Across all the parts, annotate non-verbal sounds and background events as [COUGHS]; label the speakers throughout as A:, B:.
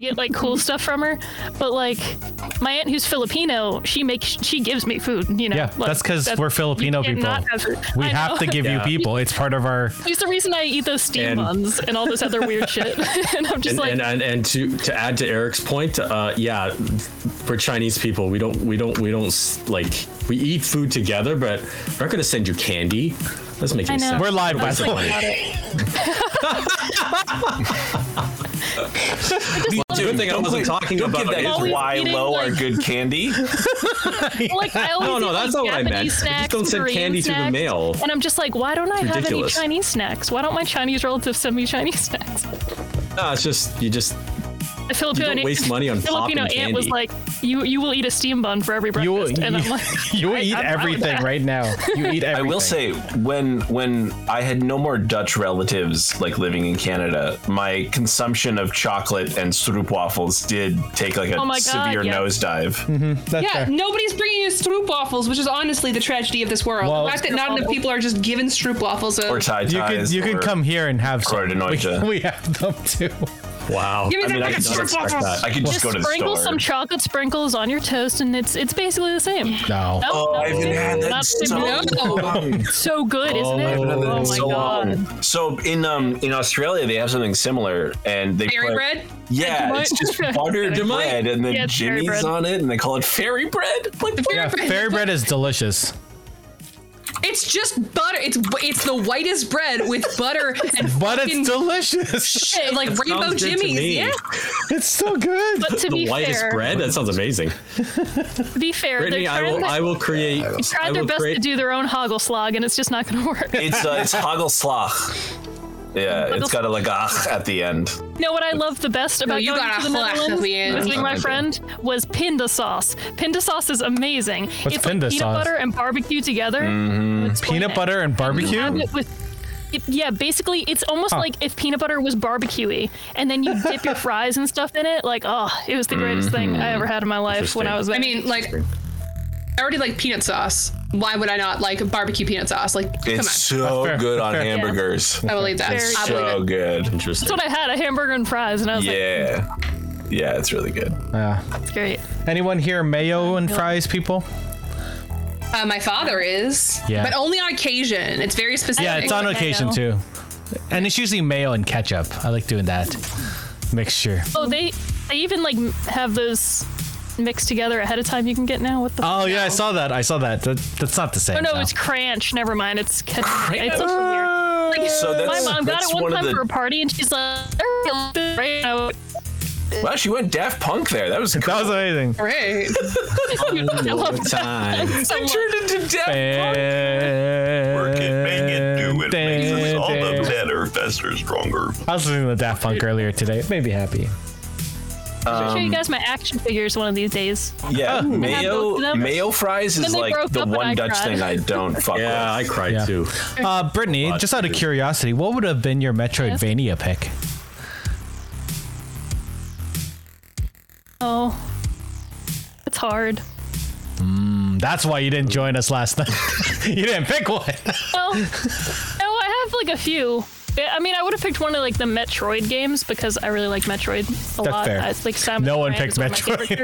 A: get like cool stuff from her. But like my aunt who's Filipino, she makes she gives me food. You know,
B: Yeah,
A: like,
B: that's because we're Filipino
A: you
B: people.
A: cannot have it.
B: We
A: I
B: have
A: know. [LAUGHS]
B: to give
C: Yeah.
B: you people. It's part of our.
A: It's the reason I eat those steam
C: And-
A: buns and all this other weird
C: [LAUGHS]
A: shit. and I'm just
C: and,
A: like,
C: and, and and to to add to Eric's point, uh, yeah, we're Chinese people. We don't we don't we don't s- like we eat food together, but we're not gonna send you candy. That's
A: [LAUGHS]
C: making
A: I know.
C: sense.
B: We're live, by the way.
A: [LAUGHS]
C: Good thing I wasn't talking
D: don't
C: about
D: give
C: it.
D: that
A: Always
D: why
A: eating,
D: low are
A: like-
D: good candy.
A: like I always
C: No, no,
A: eat, like,
C: that's not what I
A: Japanese
C: meant. Just
A: Snacks,
C: don't send
A: Korean
C: candy through the
A: snacks, [LAUGHS]
C: mail.
A: And I'm just like, why don't I have any
C: ridiculous.
A: Chinese snacks? Why don't my Chinese relatives send me Chinese [LAUGHS] snacks?
C: No, it's just you just
A: A Filipino
C: don't waste money
A: [LAUGHS]
C: on
A: Filipino
C: popping
A: aunt was
C: candy.
A: like, you you will eat a steam bun for every
B: You will-
A: breakfast, and I'm
B: [LAUGHS]
A: like,
B: You
A: I-
B: eat
A: I'm fine with
B: everything
A: that.
B: right now. You eat everything.
D: I will say when when I had no more Dutch relatives like living in Canada, my consumption of chocolate and stroop waffles did take like a
A: Oh my God,
D: severe
A: yeah.
C: Mm-hmm.
D: nosedive.
B: That's
E: [LAUGHS] Yeah,
B: fair.
E: nobody's bringing you stroopwafels, which is honestly the tragedy of this world.
B: Well-
E: the fact that not enough people are just given stroopwafels.
D: Or Thai
B: You could
D: Tais
B: you could
D: or-
B: come here and have some. We, [LAUGHS]
D: Cortinoja.
B: we have them too.
C: wow.
E: Give me
D: I
E: that
D: mean, I did
E: fucking
D: not expect
E: stroopwafels.
D: that. I could just,
A: Just
D: go to the
A: sprinkle
D: store.
A: some chocolate sprinkles on your toast, and it's it's basically the same. No,
B: No.
D: Oh,
A: no,
D: I haven't had that in
A: not
D: so
A: similar.
D: long.
A: So good, isn't it?
D: I've had that
A: Oh my
D: in so
A: Oh god.
D: long. So in um in Australia they have something similar and they
E: Fairy
D: put-
E: bread?
D: Yeah,
A: Demite.
D: it's
A: [LAUGHS]
D: just buttered
A: Demite?
D: bread and then
A: Yeah, it's fairy
D: Jimmy's
A: bread.
D: on it and they call it fairy bread. Like what?
B: [LAUGHS] Yeah, fairy bread is delicious.
E: [LAUGHS] It's just butter. It's it's the whitest bread with butter
B: [LAUGHS]
E: and
B: But
E: fucking
B: it's delicious. [LAUGHS]
E: shit, like rainbow
C: Sounds good to
E: jimmies.
C: me.
E: Yeah,
B: It's
A: [LAUGHS]
B: so good.
A: But to
C: The
A: be
C: whitest
A: fair,
C: bread? That sounds amazing.
A: to be fair,
C: Brittany,
A: they're
C: I
A: trying
C: will
A: to-
C: I will create
A: They
C: I
A: tried their
C: will
A: best to
C: create
A: do their own hoggle slog, and it's just not going to work. You
D: It's uh,
A: [LAUGHS]
D: it's Hagelslach. Yeah, it's got a like ach at the end.
A: know what I love the best about
E: you
A: going
E: got
A: to the
E: a flash at
A: Netherlands,
E: the end.
A: visiting
D: Oh,
A: my
D: okay.
A: friend, was pinda sauce. Pinda sauce is amazing.
B: What's
A: it's
B: pinda
A: like peanut
B: sauce?
A: butter and barbecue together. Let's explain
B: Peanut
A: it.
B: butter and
A: You have
B: barbecue.
A: it with- it- yeah, basically, it's almost like if peanut butter was barbecue-y, and then you dip your fries and stuff in it. Like, oh, it was the greatest thing I ever had in my life when I was
C: Interesting.
A: there.
E: I mean, like, I already like peanut sauce. Why would I not like barbecue peanut sauce? Like, come on,
D: It's so
B: fair,
D: good
B: that's
D: on
B: fair.
D: hamburgers.
E: I believe that.
A: Very
D: So
E: I believe it.
D: good.
C: Interesting.
A: that's what I had: a hamburger and fries, and I was like,
D: Yeah, yeah, it's really good.
A: "That's great."
B: Anyone here mayo and fries people?
E: Uh, my father is,
B: Yeah.
E: but only on occasion. It's very specific.
B: Yeah, it's on
A: like
B: occasion
A: mayo.
B: too. And it's usually mayo and ketchup. I like doing that mixture.
A: Oh, they they even like m- have those mixed together ahead of time. You can get now. What the?
B: Oh yeah, I saw that. I saw that. that that's not the same.
A: oh no, it's cranch. Never mind. It's ketchup. It's so weird.
D: So that's,
A: My mom got
D: that's
A: it one
D: one
A: time
D: of the.
A: for a party, and she's like, "Right?" And I was
D: Wow, she went Daft Punk there. That was cool.
B: that was amazing. [LAUGHS]
E: Right.
A: like, "Dude, I love that."
C: time.
A: So much.
D: turned into Daft
B: Work
F: better, faster, stronger.
B: I was listening to Daft Punk earlier today. It made me happy.
A: I'll show you guys my action figures one of these days.
D: Yeah,
A: both of
D: mayo
A: them.
D: mayo fries is
A: they
D: like
A: broke
D: the
A: up and I
D: one Dutch
A: cried. [LAUGHS]
D: thing I don't fuck
C: Yeah, I
D: with.
C: cried
B: Yeah.
C: too.
B: Uh, Brittany, just out of curiosity, what would have been your Metroidvania pick?
A: Oh, it's hard.
B: Mm, That's why you didn't join us last [LAUGHS] night. you didn't pick one.
A: Well, [LAUGHS] no, I have like a few. Yeah, I mean, I would have picked one of like the Metroid games because I really like Metroid a lot.
B: fair.
A: I, like Samus
B: No one
A: Aran is
B: picked
A: of my favorite
B: Metroid.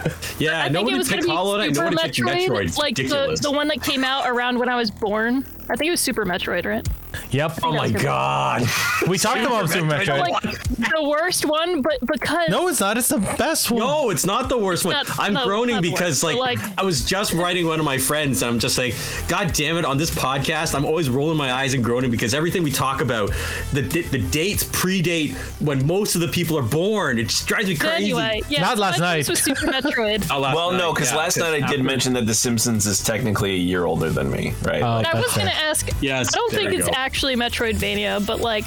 C: [LAUGHS]
A: characters.
C: Yeah,
A: I
C: no
A: think it
C: one
A: was
C: picked
A: going to be
C: Hollow Knight. No
A: Super
C: one picked
A: Metroid,
C: Metroid. It's
A: like the,
C: ridiculous.
A: the one that came out around when I was born. I think it was Super Metroid, right?
B: Yep.
C: Oh my god.
B: We talked about Super Metroid.
A: Like the worst one, but because
B: no, it's not. It's the best one.
C: No, Oh, it's not the worst one.
A: not-
C: I'm
A: no, it's
C: groaning
A: not the worst,
C: because
A: but,
C: like,
A: like-
C: I was just writing one of my friends and I'm just like, God damn it, on this podcast, I'm always rolling my eyes and groaning because everything we talk about, the di- the dates predate when most of the people are born. It just drives me crazy.
A: anyway, yeah,
B: Not
A: so
B: last
A: my choice
B: night.
A: was
B: [LAUGHS]
A: Super Metroid.
C: Oh, last
D: Well, no,
C: night,
D: because
C: yeah,
D: last night I did
C: after-
D: mention that The Simpsons is technically a year older than me, right?
B: Oh,
D: Like,
A: I
B: that's
A: was
B: fair.
A: going to ask.
C: Yes,
A: I don't
C: there
A: think
C: we
A: it's
C: go.
A: actually Metroidvania, but like.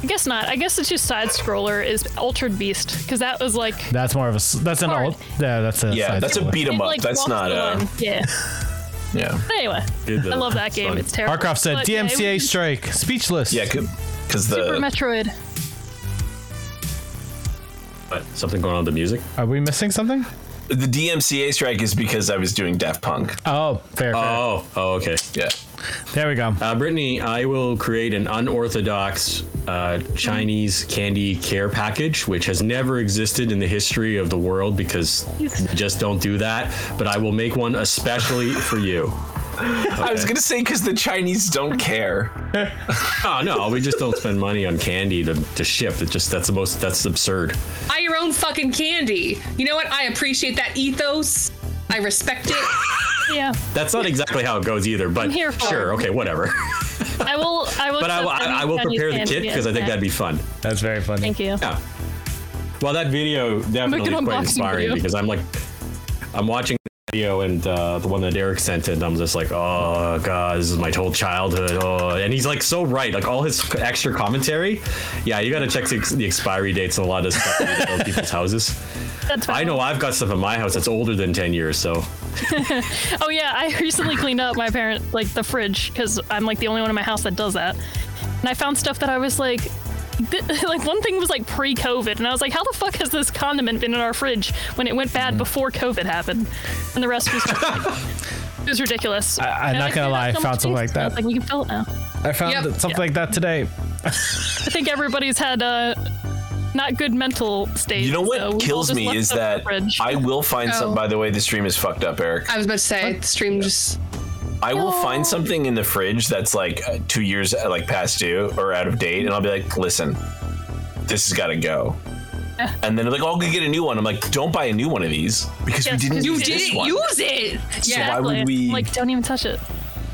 A: I guess not. I guess it's just side scroller is Altered Beast because that was like
B: That's more of a. s- That's an
A: Hard.
B: old. Yeah, that's a.
D: yeah,
B: side
D: that's a
B: scroller.
D: beat 'em
A: it,
D: up.
A: like,
D: that's
A: walks
D: not
A: the
D: a.
C: uh,
A: line. yeah.
D: Yeah.
A: But
C: [LAUGHS]
A: anyway,
C: Did the-
A: I love that game.
C: fun.
A: It's terrible.
B: Harkov said
A: But, yeah, it
B: DMCA
A: was
B: strike. Speechless.
D: Yeah, because
A: Super
D: the
A: Metroid.
C: What, something going on with the music.
B: Are we missing something?
D: the DMCA strike is because I was doing Daft Punk.
B: Oh, fair. fair.
C: Oh, oh, okay.
D: Yeah.
B: There we go.
A: Ah.
C: Uh, Brittany, I will create an unorthodox uh, Chinese candy care package, which has never existed in the history of the world because we just don't do that. But I will make one especially for you. [LAUGHS]
D: I was gonna say because the Chinese don't care.
C: Oh no, we just don't spend money on candy to, to ship. It just that's the most that's absurd.
E: Buy your own fucking candy. You know what? I appreciate that ethos. I respect it.
A: Yeah,
C: That's not exactly how it goes either. But
A: I'm here for
C: sure,
A: it.
C: okay, whatever. [LAUGHS]
A: I will. I will.
C: But I, will-
A: accept
C: I,
A: any
C: I will
A: Chinese
C: prepare the
A: candy
C: kit
A: as
C: because I think
A: that.
C: that'd be fun.
B: That's very funny.
A: Thank you.
C: Yeah. Well, that video definitely
E: unboxing
C: quite inspiring
E: video.
C: because I'm like, I'm watching the video and uh, the one that Eric sent, and I'm just like, oh god, this is my whole childhood. Oh, and he's like so right, like all his extra commentary. Yeah, you got to check the, the expiry dates on a lot of stuff in other people's houses.
A: That's fine.
C: I know I've got stuff in my house that's older than ten years, so
A: Oh yeah, I [LAUGHS] recently cleaned out my parent like the fridge because I'm like the only one in my house that does that, and I found stuff that I was like. [LAUGHS] th- Like one thing was like pre-COVID, and I was like, "How the fuck has this condiment been in our fridge when it went
B: Mm-hmm.
A: bad before COVID happened?" And the rest was
B: [LAUGHS]
A: it was ridiculous.
B: I- I'm
A: And
B: not gonna
A: cleaned out
B: lie, I
A: so
B: found
A: much
B: something
A: space, and
B: like
A: I
B: that.
A: was like you can fill it now.
B: I found
E: Yep.
B: that- something like that today.
A: I think everybody's had uh, not good mental state.
D: You know what
A: so we've all
D: kills
A: just
D: me
A: left
D: is
A: stuff in the
D: that
A: fridge.
D: I will find some.
E: Oh.
D: By the way, the stream is fucked up, Eric.
E: I was about to say the stream just
D: I will
A: No.
D: find something in the fridge that's like uh, two years uh, like past due or out of date, and I'll be like, "Listen, this has got
A: [LAUGHS]
D: to go." And then they're like, "Oh, I'll go get a new one." I'm like, "Don't buy a new one of these because
A: Yes,
D: we didn't
A: 'cause you
E: you
D: use this
E: didn't
D: one."
E: use it. Yeah.
D: why would
A: Exactly.
D: we-
A: like don't even touch it?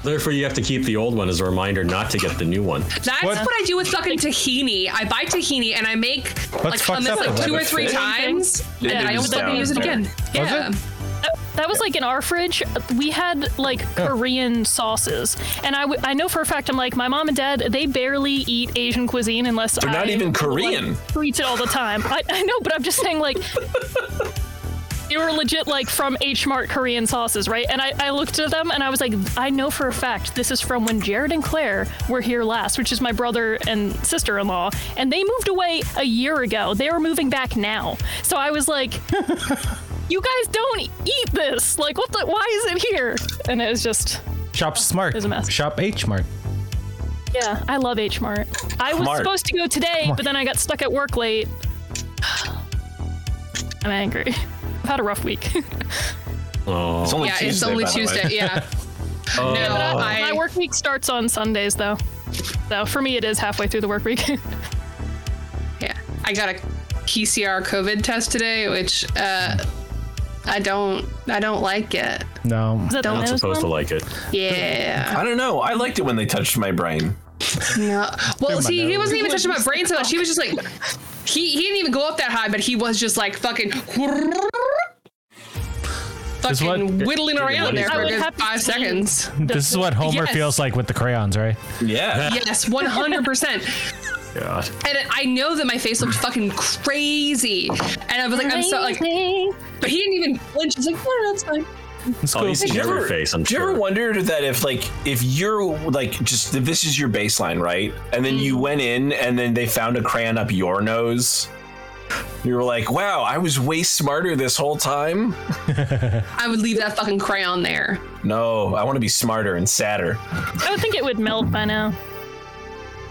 C: therefore you have to keep the old one as a reminder not to get the new one.
E: That's what? I do with fucking tahini. I buy tahini and I make like
B: fucked
E: hummus
B: up
E: like
B: about
E: two or
D: it?
E: three
D: Same
E: times,
D: It
E: and I
D: was
E: always let me
D: down
E: use it
D: there.
E: again. Yeah.
B: it?
A: That was like in our fridge. We had like Korean sauces, and I, w- I know for a fact I'm like my mom and dad. They barely eat Asian cuisine unless
D: They're not
A: I,
D: even
A: like,
D: Korean.
A: tweets it all the time. I, I know, but I'm just saying like. They were legit like from H Mart Korean sauces, right? And I, I looked at them and I was like, I know for a fact this is from when Jared and Claire were here last, which is my brother and sister in law. And they moved away a year ago. They are moving back now. So I was like, you guys don't eat this. Like, what the? Why is it here? And it was just,
B: Shop Smart.
A: There's a mess.
B: Shop H Mart.
A: yeah, I love H Mart. I was
D: Smart.
A: supposed to go today, but then I got stuck at work late. [SIGHS] I'm angry. I've had a rough week. [LAUGHS]
C: Oh,
D: It's only
E: Yeah,
D: Tuesday.
E: it's only
D: by the way.
E: Tuesday. Yeah. no, I,
A: My work week starts on Sundays, though. So for me, it is halfway through the work week. [LAUGHS]
E: yeah, I got a PCR COVID test today, which uh, I don't, I don't like it.
B: No. [LAUGHS]
A: Is that the
C: Not
A: nose
C: supposed to
A: one?
C: like it.
E: Yeah.
D: [LAUGHS] I don't know. I liked it when they touched my brain.
E: No. Well,
B: my
E: see, he
B: nose.
E: wasn't even touching my brain so much. He was just like, he he didn't even go up that high, but he was just like fucking. Fucking
B: what-
E: whittling around
C: what
E: there
C: is
E: for
A: I
E: a
A: would
E: good
A: have to
E: five
A: see-
E: seconds.
B: This is what Homer
E: Yes.
B: feels like with the crayons, right?
D: [LAUGHS] Yeah.
E: Yes, one hundred percent.
C: God.
E: And I know that my face looked fucking crazy, and I was like, I'm so like, but he didn't even flinch. He's like, no, no, it's fine.
B: It's
C: Oh,
B: cool.
C: he's
D: Did
C: seen
D: you
C: every
D: ever-
C: face. I'm
D: did you
C: sure.
D: ever wondered that if like if you're like just if this is your baseline, right? And then you went in and then they found a crayon up your nose. You were like, wow, I was way smarter this whole time.
E: I would leave that fucking crayon there.
D: No, I want to be smarter and sadder.
A: I would think it would melt by now.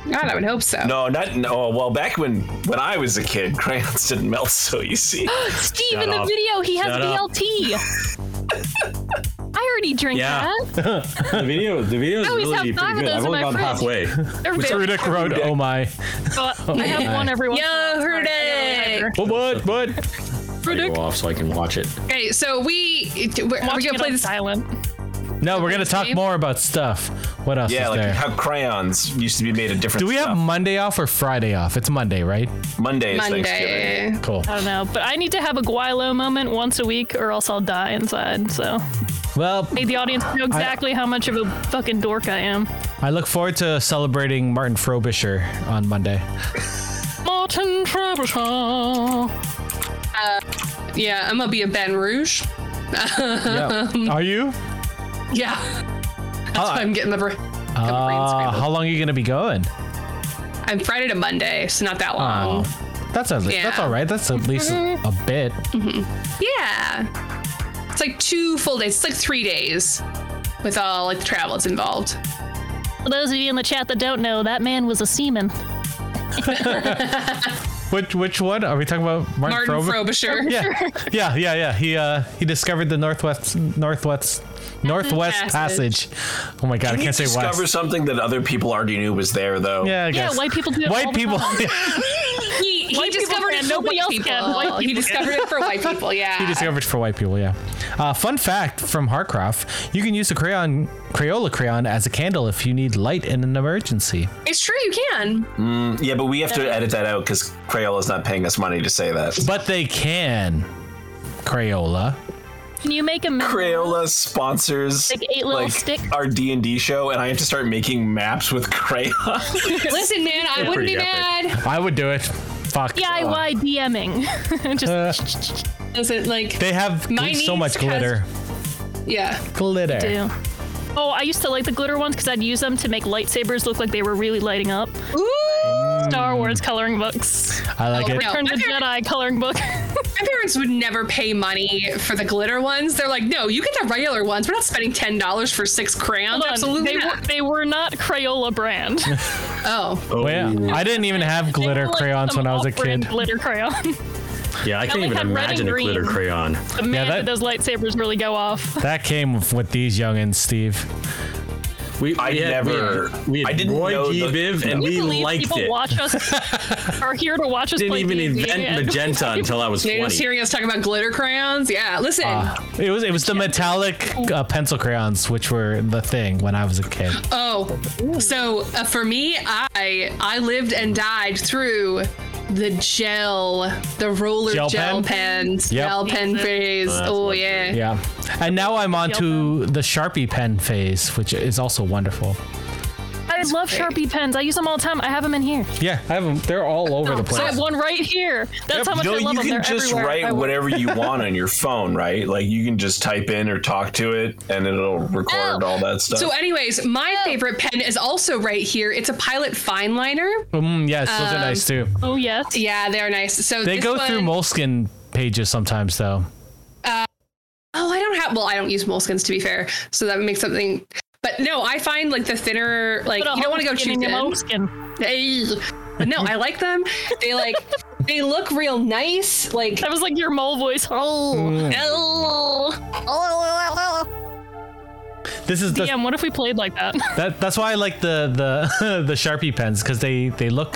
E: God, I would hope so.
D: No, not no. Well, back when when I was a kid, [LAUGHS] crayons didn't melt so easy.
A: Steve
C: Shut
A: in the
C: up.
A: video, he has
C: Shut up. [LAUGHS]
A: BLT. I already drink
C: Yeah.
A: that.
C: The video, the video is
A: I always
C: really
A: have five
C: pretty
A: of
C: good.
A: those in
C: I've only
A: my
C: gone
A: fridge.
C: halfway.
A: Everybody,
B: Riddick [LAUGHS] Road. Oh my.
A: I have
C: [LAUGHS]
A: one every once. in a while.
E: Yo, Riddick!
C: What? What? What?
A: Riddick.
C: Go off so I can watch it.
E: Okay, so we are we
A: Watching
E: gonna
A: it
E: play
A: on
E: this?
A: silent.
B: No, we're gonna talk
E: Steve?
B: more about stuff. What else
D: Yeah,
B: is
D: like
B: there?
D: how crayons used to be made of different.
B: Do we have
D: stuff.
B: Monday off or Friday off? It's Monday, right?
D: Monday? Is Thanksgiving.
E: Monday.
B: Cool.
A: I don't know, but I need to have a Guilo moment once a week, or else I'll die inside. So
B: Well,
A: made the audience know exactly how much of a fucking dork I am.
B: I look forward to celebrating Martin Frobisher on Monday.
A: Martin Trebuchet.
E: Yeah, I'm gonna be a Ben Rouge.
A: [LAUGHS] Um,
B: Yeah. Are you?
E: Yeah, that's why I'm getting the. br- the brain
B: Uh,
E: scrambled.
B: how long are you gonna be going?
E: I'm Friday to Monday, so not that long.
B: That's a, that's
E: Yeah.
B: all right. That's at
A: [LAUGHS]
B: least a bit.
E: Yeah. It's like two full days. It's like three days with all like the travel that's involved.
A: For those of you in the chat that don't know, that man was a seaman.
B: Which which one are we talking about? Martin,
E: Martin
B: Frobe-
E: Frobisher.
B: Yeah, [LAUGHS] yeah, yeah, yeah. He uh he discovered the northwest northwest northwest
E: Passage.
B: passage. Oh my god, I
D: You
B: can't say
D: discover
B: west.
D: something that other people already knew was there, though.
B: Yeah, I
A: Yeah,
B: guess.
A: white people do it all
B: White
A: the
B: people.
A: time.
E: He, he
A: White people
E: discovered
A: can,
E: it for
A: nobody
E: white
A: else
E: people.
A: can, white
E: He
A: people
E: discovered it for white people. Yeah.
B: [LAUGHS] He discovered for white people, yeah. Uh, fun fact from Harcroft: You can use a crayon, Crayola crayon, as a candle if you need light in an emergency.
E: it's true. You can.
D: Yeah, but we have to edit that out because Crayola's not paying us money to say that.
B: But they can, Crayola.
A: Can you make a map?
D: Crayola sponsors
A: Like eight little stick-
D: our D and D show, and I have to start making maps with [LAUGHS] Crayola.
E: Listen, man, I wouldn't
C: pretty
E: be
C: epic.
E: mad.
B: I would do it. Fuck.
A: DIY DMing? [LAUGHS] Just
B: [LAUGHS]
E: Listen, like,
B: They have
E: My
B: gl- so
E: niece
B: much
E: has-
B: glitter.
E: yeah.
B: Glitter.
A: do. Oh, I used to like the glitter ones because I'd use them to make lightsabers look like they were really lighting up.
B: Hmm.
A: Star Wars coloring books.
B: I like
E: Oh,
B: it.
E: no.
A: Return of the
E: Okay.
A: Jedi coloring book. [LAUGHS]
E: My parents would never pay money for the glitter ones. They're like, no, you get the regular ones. We're not spending ten dollars for six crayons.
A: Hold on,
E: Absolutely
A: they,
E: not.
A: were, they were not Crayola brand.
B: [LAUGHS]
E: oh,
B: Well, yeah, I didn't even have
A: They
B: glitter
A: were, like,
B: crayons
A: some
B: when I was a
A: off-brand
B: kid.
A: Glitter crayon.
B: [LAUGHS]
C: Yeah, I can't
A: only
C: even
A: had red and
C: imagine a glitter
A: green.
C: crayon.
A: But man,
B: that-
A: did those lightsabers really go off.
B: That came with these youngins, Steve.
C: We, we
D: I
C: had,
D: never-
C: We had
D: I didn't
C: Roy
D: know
C: D.
D: the-
C: Biv, and
A: Can
C: we
A: [LAUGHS] you believe
C: liked
A: people
C: it.
A: watch
B: [LAUGHS]
A: us are here to watch us
C: didn't
A: play
C: even
A: D&D
C: invent
A: and-
C: magenta until I was
E: they was
C: 20.
E: hearing us talking about glitter crayons. Yeah. Listen,
B: It was it was the metallic uh, pencil crayons, which were the thing when I was a kid.
A: Uh,
E: Oh, so uh, for me, I I lived and died through the gel, the roller gel,
B: Gel pen?
E: pens,
B: Yep.
E: gel pen phase.
C: that's
E: Oh,
C: lovely.
E: yeah.
B: Yeah, and now I'm on to the Sharpie pen phase, which is also wonderful.
A: I love Sharpie pens. I use them all the time. I have them in here.
B: Yeah, I have them. They're all over the
A: Oh, I have
B: place.
A: one right here. That's how much
D: no,
A: I love
D: you
A: them.
D: can
A: They're
D: just
A: everywhere. I
D: write
A: will-
D: whatever you want on your phone, right? Like you can just type in or talk to it, and
A: Oh.
D: it'll record
A: No.
D: all that stuff.
E: So, anyways, my favorite pen is also right here. It's a Pilot Fine Liner.
B: Mm, yes, those are nice too.
A: Oh yes.
E: Yeah, they're nice. So
B: They
E: this
B: go
E: one-
B: through moleskin pages sometimes, though.
E: Oh, I don't have. Well, I don't use moleskins to be fair. So that makes something. But no, I find like the thinner, like
A: Put a
E: you don't want to go
A: hole
E: too
A: in your
E: thin.
A: moleskin.
E: Hey. But no, I like them. They like they look real nice. Like
A: That was like your mole voice. Oh.
B: This is the
A: Damn, what if we played like
E: [LAUGHS]
A: that?
B: that, that's why I like the the [LAUGHS] the Sharpie pens because they they look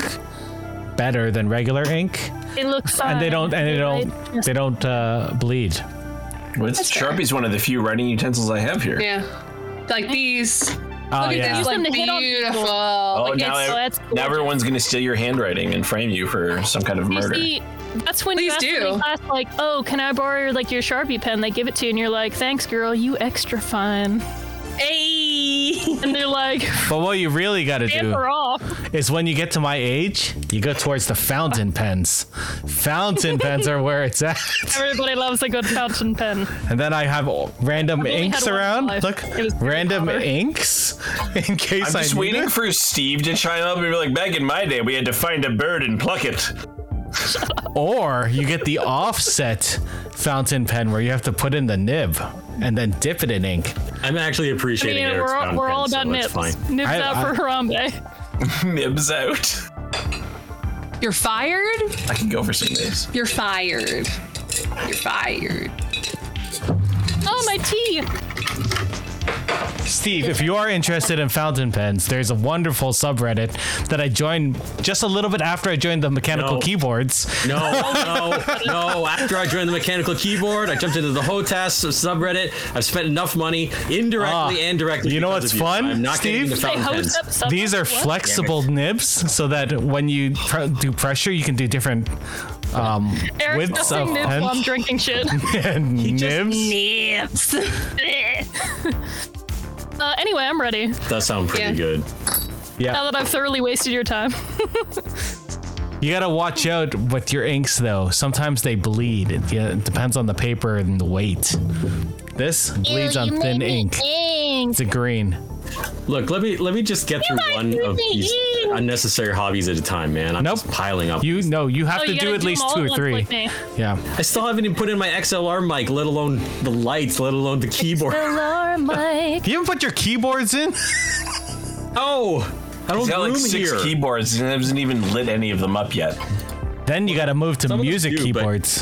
B: better than regular ink,
A: They look fine.
B: and they don't and they don't they don't uh, bleed.
D: It's- Sharpie's one of the few writing utensils I have here.
E: Yeah. Like these.
B: Oh
E: Look at
B: yeah,
E: this,
A: Use
E: like
A: them to hit on people.
E: beautiful.
D: Oh,
E: Like,
D: now,
E: it's-
A: so
D: ev-
A: that's
D: now everyone's going to steal your handwriting and frame you for some kind of
A: You
D: murder.
A: see, that's when you
E: Please
A: ask
E: do.
A: somebody in class, like, "Oh, can I borrow your, like your Sharpie pen?" They give it to you, and you're like, "Thanks, girl, you extra fine."
E: Hey.
A: And they're
C: [LAUGHS]
A: like,
B: but what you really got to
A: "Damn
B: do
A: her off."
B: is when you get to my age, you go towards the fountain pens. Fountain pens are where it's at.
A: Everybody loves a good fountain pen.
B: And then I have all- random
A: only
B: inks
A: had one
B: around.
A: life.
B: Look,
A: It was very
B: random
A: clever.
B: inks in case
D: I'm
B: I
D: just
B: need
D: waiting
B: it.
D: for Steve to chime up and be like, back in my day, we had to find a bird and pluck it. [LAUGHS]
B: Or you get the offset fountain pen where you have to put in the nib and then dip it in ink.
C: I'm actually
A: I
C: appreciating
A: mean,
C: Eric's
A: we're all,
C: fountain
A: we're all
C: pen, so
A: about
C: it's
A: nips. [LAUGHS]
C: fine.
A: Nips
B: I-
A: out
B: I-
A: for Harambe.
D: Nibs out.
E: You're fired?
D: I can go for some days.
E: You're fired. You're fired.
A: Oh, my tea!
B: Steve, if you are interested in fountain pens, there's a wonderful subreddit that I joined just a little bit after I joined the mechanical
C: No.
B: keyboards.
C: No, no, no. After I joined the mechanical keyboard, I jumped into the HOTAS subreddit. I've spent enough money indirectly
B: Ah,
C: and directly.
B: you know
C: because
B: what's
C: of
B: fun,
C: I'm not getting
B: Steve?
C: the
A: They
C: fountain
A: hose
C: pens.
A: up some.
B: These are
A: what?
B: flexible nibs so that when you pr- do pressure, you can do different um, [LAUGHS]
A: Eric's
B: widths of
A: dusting nips while I'm
B: pens
A: drinking
C: [LAUGHS]
A: shit.
B: and nibs.
A: [LAUGHS] nips. uh, anyway, I'm ready.
C: That sounds pretty
E: Yeah.
C: good.
A: Now that I've thoroughly wasted your time.
B: You gotta watch out with your inks though. Sometimes they bleed. It, yeah, it depends on the paper and the weight. This bleeds on thin ink. It's a green.
C: Look, let me let me just get through one of these unnecessary hobbies at a time, man. I'm
B: Nope.
C: just piling up.
B: You no, you have
A: Oh,
B: to
A: you
B: do
A: gotta
B: at
A: do
B: least
A: them all
B: two
A: at
B: or
A: once
B: three.
A: like me.
B: yeah.
C: I still haven't even put in my XLR mic, let alone
A: [LAUGHS]
C: the lights, let alone the keyboard.
A: Alarm, Mike.
B: You haven't put your keyboards in?
C: No, Oh, I don't
D: He's got
C: room
D: like six
C: here.
D: keyboards and hasn't even lit any of them up yet.
B: Then you got to move to
C: of them
B: music
C: do, but-
B: keyboards.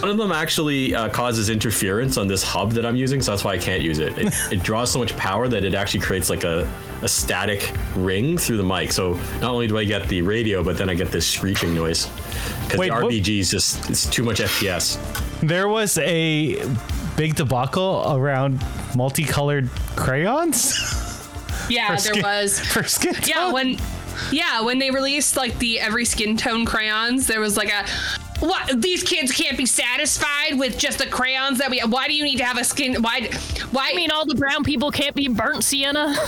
C: One of them actually uh, causes interference on this hub that I'm using, so that's why I can't use it. It, it draws so much power that it actually creates like a, a static ring through the mic. So not only do I get the radio, but then I get this screeching noise because the
B: Wait, what-
C: RBG is just it's too much FPS.
B: There was a big debacle around multicolored crayons [LAUGHS]
E: Yeah,
B: For
E: there
B: skin-
E: was.
B: for skin.
E: Yeah,
A: Oh.
E: when yeah, when they released like the every skin tone crayons, there was like a what these kids can't be satisfied with just the crayons that we why do you need to have a skin why why
A: I mean, all the brown people can't be burnt sienna. [LAUGHS]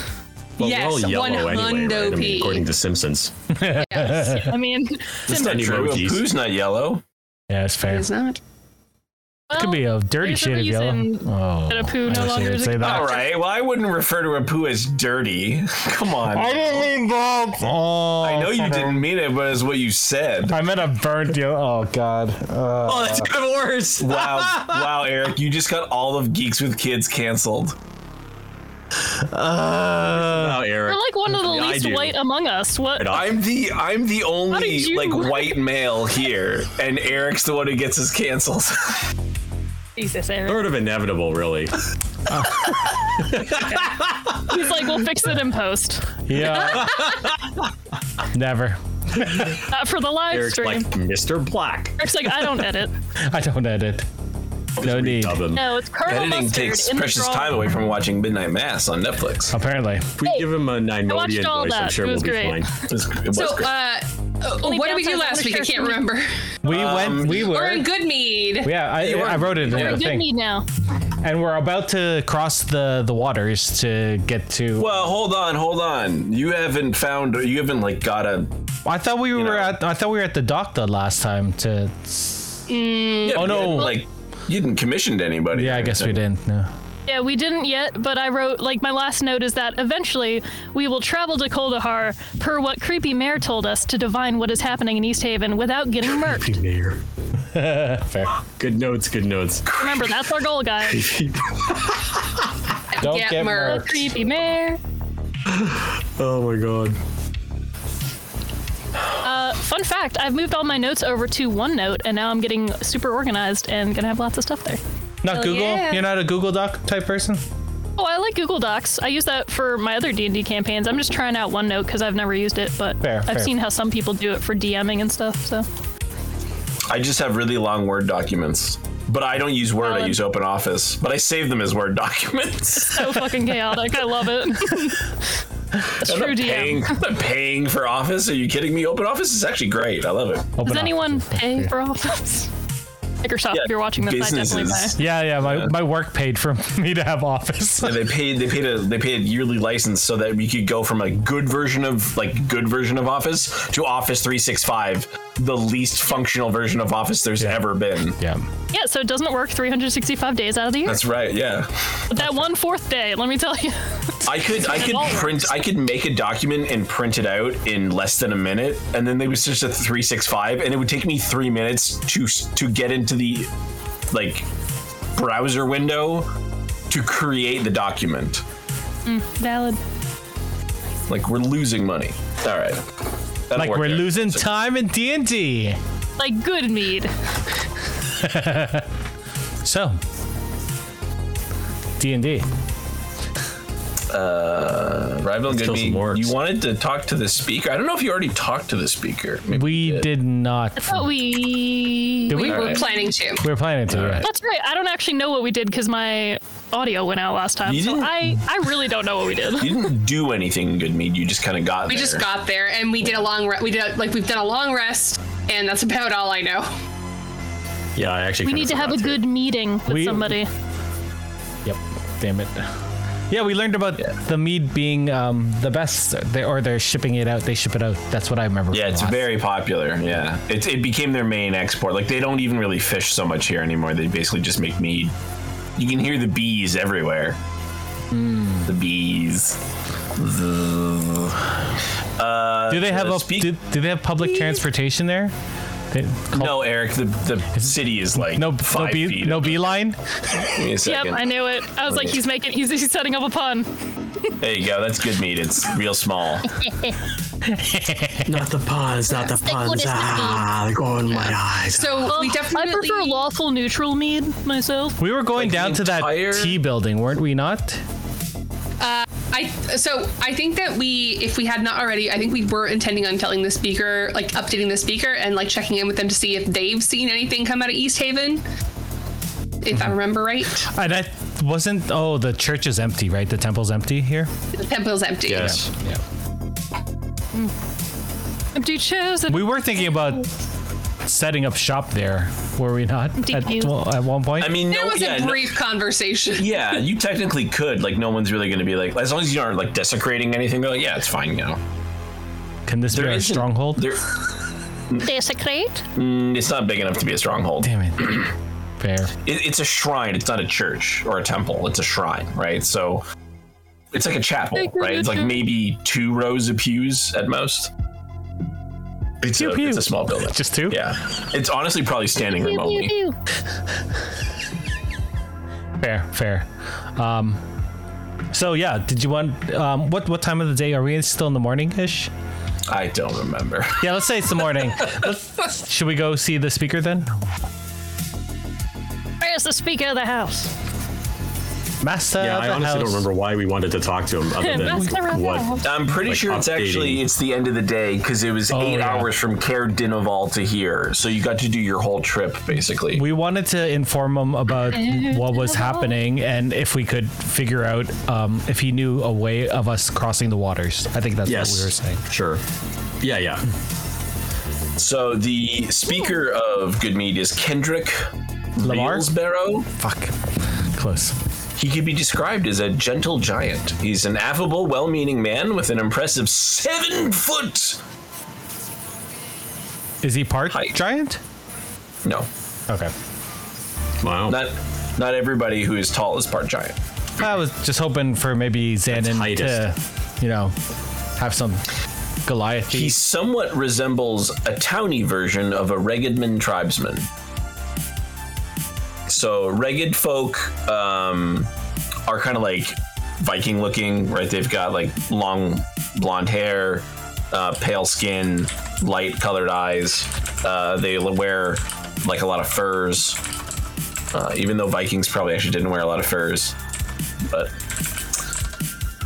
C: Well,
E: Yes,
C: we're all yellow anyway, right? I
E: 100p.
C: mean, according to Simpsons.
A: I mean,
D: That's
A: Sim-
D: not true.
C: Emojis.
D: Pooh's not yellow.
B: Yeah, it's fair.
E: it's not
A: well,
B: Could be a dirty
A: there's a
B: shade of yellow.
A: reason
B: Oh,
A: that a poo no
B: I wish I
A: longer
B: could
A: is
B: say that.
D: All right. Well, I wouldn't refer to a poo as dirty. [LAUGHS] Come on. I,
B: didn't mean that. Oh,
D: know you didn't mean it, but it's what you said.
B: I meant a burnt yellow. Oh God. Uh,
C: Oh, that's [LAUGHS] even worse.
D: Wow. wow, Eric, you just got all of Geeks with Kids canceled.
C: Wow, Eric.
A: You're like one of the
C: Yeah, I
A: least
C: do.
A: white among us. What?
D: I'm the I'm the only
A: did you-
D: like
A: [LAUGHS]
D: white male here, and Eric's the one who gets us canceled.
A: Jesus, Eric.
C: Sort of inevitable, really.
A: He's like, we'll fix it in post.
B: yeah. Never.
A: Not for the live
C: Eric's
A: stream.
C: like Mr. Black.
A: Eric's like, I don't edit.
B: I don't edit. No need.
C: Redub
A: [LAUGHS]
C: him.
A: No, it's Colonel
D: Editing
A: Mustard
D: takes
A: in the
D: precious
A: drawing.
D: time away from watching Midnight Mass on Netflix.
B: Apparently.
C: If we give him a Nymodian
A: watched all
C: voice, I'm
A: that.
C: sure
A: It
C: we'll
A: was
C: be
A: great.
C: fine.
D: It was- it was
E: so
D: great.
E: uh uh, what did we do
A: downside,
E: last
A: I'm
E: week? I
A: sure it's-
E: can't remember.
B: We went. We
E: We're
B: were.
E: in good mead.
B: yeah, I, I wrote it in
A: We're
B: the
A: in good
B: thing.
A: need now.
B: And we're about to cross the the waters to get to.
D: well, hold on, hold on. You haven't found. You haven't like got a.
B: I thought we were
D: know.
B: at. I thought we were at the dock the last time. To.
A: Mm.
D: oh
B: no.
D: Like you didn't commissioned anybody.
B: Yeah, I guess we didn't. No.
A: Yeah, we didn't yet, but I wrote like my last note is that eventually we will travel to Koldahar per what creepy mayor told us to divine what is happening in East Haven without getting murked.
C: Mayor.
B: Fair.
C: [LAUGHS] Good notes, good notes. [LAUGHS]
A: Remember, that's our goal, guys.
B: Don't
E: Get
B: get
E: murked.
B: murked.
A: creepy mayor.
C: Oh my god.
A: Fun fact, I've moved all my notes over to OneNote and now I'm getting super organized and gonna have lots of stuff there.
B: Not Google.
E: yeah.
B: You're not a Google Doc type person.
A: Oh, I like Google Docs. I use that for my other D&D campaigns. I'm just trying out OneNote because I've never used it, but
B: Fair,
A: I've
B: fair.
A: seen how some people do it for DMing and stuff, so.
D: I just have really long Word documents, but I don't use Word. I
A: Valid.
D: use Open Office, but I save them as Word [LAUGHS] documents. [LAUGHS]
A: So fucking chaotic. I love it. That's
D: I'm
A: true
D: not
A: DM.
D: paying, I'm not paying for Office. Are you kidding me? Open Office is actually great. I love it.
B: Open
A: Does
B: office
A: anyone
B: is for
A: pay
B: free.
A: for Office? Microsoft,
D: Yeah,
A: if you're watching this, I
D: businesses.
A: definitely
B: Yeah, yeah. My, my work paid for [LAUGHS] me to have office.
D: And they paid they paid a they paid a yearly license so that we could go from a good version of like good version of Office to Office 365, the least functional version of Office there's ever been.
B: [LAUGHS] Yeah.
A: pay. Yeah, so it doesn't work 365 days out of the year.
D: That's right. Yeah.
A: But that one fourth day, let me tell you.
D: I could I could
A: all works.
D: print I could make a document and print it out in less than a minute, and then they would switch to three six five, and it would take me three minutes to to get into the like browser window to create the document.
A: Valid.
D: Like we're losing money. All right. That'll
B: Like
D: work
B: we're
D: there.
B: losing
D: So-
B: time in D and D.
A: Like good mead.
B: So. D and D.
D: Rival
C: kill
D: Goodby,
C: some orcs.
D: you wanted to talk to the speaker. I don't know if you already talked to the speaker. Maybe
B: We
D: you
B: did not.
A: That's what we.
B: Did
E: We
B: we?
E: were planning to.
B: We were planning to. Right.
A: That's right. I don't actually know what we did because my audio went out last time.
D: You
A: So
D: didn't-
A: I, I really don't know what we did.
D: You didn't do anything, Goodmead. You just kind of got
E: We
D: there.
E: just got there and we did a long re- we did a, like we've done a long rest and that's about all I know.
C: Yeah, I actually
A: We
C: kinda
A: need to have a
C: forgot
A: good meeting with
B: We-
A: somebody.
B: Yep. Damn it. Yeah, we learned about the mead being um, the best, they, or they're shipping it out. They ship it out. That's what I remember.
D: Yeah,
B: from
D: it's
B: last.
D: very popular. Yeah, it, it became their main export. Like they don't even really fish so much here anymore. They basically just make mead. You can hear the bees everywhere.
B: Hmm.
D: The bees. Uh,
B: Do they have
D: uh,
B: a,
D: speak-
B: do, do they have public transportation there? They call-
D: no, Eric. The, the city is like
B: no, no,
D: five
B: bee,
D: feet.
B: no beeline.
D: Give me a
A: Yep,
D: second.
A: I knew it. I was like, he's making, he's, he's setting up a pun.
D: There you go. That's good meat. It's real
E: [LAUGHS]
D: small.
C: Not the puns, not the puns.
G: goodest
C: Ah, they're going in my eyes.
E: So we definitely.
A: I prefer lawful neutral mead myself.
B: We were going down to that
D: entire-
B: T building, weren't we not?
E: I so I think that we, if we had not already, I think we were intending on telling the speaker, like updating the speaker, and like checking in with them to see if they've seen anything come out of East Haven. If
D: Mm-hmm.
E: I remember right,
B: And that wasn't. Oh, the church is empty, right? The temple's empty here.
E: the temple's empty.
D: Yes.
A: Empty chairs and
B: We were thinking about setting up shop there, were we not? At,
A: you?
B: well, at one point.
D: I mean,
E: There
D: no,
E: was
D: yeah,
E: a
D: no-
E: brief conversation.
D: yeah, you technically could. Like, no one's really going to be like, as long as you aren't like desecrating anything. They're like, yeah, it's fine. You know,
B: can this be
D: there
B: our
D: isn't-
B: stronghold?
D: There-
G: Desecrate?
D: it's not big enough to be a stronghold.
B: Damn
D: [CLEARS THROAT]
B: it. Fair.
D: It, it's a shrine. It's not a church or a temple. It's a shrine, right? So it's like a chapel, right? It's like maybe two rows of pews at most. It's, a,
B: pew.
D: it's a small building.
B: Just two?
D: Yeah, it's honestly probably standing room only.
B: Fair. Fair. Um. So yeah, did you want um, what what time of the day are we? Still in the morning ish?
D: I don't remember.
B: Yeah, let's say it's the morning. Let's- should we go see the speaker then?
A: where's the speaker of the house?
B: Master
C: yeah,
B: of
C: I
B: the
C: honestly
B: house.
C: don't remember why we wanted to talk to him other
A: Master of
C: than
A: the
C: what.
A: house.
D: I'm pretty
C: Like
D: sure it's
C: updating.
D: actually it's the end of the day because it was
B: Oh,
D: eight
B: yeah.
D: hours from Care Dinoval to here, so you got to do your whole trip basically.
B: We wanted to inform him about what was happening and if we could figure out um, if he knew a way of us crossing the waters. I think that's
C: Yes.
B: what we were saying.
C: Sure. Yeah, yeah.
D: so the speaker of Good Meat is Kendrick
B: Lamar?
D: Barrow.
B: Fuck. Close.
D: He could be described as a gentle giant. He's an affable, well meaning man with an impressive seven foot.
B: Is he part
D: Height.
B: giant?
D: No,
B: Okay. Oh.
C: Wow.
D: not not everybody who is tall is part giant.
B: I was just hoping for maybe Xanon
C: heightest.
B: to, you know, have some Goliath.
D: He somewhat resembles a towny version of a Regedman tribesman. So Reged folk um, are kind of like Viking looking, right? They've got like long blonde hair, uh, pale skin, light colored eyes. Uh, they l- wear like a lot of furs, uh, even though Vikings probably actually didn't wear a lot of furs. But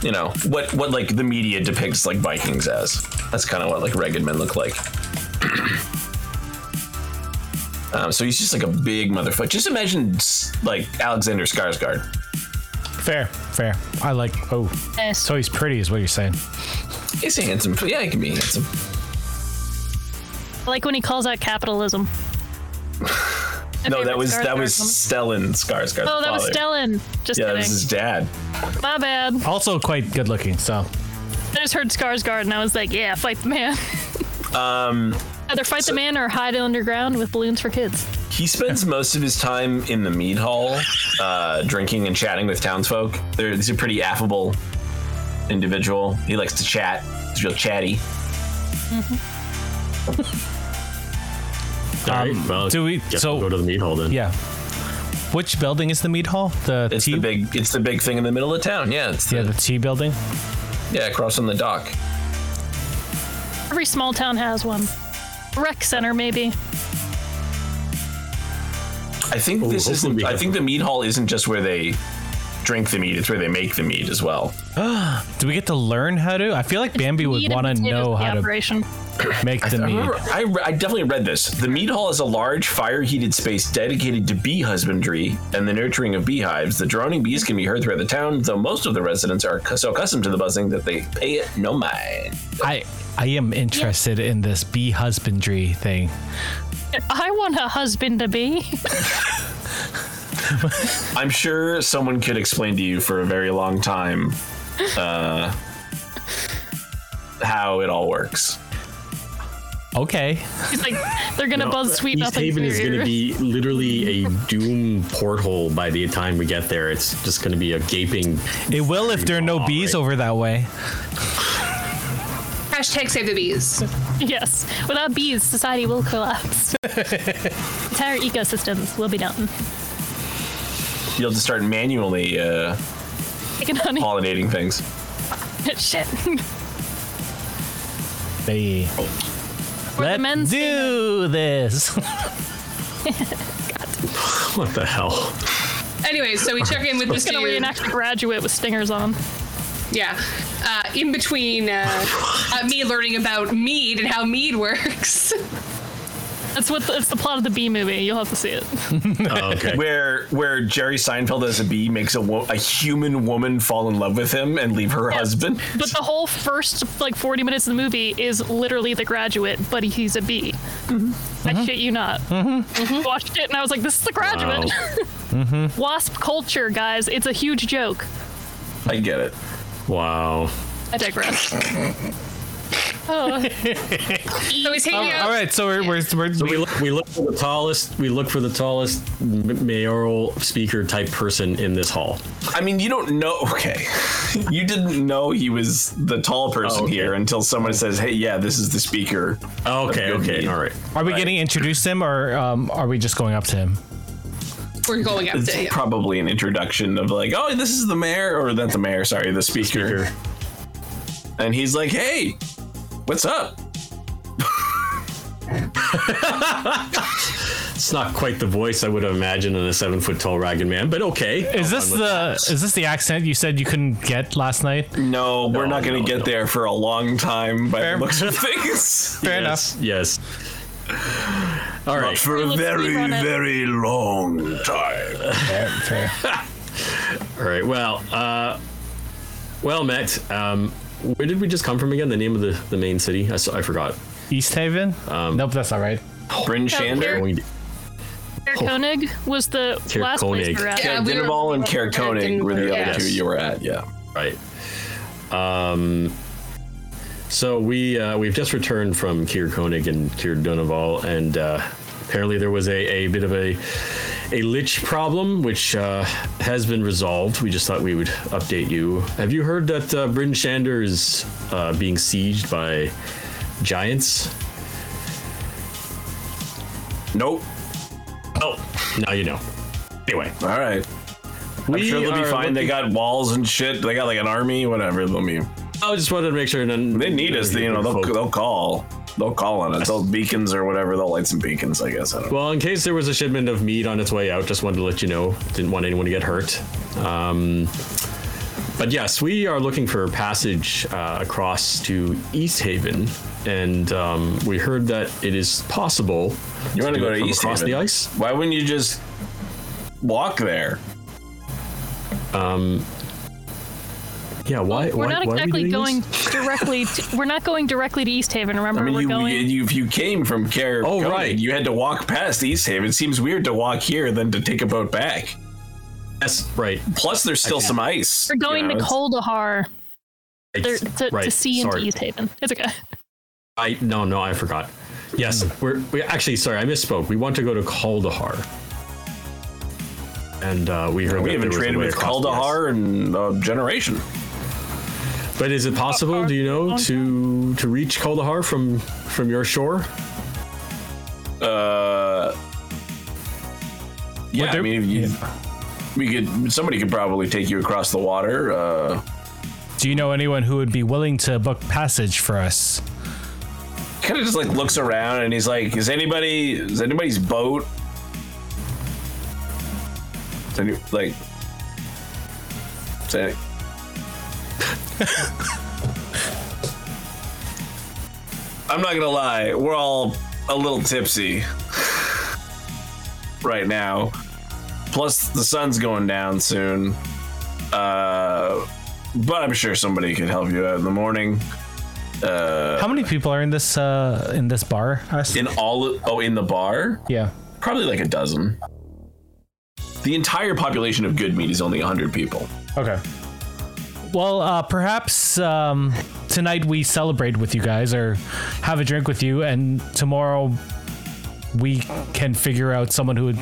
D: you know what what like the media depicts like Vikings as. That's kind of what like ragged men look like. [CLEARS THROAT] um, so he's just like a big motherfucker. Just imagine s- like Alexander Skarsgård.
B: Fair, fair. I like. Oh, so he's pretty, is what you're saying.
D: He's a handsome. Yeah, he can be handsome.
A: I like when he calls out capitalism. My
D: No,
A: favorite
D: that was
A: Skarsgård
D: that was
A: moment.
D: Stellan Skarsgård.
A: Oh, that was Stellan. Just
D: Yeah, that was
A: kidding.
D: his dad.
A: My bad.
B: Also quite good looking. So
A: I just heard Skarsgård and I was like, yeah, fight the man.
D: Um,
A: Either fight the man or hide underground with balloons for kids. [LAUGHS]
D: He spends most of his time in the mead hall, uh, drinking and chatting with townsfolk. They're, he's a pretty affable individual. He likes to chat. He's real chatty.
C: All right, well,
B: do we-
C: guess
B: so-
C: we'll go to the meat hall then.
B: yeah. Which building is the mead hall? The
D: It's
B: T.
D: the big. It's the big thing in the middle of town. Yeah, it's the,
B: yeah,
D: yeah,
B: the T building.
D: across from the dock.
A: Every small town has one. Rec center, maybe.
D: I think this
C: hopefully
D: isn't.
C: we
D: I
C: have-
D: think the mead hall isn't just where they drink the mead. It's where they make the mead as well.
B: Do we get to learn how to? I feel like Bambi
A: Meat
B: would
A: and
B: want to
A: potatoes
B: know
A: for the
B: how to
A: operation.
B: [COUGHS] make the
D: I
B: mead.
D: [COUGHS] remember, I, re- I definitely read this. The mead hall is a large fire heated space dedicated to bee husbandry and the nurturing of beehives. The droning bees can be heard throughout the town, though most of the residents are cu- so accustomed to the buzzing that they pay it no mind.
B: I I am interested in this bee husbandry thing.
A: I want a husband to be. [LAUGHS]
D: I'm sure someone could explain to you for a very long time uh, how it all works.
B: Okay.
A: He's like, they're gonna
C: No, uh,
A: buzz sweep
C: East
A: up
C: Haven
A: into
C: is
A: your
C: going to
A: ear.
C: be literally a doom porthole by the time we get there. It's just going to be a gaping.
B: It will if there are no
C: All
B: bees
C: right.
B: over that way.
E: Hashtag save the bees.
A: [LAUGHS] Yes. Without bees, society will
B: [LAUGHS]
A: collapse. Entire ecosystems will be done. [LAUGHS]
D: You'll just start manually uh,
A: Taking honey.
D: pollinating things.
A: [LAUGHS] Shit.
B: They
A: Or the
B: let
A: men say no.
B: do this.
C: What the hell?
E: Anyway, so we check in [LAUGHS] with this
A: Just gonna
E: dude.
A: reenact a graduate with stingers on.
E: Yeah. Uh, in between uh, uh, me learning about mead and how mead [LAUGHS] works.
A: That's what. It's the plot of the B movie. You'll have to see it.
C: Oh, okay.
D: Where where Jerry Seinfeld as a bee makes a, wo- a human woman fall in love with him and leave her husband.
A: But the whole first like 40 minutes of the movie is literally the graduate, but he's a bee. I shit you not. Watched it and I was like, this is the graduate. [LAUGHS] Wasp culture, guys. It's a huge joke.
D: I get it.
C: [LAUGHS] Wow.
A: I digress.
C: [LAUGHS]
A: oh,
E: So he's hanging out.
B: All right, so we're we're, we're
C: So we look, we look for the tallest. We look for the tallest m- mayoral speaker type person in this hall.
D: I mean, you don't know. [LAUGHS] Okay, you didn't know he was the tall person
C: Oh, okay.
D: here until someone says, "Hey, yeah, this is the speaker."
C: Okay.
D: Good
C: Okay.
D: meat.
C: All right.
B: are we getting introduced to him or um, are we just going up to him?
E: We're going up
D: It's
E: to him.
D: probably an introduction of like, "Oh, this is the mayor," or not the mayor, sorry, the speaker. And he's like, "Hey, what's up?"
C: It's not quite the voice I would have imagined in a seven foot tall ragged man, but okay.
B: Is this the is this the accent you said you couldn't get last night?
D: No, we're not going to
C: no,
D: get
C: no.
D: there for a long time by
B: Fair.
D: the looks [LAUGHS] of things.
B: Fair
C: yes, Yes. All right.
D: for
A: Let's leave on it.
D: long time.
B: enough. Fair, fair.
C: All right. Well. Uh, well, Matt. Um, where did we just come from again? The name of the, the main city? I, saw, I forgot.
B: East Haven? nope, that's not right.
E: Oh,
D: Bryn
A: here.
D: Shander,
C: Going-
A: Herr Koenig was the
C: Herr
A: last place
C: Koenig.
A: we were at.
E: Yeah,
D: yeah,
E: we were-
D: Dinnerball, and Kerr Koenig were the other
E: Yes.
D: two you were at. Yeah.
C: Right. Um, so we uh, we've just returned from Kier Koenig and Kier Donoval, and uh, apparently there was a, a bit of a a lich problem, which uh, has been resolved. We just thought we would update you. Have you heard that uh, Bryn Shander is uh, being sieged by giants?
D: Nope.
C: Oh, now you know. Anyway,
D: All right. I'm
C: we
D: sure they'll be
C: are
D: fine. They
C: looking-
D: got walls and shit. They got like an army, whatever. They'll be.
C: I just wanted to make sure. None,
D: They need us. They, you know, they'll, they'll call. They'll call on us. They'll beacons or whatever. They'll light some beacons, I guess. I don't know.
C: Well, in case there was a shipment of meat on its way out, just wanted to let you know. Didn't want anyone to get hurt. Um, but yes, we are looking for passage uh, across to East Haven, and um, we heard that it is possible.
D: You want to
C: do
D: go
C: it
D: to
C: from
D: East
C: across
D: Haven?
C: the ice?
D: Why wouldn't you just walk there?
C: Um, Yeah. Why?
A: We're
C: why,
A: not
C: why are we
A: exactly
C: doing
A: going
C: this? [LAUGHS]
A: directly. To, we're not going directly to East Haven. Remember,
D: I mean,
A: we're
D: you,
A: going.
D: you if you came from Care,
C: Oh, right.
D: you had to walk past East Haven. It seems weird to walk here than to take a boat back.
C: Yes. Right.
D: Plus, there's still some ice.
A: we're
D: you
A: going
D: know,
A: to
D: it's-
A: Koldahar there-
C: It's-
A: to,
C: right.
A: to see into
C: Sorry.
A: East Haven. It's
C: [LAUGHS]
A: okay.
C: I no no I forgot. Yes, we're we actually sorry I misspoke. We want to go to Kaldahar. And uh, we heard
D: We
C: that there
D: haven't
C: was a
D: traded
C: way
D: with
C: across the ice.
D: Kaldahar in a generation.
C: But is it possible, do you know, to to reach Kaldahar from from your shore?
D: Uh, yeah, I
B: there-
D: mean, if you, we could. Somebody could probably take you across the water. Uh,
B: Do you know anyone who would be willing to book passage for us?
D: kind of just like looks around and he's like, "Is anybody? Is anybody's boat? Is any like? Is any, [LAUGHS] I'm not gonna lie, we're all a little tipsy right now. Plus, the sun's going down soon. Uh, but I'm sure somebody could help you out in the morning.
B: How many people are in this uh, in this bar? Us?
D: In all, oh, in the bar,
B: yeah.
D: probably like a dozen. The entire population of Good Meat is only 100 people.
B: Okay. Well, uh, perhaps um, tonight we celebrate with you guys or have a drink with you, and tomorrow we can figure out someone who would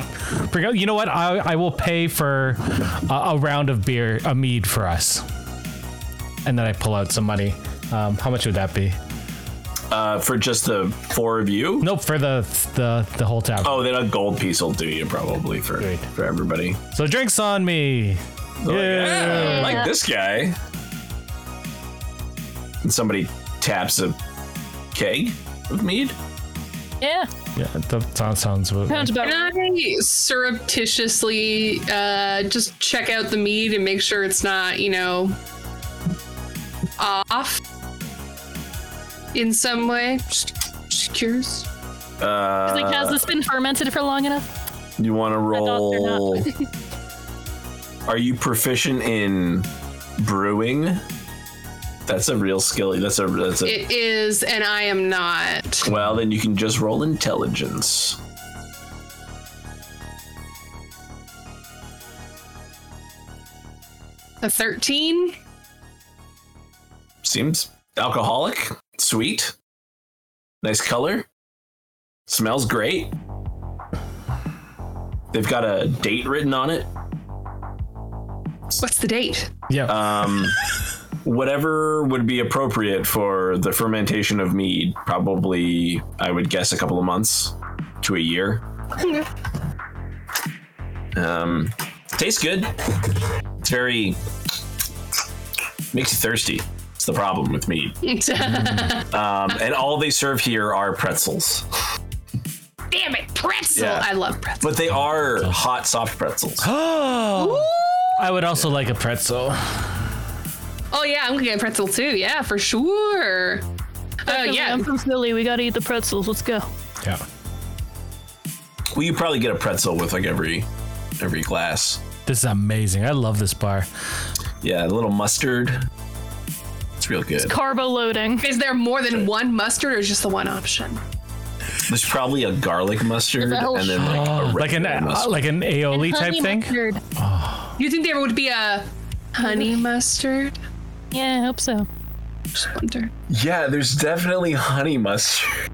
B: bring out. You know what? I, I will pay for a, a round of beer, a mead for us. And then I pull out some money. Um, how much would that be?
D: Uh, for just the four of you?
B: Nope, for the the, the whole town.
D: Oh, then a gold piece will do you probably for
B: Great.
D: for everybody.
B: So drinks on me.
D: They're like,
B: Yeah.
D: "Ah, I like this guy. and somebody taps a keg of mead.
A: Yeah,
B: Yeah, that that sounds about right.
A: sounds about right.
E: Can I surreptitiously uh, just check out the mead and make sure it's not, you know, off in some way? Just, just curious.
D: Uh,
A: Like, has this been fermented for long
C: uh,
A: enough?
D: you want to
A: off or not? [LAUGHS]
D: roll? Are you proficient in brewing? That's a real skill. That's a that's a.
E: It is, and I am not.
D: well, then you can just roll intelligence.
E: A 13?
D: Seems alcoholic, sweet, nice color, smells great. They've got a date written on it.
E: What's the date? [LAUGHS]
B: Yeah, [GASPS]
D: Um, whatever would be appropriate for the fermentation of mead, probably, I would guess, a couple of months to a year. Um, tastes good. It's very. makes you thirsty. It's the problem with mead. Um, and all they serve here are pretzels,
E: Damn it, pretzel!
D: Yeah.
E: I love pretzel.
D: but they are hot, soft pretzels.
B: I would also like a pretzel.
E: Oh yeah, I'm gonna get a pretzel too. Yeah, for sure. Oh yeah,
A: I'm from Philly. We gotta eat the pretzels. Let's go.
B: Yeah.
D: Well, you probably get a pretzel with like every every glass.
B: This is amazing. I love this bar.
D: Yeah, a little mustard. It's real good.
A: Carbo loading.
E: is there more than one mustard or just the one option?
D: There's probably a garlic mustard
A: whole
D: and then like a
B: Like an uh,
D: regular mustard.
B: like an aioli type
A: Honey
B: thing.
A: mustard.
E: You think there would be a honey mustard?
A: Yeah, I hope so.
E: Just wonder.
D: yeah, there's definitely honey mustard.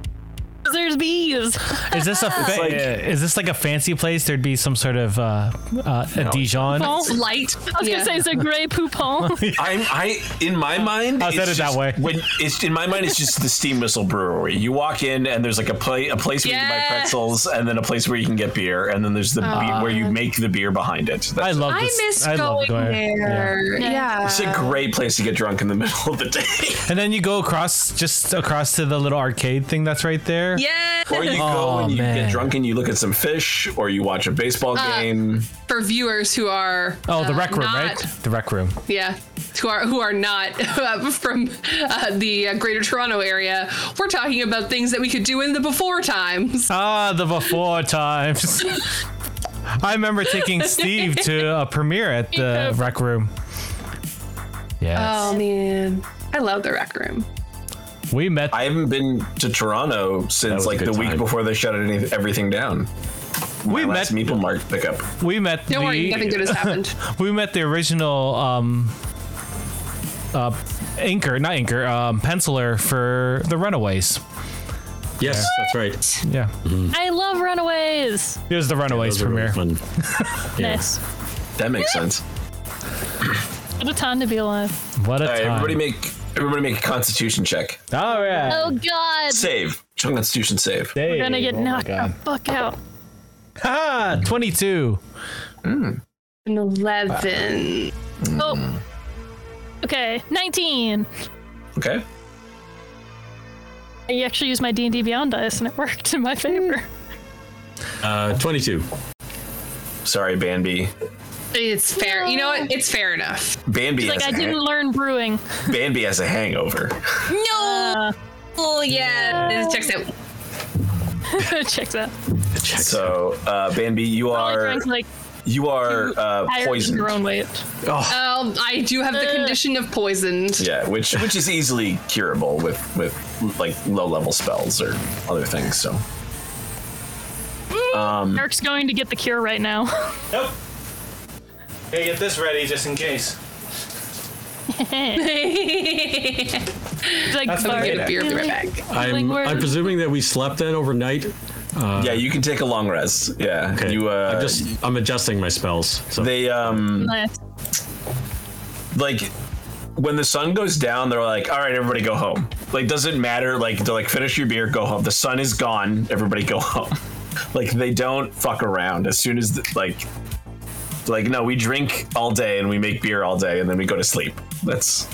A: There's bees.
B: Is this a fa-
D: like-
B: is this like a fancy place? There'd be some sort of uh, uh, a Dijon.
A: I was
E: Light. I
A: gonna say it's a gray poupon.
D: [LAUGHS] I'm I in my mind.
B: I said
D: it's
B: it that
D: just-
B: way.
D: When it's in my mind, it's just the Steam Whistle Brewery. You walk in and there's like a play a place where you can buy
E: Yes.
D: pretzels, and then a place where you can get beer, and then there's the beer where you make the beer behind it. That's
B: I love
E: I
B: this.
E: miss
B: I love
E: going there. Yeah.
D: It's a great place to get drunk in the [LAUGHS] middle of the day.
B: And then you go across, just across to the little arcade thing that's right there.
E: Yes.
D: or you go
B: Oh,
D: and you
B: man.
D: get drunk and you look at some fish, or you watch a baseball game.
E: For viewers who are
B: Oh, the
E: uh,
B: rec room, right?
E: not-
B: The rec room.
E: Yeah. Who are who are not uh, [LAUGHS] from uh, the uh, Greater Toronto area? We're talking about things that we could do in the before times.
B: Ah, the before
E: [LAUGHS]
B: times. I remember taking Steve to a premiere at the
A: Yeah.
B: rec room. Yes.
E: Oh man, I love the rec room.
B: we met.
D: I haven't been to Toronto since
B: was a
D: like
B: good
D: the week
B: time.
D: before they shut any, everything down.
B: we
D: My
B: met.
D: last Meeple Mart pickup.
B: we met.
E: Don't
B: the,
E: worry, nothing good has happened.
B: We met the original um, uh, inker, not inker, um, penciler for the Runaways.
C: Yes, that's right.
B: Yeah,
A: I love Runaways.
B: it was the Runaways
C: Those are
B: premiere.
C: really fun. Yeah.
A: Nice.
D: That makes sense.
A: What a time to be alive.
B: What a
D: All right,
B: time!
D: everybody make everybody make a Constitution check.
B: All right.
A: Oh God.
D: Save. Check Constitution save.
A: We're gonna get knocked the fuck out.
B: Ah, 22.
E: [LAUGHS] An eleven.
A: Oh. Okay, 19.
D: Okay.
A: I actually used my D&D Beyond dice and it worked in my favor.
C: Uh, 22.
D: Sorry, Bambi.
E: It's fair. You know what? It's fair enough.
D: Bambi has,
A: Like I
D: a
A: didn't
D: hang-
A: learn brewing.
D: Bambi has a hangover.
E: No. oh yeah. This checks out.
A: Uh, [LAUGHS] Check that.
D: So, uh, Bambi, you
A: I
D: are
A: drank like
D: you are uh,
A: higher than
D: poisoned.
A: your own weight.
E: Um, I do have the
A: Ugh.
E: condition of poisoned.
D: Yeah, which which is easily curable with with like low level spells or other things. So,
A: Eric's going to get the cure right now.
B: Nope. Hey, get this ready just in case.
A: He's like,
B: That's what
A: "Sorry."
B: I
E: Get a beer, I'll be right back.
A: Like,
C: I'm,
A: we're-
C: I'm presuming that we slept then overnight.
B: Uh,
D: yeah, you can take a long rest. Yeah, you. Uh,
C: I'm just I'm adjusting my spells. So
D: they um.
A: Nice.
D: like when the sun goes down, they're like, "All right, everybody, go home." Like, doesn't matter. Like, they're like, "Finish your beer, go home." The sun is gone. Everybody, go [LAUGHS] home. Like, they don't fuck around. As soon as the, like, like no, we drink all day and we make beer all day and then we go to sleep. That's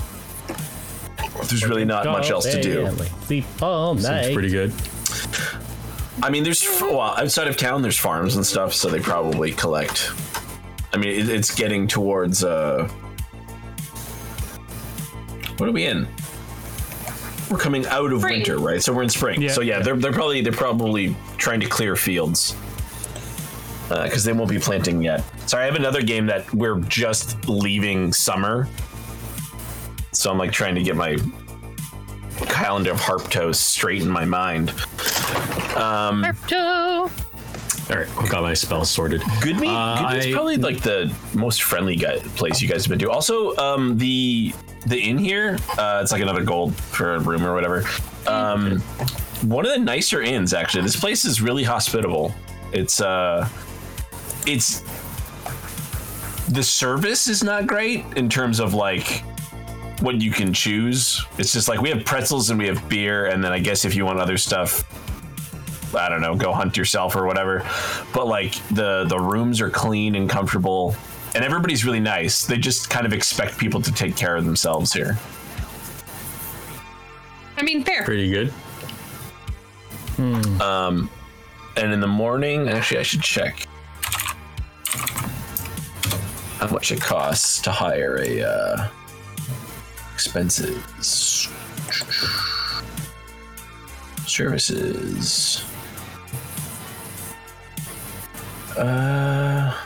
D: there's really not much else to do.
B: Sleep all
C: That's
B: night.
C: pretty good.
D: I mean, there's well outside of town, there's farms and stuff, so they probably collect. I mean, it, it's getting towards. uh What are we in? We're coming out of
E: Spring.
D: winter, right? So we're in spring.
B: Yeah.
D: so yeah, they're they're probably they're probably trying to clear fields because they won't be planting yet. Sorry, I have another game that we're just leaving summer, so I'm like trying to get my calendar of harp toes straight in my mind.
A: Crypto.
C: All right, I got my spells sorted.
D: Good meat.
C: Uh,
D: good meat's
C: I-
D: probably like the most friendly guy, place you guys have been to. Also, um, the the inn here, uh, it's like another gold for a room or whatever. Um, one of the nicer inns, actually. This place is really hospitable. It's uh, it's the service is not great in terms of like what you can choose. It's just like we have pretzels and we have beer, and then I guess if you want other stuff, I don't know, go hunt yourself or whatever. But like the the rooms are clean and comfortable, and everybody's really nice. They just kind of expect people to take care of themselves here.
E: I mean, fair.
C: Pretty good.
D: And in the morning, actually, I should check how much it costs to hire a uh, expenses services. Uh,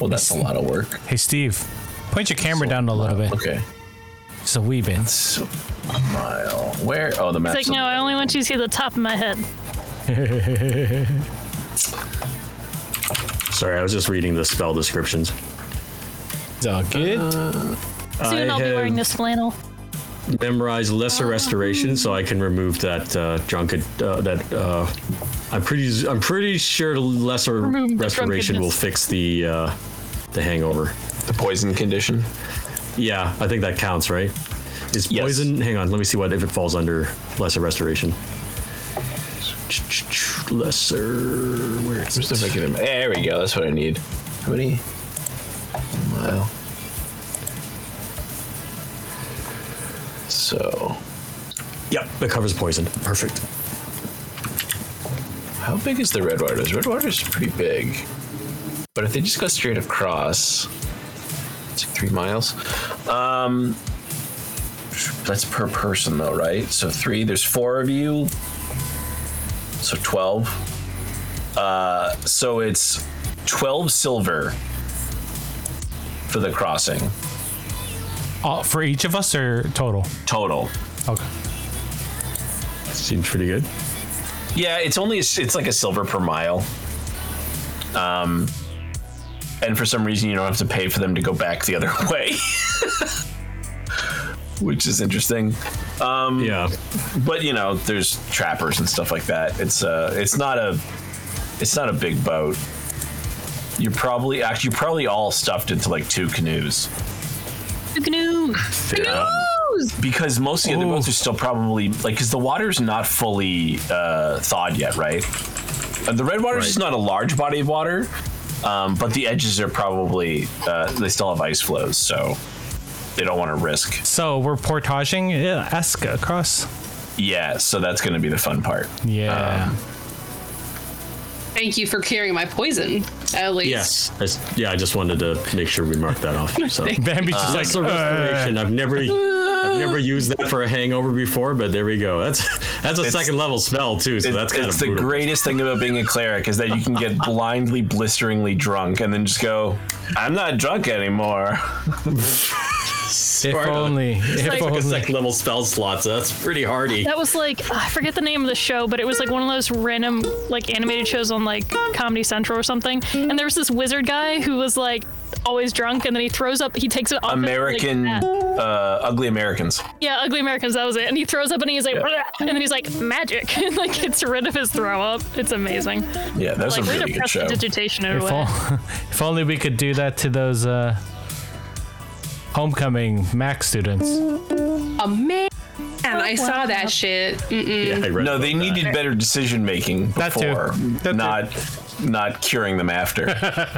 D: well, that's a lot of work.
B: Hey, Steve, point your camera down a little bit.
D: Okay,
B: Just a wee bit.
D: so a mile. Where? Oh, the map.
A: It's like, no, I only want you to see the top of my head.
C: Sorry, I was just reading the spell descriptions.
B: It's all good.
A: Soon
C: I
A: I'll be wearing
C: have-
A: this flannel.
C: Memorize lesser restoration, so I can remove that uh, drunken. Uh, that uh, I'm pretty. I'm pretty sure lesser
A: Remove the
C: restoration will
A: drunkenness.
C: fix the uh, the hangover.
D: the poison condition.
C: Yeah, I think that counts, right? Is
D: Yes.
C: poison? Hang on, let me see what if it falls under lesser restoration. Lesser, where is
D: Just
C: it?
D: if I can- There we go. That's what I need. How many? Wow. So,
C: Yep, it covers poison. Perfect.
D: how big is the red waters? Red waters is pretty big, but if they just go straight across, it's like three miles. Um, that's per person though, right? So three. There's four of you, so twelve. Uh, so it's twelve silver for the crossing.
B: All, for each of us or total?
D: total.
B: Okay.
C: Seems pretty good.
D: Yeah, it's only it's like a silver per mile. Um, and for some reason, you don't have to pay for them to go back the other [LAUGHS] way, which is interesting.
C: Yeah,
D: But you know, there's trappers and stuff like that. It's uh, it's not a it's not a big boat. You're probably actually you're probably all stuffed into like two canoes
A: Gnu.
E: Canoes!
D: because most of the other boats are still probably like because the water's not fully uh, thawed yet, right? Uh, The red water's is not a large body of water, um, but the edges are probably uh, they still have ice flows, so they don't want to risk.
B: So we're portaging yeah, esque across.
D: Yeah, so that's going to be the fun part. Um,
B: Yeah.
E: Thank you for curing my poison, at least.
C: Yes. I s yeah, I just wanted to make sure we marked that off.
A: [LAUGHS]
C: So
B: Bambi's just like, uh,
C: lesser restoration. I've never, I've never used that for a hangover before, but there we go. That's that's a second level spell too. So
D: It-
C: that's kind
D: it's
C: of
D: the
C: brutal.
D: greatest thing about being a cleric is that you can
C: [LAUGHS]
D: get blindly, blisteringly drunk and then just go, "I'm not drunk anymore."
B: if only. If
A: like-
B: only.
C: It's like level spell slots. so that's pretty hardy.
A: That was like I forget the name of the show, but it was like one of those random like animated shows on like Comedy Central or something. And there was this wizard guy who was like always drunk, and then he throws up. He takes it off. his, like,
D: American,
A: hat.
D: uh, ugly Americans.
A: yeah, ugly Americans. That was it. And he throws up, and he's like, "Bleh," and then he's like magic, [LAUGHS] and like gets rid of his throw up. It's amazing.
D: Yeah, that was
A: like
D: a really good show.
A: prestidigitation in a
B: If,
A: way.
B: on- if only we could do that to those uh, homecoming Mac students.
E: A man. And I saw that shit. Mm, Mm-mm.
C: Yeah, I read
D: No,
C: about
D: they
C: that.
D: needed [LAUGHS] better decision making
B: That too.
D: before,
B: That too.
D: not not curing them after.
B: [LAUGHS]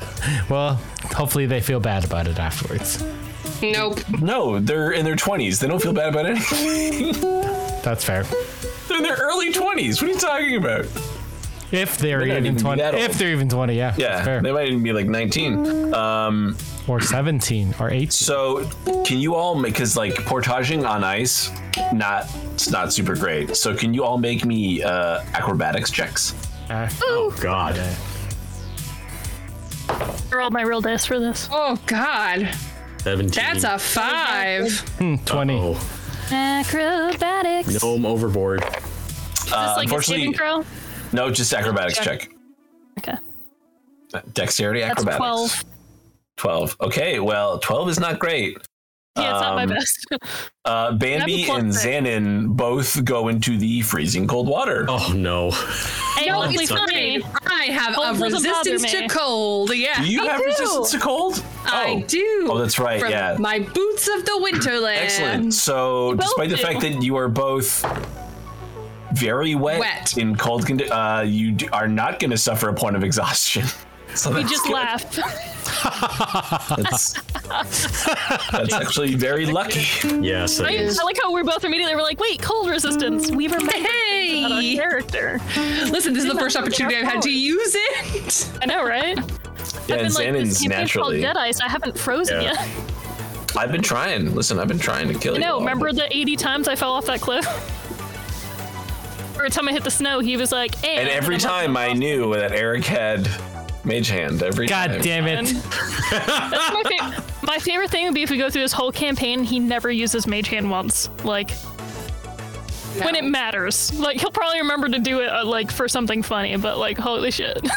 B: Well, hopefully they feel bad about it afterwards.
E: Nope.
D: No, they're in their 20s. They don't feel bad about anything. [LAUGHS]
B: That's fair.
D: they're in their early 20s. What are you talking about?
B: If they're,
D: They might
B: even
D: even be
B: twenty,
D: that old.
B: if they're even twenty, yeah, that's
D: Yeah,
B: fair.
D: they might even be like 19. Um,
B: or seventeen or eighteen.
D: so can you all make because like portaging on ice, not it's not super great. So can you all make me uh, acrobatics checks?
B: Ah,
C: Oh God.
A: I rolled my real dice for this.
E: Oh God,
C: 17.
E: that's a five.
B: Twenty.
C: Oh,
A: Acrobatics. Is
C: gnome overboard.
A: this like a
D: unfortunately-
A: saving throw?
D: No, just acrobatics check.
A: Okay.
D: Dexterity
A: That's
D: acrobatics.
A: 12.
D: 12. Okay, well, 12 is not great.
A: Yeah, it's not my
D: Um,
A: best. [LAUGHS]
D: Uh, Bambi
A: plus
D: and
A: six.
D: Xanon both go into the freezing cold water.
C: Oh no.
A: hey,
E: No,
A: luckily
E: it's
A: for me,
E: fine. I have
A: Cold
E: a
A: doesn't bother
E: resistance
A: me.
E: to cold. Yeah,
D: Do you have
A: do.
D: resistance to cold?
E: I
D: oh.
E: do.
D: Oh, that's right,
E: From
D: yeah.
E: My boots of the winterland.
D: Excellent. So, despite the
A: do.
D: fact that you are both very wet,
E: Wet.
D: in cold conditions, uh, you d- are not going to suffer a point of exhaustion. [LAUGHS] So
A: we
D: that's
A: just
D: good.
A: laughed.
D: That's, that's actually very lucky.
C: Yes.
A: [LAUGHS] I,
C: It is.
A: I like how we're both immediately were like, wait, cold resistance. We remember hey. about our
E: Hey!
A: character.
E: Listen, this is the first opportunity I've had to use it.
A: I know, right?
D: Yeah, and
A: I've been like, this
D: Xanon's
A: campaign's called
D: naturally.
A: Dead Ice. I haven't frozen
C: Yeah.
A: yet.
D: I've been trying. Listen, I've been trying to kill you.
A: No,
D: all,
A: remember
D: but-
A: the 80 times I fell off that cliff? [LAUGHS] Every time I hit the snow, he was like, and,
D: And every
A: I'm like,
D: time I knew that Eric had mage hand. Every
B: God
D: time.
B: damn it!
A: That's my, fa- my favorite thing would be if we go through this whole campaign, he never uses Mage Hand once. Like, when it matters. Like, he'll probably remember to do it, uh, like, for something funny, but, like, holy shit. [LAUGHS]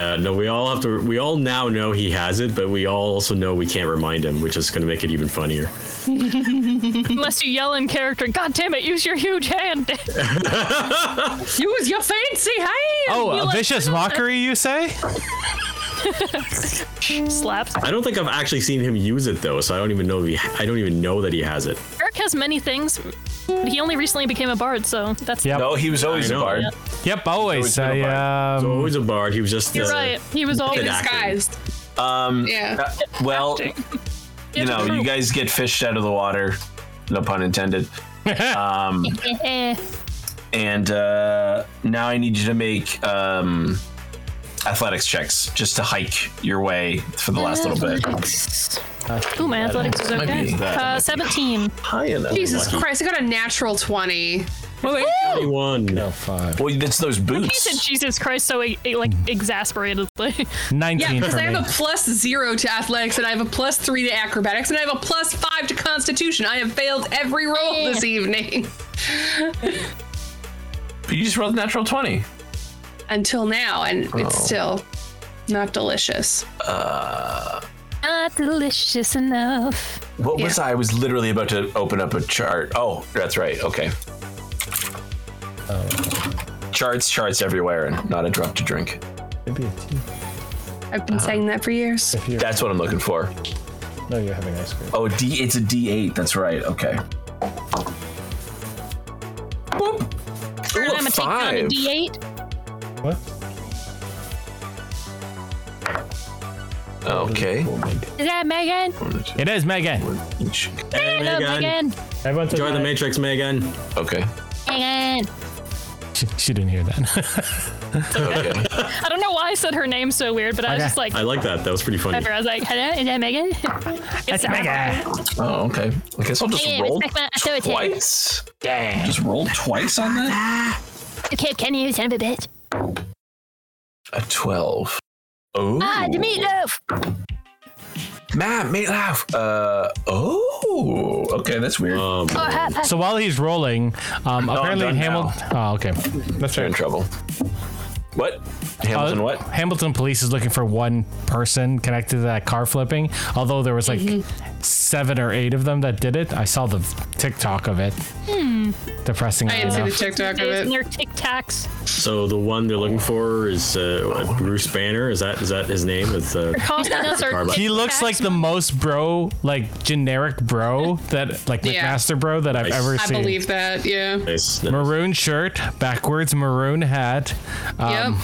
C: Uh, no, we all have to. We all now know he has it, but we all also know we can't remind him, which is going to make it even funnier.
A: Unless you yell in character, God damn it, use your huge hand. [LAUGHS]
E: Use your fancy hand.
B: Oh,
A: You
B: a
A: like-
B: vicious mockery, you say?
A: Slaps.
C: I don't think I've actually seen him use it though, so I don't even know. If he, I don't even know that he has it.
A: Eric has many things. but He only recently became a bard, so that's.
B: Yep.
D: No, he was always
C: I
D: Oh, a
C: know.
D: bard.
C: Yeah.
B: Yep. Always.
D: Always been a
B: I,
C: So
B: um,
C: always Oh, a bard. He was just.
A: You're
C: uh,
A: right. He was always.
C: Good actor.
E: Disguised.
D: Um,
E: Yeah.
D: uh, well,
A: acting.
D: you know, you guys get fished out of the water, no pun intended.
A: Eh.
D: And uh, now I need you to make um, athletics checks just to hike your way for the last little bit.
A: Ooh, my athletics was
D: Might be
A: okay.
D: that.
A: Uh, 17.
D: High enough.
E: Jesus Christ, I got a natural 20.
C: Twenty-one.
D: Well, it's those
A: He said
D: boots.
A: Jesus Christ so e- e- like [LAUGHS] exasperatedly.
E: Yeah,
B: nineteen
E: because
B: for
E: I
B: me.
E: have a plus zero to athletics, and I have a plus three to acrobatics, and I have a plus five to constitution. I have failed every roll this evening [LAUGHS]
D: You just rolled a natural 20.
E: until now, and
D: Oh.
E: it's still not delicious.
G: Not delicious enough.
D: What was I? I was literally about to open up a chart. Oh, that's right. Okay. Oh. Charts, charts everywhere, and not a drop to drink.
E: I've been saying that for years.
D: That's what I'm looking for.
B: No, you're having ice cream.
D: Oh, D. It's a D8. That's right. Okay. Boop. Ooh, a
A: I'm gonna take down a
D: five.
A: D8.
B: What?
D: Oh, Okay.
G: Is that Megan?
B: It is Megan.
C: Hey, Megan.
G: Megan.
B: Everyone
C: Join the Matrix, Megan.
D: Okay.
G: Megan.
B: She, she didn't hear that. [LAUGHS]
D: Okay.
A: I don't know why I said her name so weird, but I was
B: Okay.
A: just like,
C: I
A: I,
C: like that. That was pretty funny.
A: was like, hello, is that [LAUGHS] Megan? it's Megan.
D: Oh, okay. I guess I'll just
G: Hey,
D: roll
G: respect my authority.
D: twice. Dang. Just roll twice on that.
G: Okay, can you son of a bitch?
D: A twelve. Oh.
G: Ah, the meatloaf.
D: Matt, meat laugh. Uh. Oh. Okay, that's weird.
C: Um,
G: Oh, hot pot.
B: so while he's rolling, um, apparently
D: done now.
B: Hamilton. Oh, okay. That's
D: You're in trouble. What? Hamilton?
B: Uh,
D: what?
B: Hamilton police is looking for one person connected to that car flipping. Although there was like
E: Mm-hmm.
B: seven or eight of them that did it. I saw the TikTok of it. Depressing.
E: Hmm. I had seen the
B: enough.
E: TikTok of
A: Days and
E: it.
A: their Tic Tacs.
C: so the one they're looking for is uh, what, Bruce Banner. Is that is that his name? It's uh,
A: Costing us our
C: Starbucks.
B: He looks like the most bro, like generic bro that, like
E: Yeah.
B: McMaster bro that I've
C: Nice.
B: ever
E: I
B: seen.
E: believe that. Yeah.
C: Nice.
B: Um,
E: [LAUGHS]
B: Maroon shirt, backwards maroon hat.
E: yep.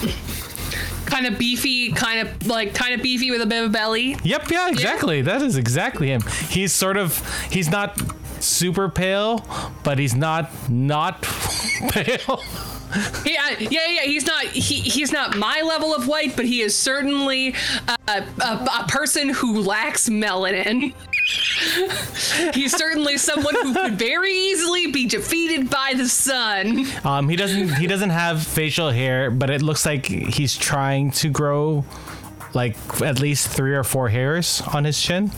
E: kind of beefy, kind of like kind of beefy with a bit of a belly.
B: Yep, yeah, exactly. That is exactly him. He's sort of he's not super pale, but he's not not [LAUGHS] pale.
E: Yeah, yeah, yeah. He's not he, he's not my level of white, but he is certainly uh, a, a, a person who lacks melanin. [LAUGHS] he's certainly someone who could very easily be defeated by the sun.
B: Um he doesn't he doesn't have facial hair, but it looks like he's trying to grow like at least 3 or 4 hairs on his chin.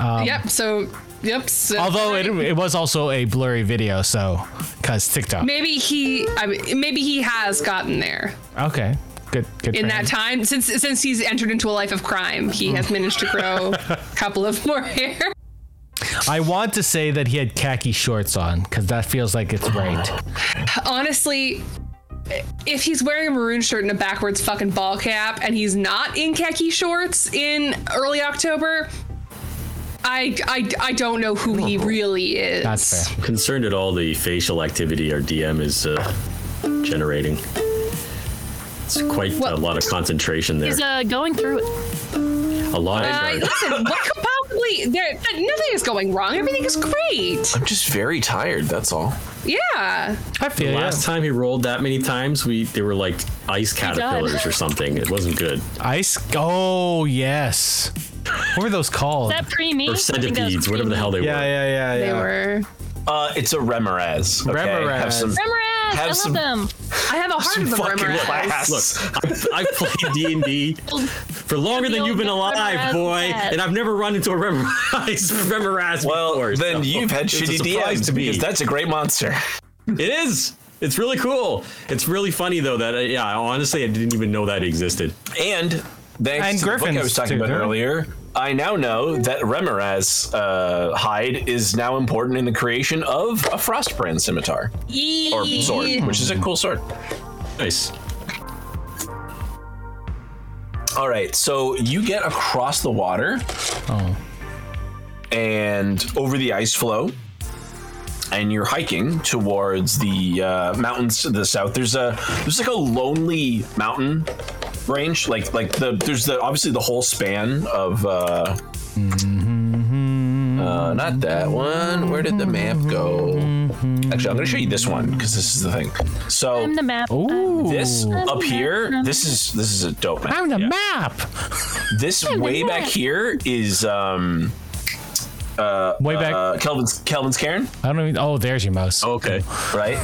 E: yep. So. Yep. So
B: Um, Although it, it was also a blurry video, so cuz TikTok.
E: maybe he, I mean, maybe he has gotten there
B: Okay. Good good
E: in
B: for
E: that
B: him.
E: time. Since since he's entered into a life of crime, he has managed to
B: [LAUGHS]
E: grow a couple of more hair.
B: I want to say that he had khaki shorts on cuz that feels like it's right.
E: [GASPS] honestly, if he's wearing a maroon shirt and a backwards fucking ball cap and he's not in khaki shorts in early October, I I, I don't know who he really is.
B: That's fair.
C: Concerned at all the facial activity our DM is uh, generating. It's quite a
E: What?
C: lot of concentration there.
A: He's uh, going through it.
C: a lot of
E: Uh,
C: charge.
E: listen, what could possibly there nothing is going wrong. Everything is great.
D: I'm just very tired. That's all.
E: Yeah.
B: I feel [LAUGHS] yeah.
C: Last time he rolled that many times, we they were like ice caterpillars or something. It wasn't good.
B: Ice. Oh yes. What were those called?
A: That pre me.
C: Or centipedes, whatever the hell they
B: yeah,
C: were.
B: yeah, yeah, yeah.
E: They were
D: Uh, it's a remeraz. Okay? Have some
B: Remeraz.
A: Remoras! I
D: Have
A: love
D: some-
A: them.
E: I have a heart of a
D: fucking
E: murmur.
D: class.
C: Look, I've, I've played D and D for longer than you've been alive, boy, and I've never run into a [LAUGHS] memorized memorized.
D: well,
C: before,
D: then
C: so
D: you've had
C: it's a
D: shitty
C: surprise
D: DMs
C: to me.
D: because that's a great monster.
C: It is. It's really cool. It's really funny though that uh, yeah, honestly, I didn't even know that existed.
D: And thanks
B: And
D: to the book I
B: griffins,
D: was talking
B: too,
D: about
B: huh?
D: earlier, I now know that Remoraz uh, hide is now important in the creation of a Frostbrand scimitar or sword, which is a cool sword.
C: Nice.
D: All right, so you get across the water
B: Oh.
D: and over the ice flow, and you're hiking towards the uh, mountains to the south. There's a there's like a lonely mountain range, like like the there's the obviously the whole span of. Uh, uh, not that one. Where did the map go? Actually, I'm going to show you this one because this is the thing. So
A: I'm the map.
C: Oh.
A: Uh,
B: Ooh.
D: this up here, this is this is a dope map.
B: I'm the map.
D: This way back here is um
B: Way back.
D: uh, Kelvin's Kelvin's Cairn,
B: I don't even. Oh, there's your mouse.
C: Okay.
D: right?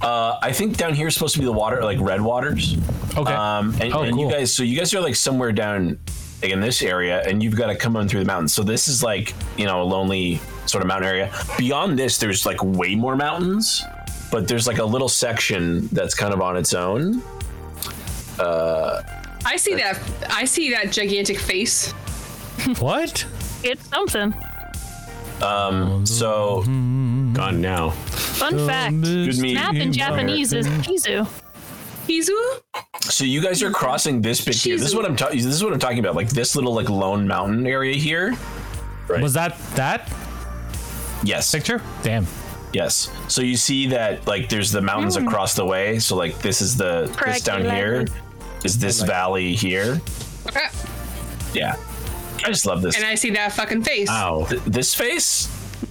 D: Uh, I think down here is supposed to be the water, like red waters.
B: Okay.
D: Um, and,
B: oh,
D: and
B: cool.
D: you guys, so you guys are like somewhere down like, in this area, and you've got to come on through the mountains. So this is like you know a lonely sort of mountain area. Beyond this, there's like way more mountains, but there's like a little section that's kind of on its own.
E: I see that I see that gigantic face.
B: what?
A: It's something.
D: So
B: Mm-hmm.
C: Gone now.
A: Fun fact.
D: good me.
A: Map in Japanese is Kizu.
E: Kizu?
D: So you guys are crossing this bit here. This is what I'm talking. This is what I'm talking about. Like this little like lone mountain area here.
B: Was that that
D: Yes.
B: picture? Damn.
D: Yes. So you see that like there's the mountains
A: Hmm.
D: across the way. So like this is the this
A: Cracky
D: down here
A: lemon.
D: is this valley here.
E: Uh,
D: Yeah. I just love this.
E: And I see that fucking face.
C: Ow.
D: Th- this face?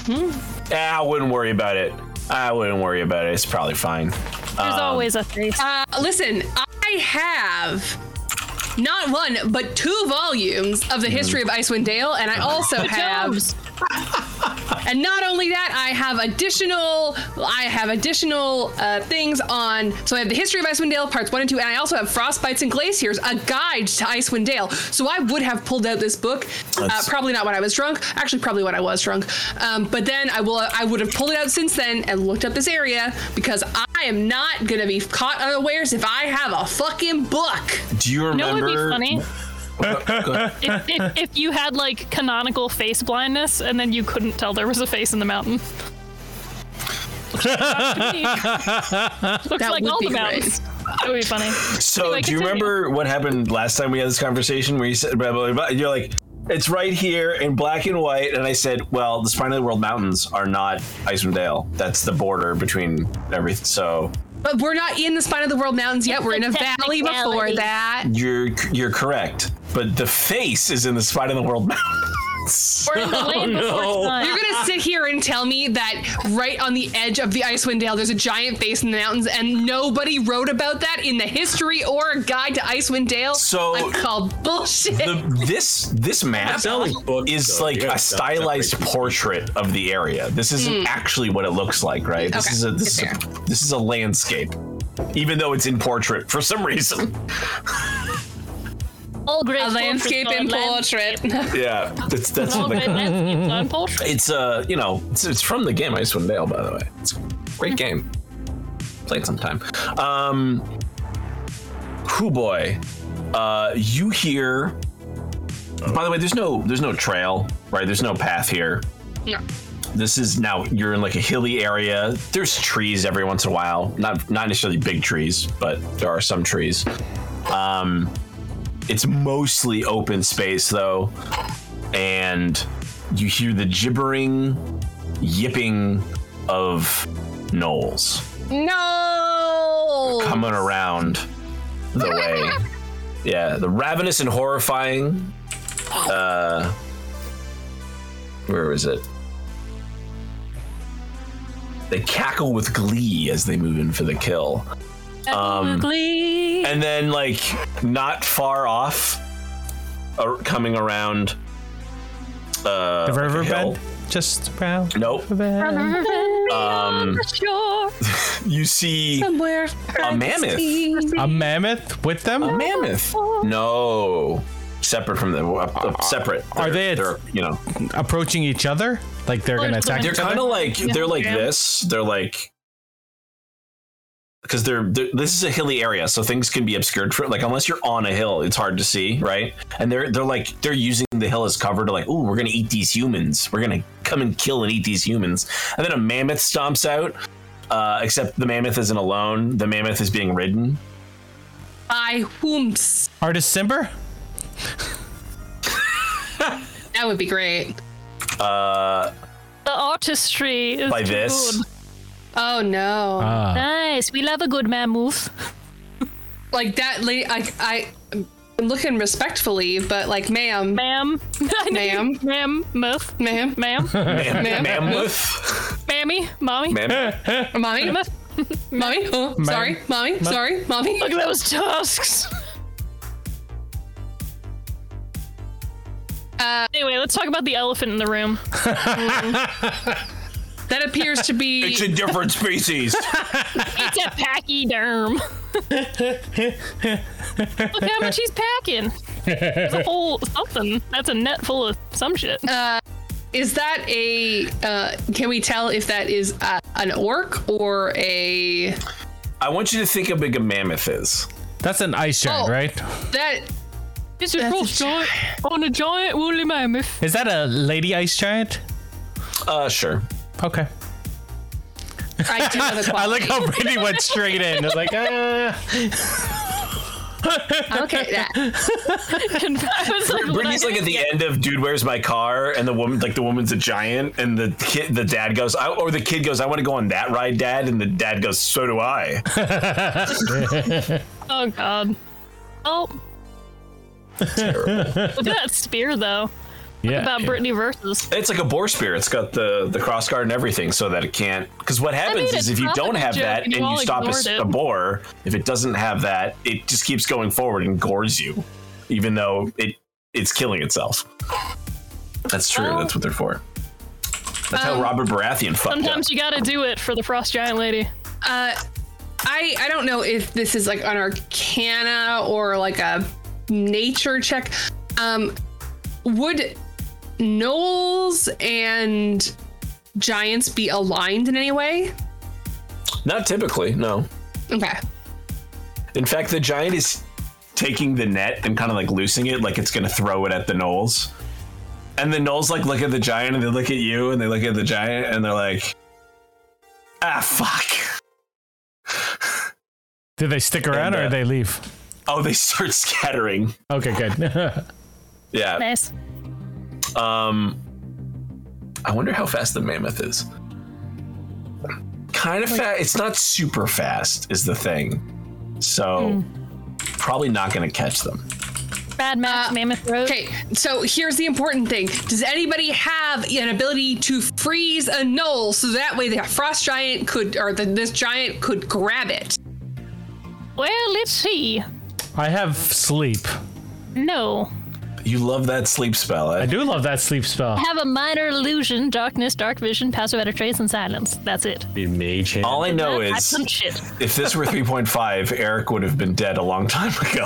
A: Hmm.
D: Ah, I wouldn't worry about it. I wouldn't worry about it. It's probably fine.
A: There's
C: Um,
A: always a face.
E: Uh, listen, I have not one but two volumes of the history of Icewind Dale, and I also have.
A: Jobs.
E: And not only that, I have additional. I have additional uh, things on. So I have the history of Icewind Dale, parts one and two, and I also have Frostbites and Glaciers, a guide to Icewind Dale. So I would have pulled out this book. Uh,
D: That's-
E: probably not when I was drunk. Actually, probably when I was drunk. Um, but then I will. I would have pulled it out since then and looked up this area because I am not gonna be caught unawares if I have a fucking book.
D: Do you
A: You know what would
D: remember
A: be funny? if, if, if you had like canonical face blindness and then you couldn't tell there was a face in the
D: [LAUGHS]
A: mountain. Looks
E: That
A: like
E: would
A: all
E: be
A: the mountains. That would be
D: [LAUGHS]
A: funny.
D: So,
A: Anyway,
D: do you
A: continue.
D: remember what happened last time we had this conversation where you said, blah, blah, blah, blah, and you're like, it's right here in black and white. And I said, well, the Spine of the World Mountains are not Icewind Dale. That's the border between everything. So,
E: But we're not in the spine of the world mountains yet. We're in a
G: It's a
E: valley before
G: technicality.
E: that.
D: You're you're correct, but the face is in the spine of the world [LAUGHS] mountain.
A: We're in the land
D: Oh,
A: before time.
E: You're gonna sit here and tell me that right on the edge of the Icewind Dale, there's a giant face in the mountains, and nobody wrote about that in the history or a guide to Icewind Dale.
D: So-
E: I call bullshit.
D: The, this this map
C: sounds like books,
D: is
C: though.
D: like
C: Yeah,
D: a
C: that- that
D: stylized
C: makes-
D: portrait of the area. This
A: Hmm.
D: isn't actually what it looks like, right? This
E: Okay,
D: is a this is
E: fair.
D: a, this is a landscape, even though it's in portrait for some reason.
G: All great
E: a landscape in portrait.
D: Yeah, that's that's
A: All
D: what
A: good
D: they,
A: landscapes on portrait.
D: it's uh you know it's, it's from the game Icewind Dale, by the way. It's a great game. Played sometime. Um, who boy, uh, you hear. By the way, there's no there's no trail, right? There's no path here.
E: No.
D: this is now you're in like a hilly area. There's trees every once in a while. Not not necessarily big trees, but there are some trees. Um, it's mostly open space though, and you hear the gibbering, yipping of gnolls
E: No.
D: coming around the way. Yeah, the ravenous and horrifying. Uh, where was it? They cackle with glee as they move in for the kill. [LAUGHS] Um,
A: Ugly.
D: and then, like, not far off, uh, coming around. Uh,
B: The
D: like a
B: riverbed,
D: hill.
B: just round.
D: Nope.
B: the bend.
D: Um, you see
E: Somewhere.
D: a mammoth.
B: A mammoth with them?
D: A mammoth. No. Separate from the uh, uh, separate.
B: Are they-
D: They're, you know,
B: Approaching each other? Like they're gonna attack
D: they're
B: each
D: kind
B: other?
D: of like they're like this. They're like because they're, they're this is a hilly area, so things can be obscured for like unless you're on a hill, it's hard to see, right? And they're they're like they're using the hill as cover to like, oh, we're gonna eat these humans. We're gonna come and kill and eat these humans. And then a mammoth stomps out. Uh, except the mammoth isn't alone. The mammoth is being ridden.
E: By whomps.
B: Artist Simber?
E: That would be great.
A: The artistry is
D: By
A: too
D: this. Ah.
A: good.
E: Oh no.
A: Ah. Nice. We love a good mammoth.
E: like that lady. I. I I'm looking respectfully, but like, ma'am,
A: Ma'am. [LAUGHS]
E: Ma'am.
A: Ma'am. Muff.
E: ma'am,
D: [LAUGHS]
A: Ma'am.
E: ma'am,
D: Mammoth.
A: Mammy. Mommy.
D: Mammoth.
E: mommy,
A: Muff.
E: mommy, oh, sorry, mommy, sorry, mommy.
A: Look at those tusks.
E: Uh,
A: Anyway, let's talk about the elephant in the room.
E: That appears
D: [LAUGHS]
E: to be
D: It's a different species.
A: It's a pachyderm. Look how much he's packing. There's a whole something. That's a net full of some shit.
E: is that a uh, can we tell if that is uh an orc or a
D: I want you to think how big a mammoth is.
B: That's an ice giant,
E: Oh.
B: right?
E: that
A: this is
E: that's
A: real
E: a
A: giant on a giant woolly
B: [LAUGHS]
A: mammoth.
B: Is that a lady ice giant?
D: Uh, sure.
B: Okay.
E: I do know the
B: I like
E: quality.
B: how Brittany went straight in. It's like, uh,
E: okay that
A: And I was like,
D: Brittany's
A: what?
D: like at the end of "Dude, Where's My Car?" and the woman, like the woman's a giant, and the kid, the dad goes, I, or the kid goes, "I want to go on that ride, Dad," and the dad goes, "So do I."
A: Oh god. Oh. [LAUGHS] Look at that spear though.
B: yeah.
A: About Brittany versus.
D: It's like a boar spear. It's got the the cross guard and everything, so that it can't. Because what happens
A: made a
D: is if you don't
A: topic
D: have
A: joke
D: that
A: and
D: and
A: you
D: you
A: all
D: stop a,
A: ignored
D: s-
A: it.
D: a boar, if it doesn't have that, it just keeps going forward and gores you, even though it it's killing itself. That's true. That's what they're for. That's how Robert Baratheon fucked up.
A: um, Sometimes you gotta do it for the frost giant lady.
E: uh, I I don't know if this is like an arcana or like a nature check um would gnolls and giants be aligned in any way
D: Not typically, no.
E: okay
D: In fact, the giant is taking the net and kind of like loosing it, like it's gonna throw it at the gnolls. And the gnolls like look at the giant and they look at you and they look at the giant and they're like, ah, fuck.
B: Do they stick around
D: And,
B: or
D: uh,
B: they leave?
D: Oh, they start scattering.
B: Okay, good. [LAUGHS]
D: Yeah.
A: Nice.
D: Um, I wonder how fast the mammoth is. kind of fast. It's not super fast, is the thing. So probably not going to catch them.
A: Bad Max,
E: Uh,
A: Mammoth Road.
E: Okay, so here's the important thing. Does anybody have an ability to freeze a knoll so that way the frost giant could, or the, this giant could grab it?
A: Well, let's see.
B: I have sleep.
A: No.
D: You love that sleep spell.
B: I
D: Ed.
B: do love that sleep spell.
A: Have a minor illusion, darkness, dark vision, pass without a trace, and silence. That's it.
C: It may change.
D: All I know
A: That's
D: is
A: some
C: [LAUGHS]
A: shit.
D: if this were 3.5, Eric would have been dead a long time
A: [LAUGHS]
D: ago.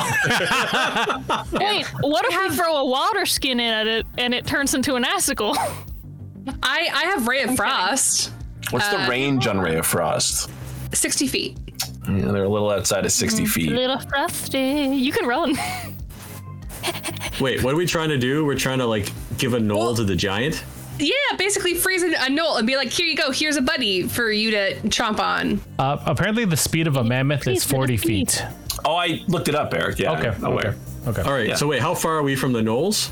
A: Wait, what if we throw a water skin in at it and it turns into an
C: [LAUGHS]
A: assicle?
E: I, I have Ray of Frost,
D: What's the range on Ray of Frost?
E: 60 feet.
D: Yeah, they're a little outside of 60 feet.
A: [LAUGHS] Mm, Little frosty. You can run. [LAUGHS]
C: Wait, what are we trying to do? We're trying to like give a knoll to the giant.
E: Yeah, basically freeze a, a knoll and be like, here you go, here's a buddy for you to chomp on.
B: Uh, apparently, the speed of a mammoth
A: Please,
B: is 40
A: please.
B: feet.
D: Oh, I looked it up, Eric. Yeah.
B: Okay.
D: I'm aware.
B: Okay. Okay.
C: All right. So wait, how far are we from the knolls?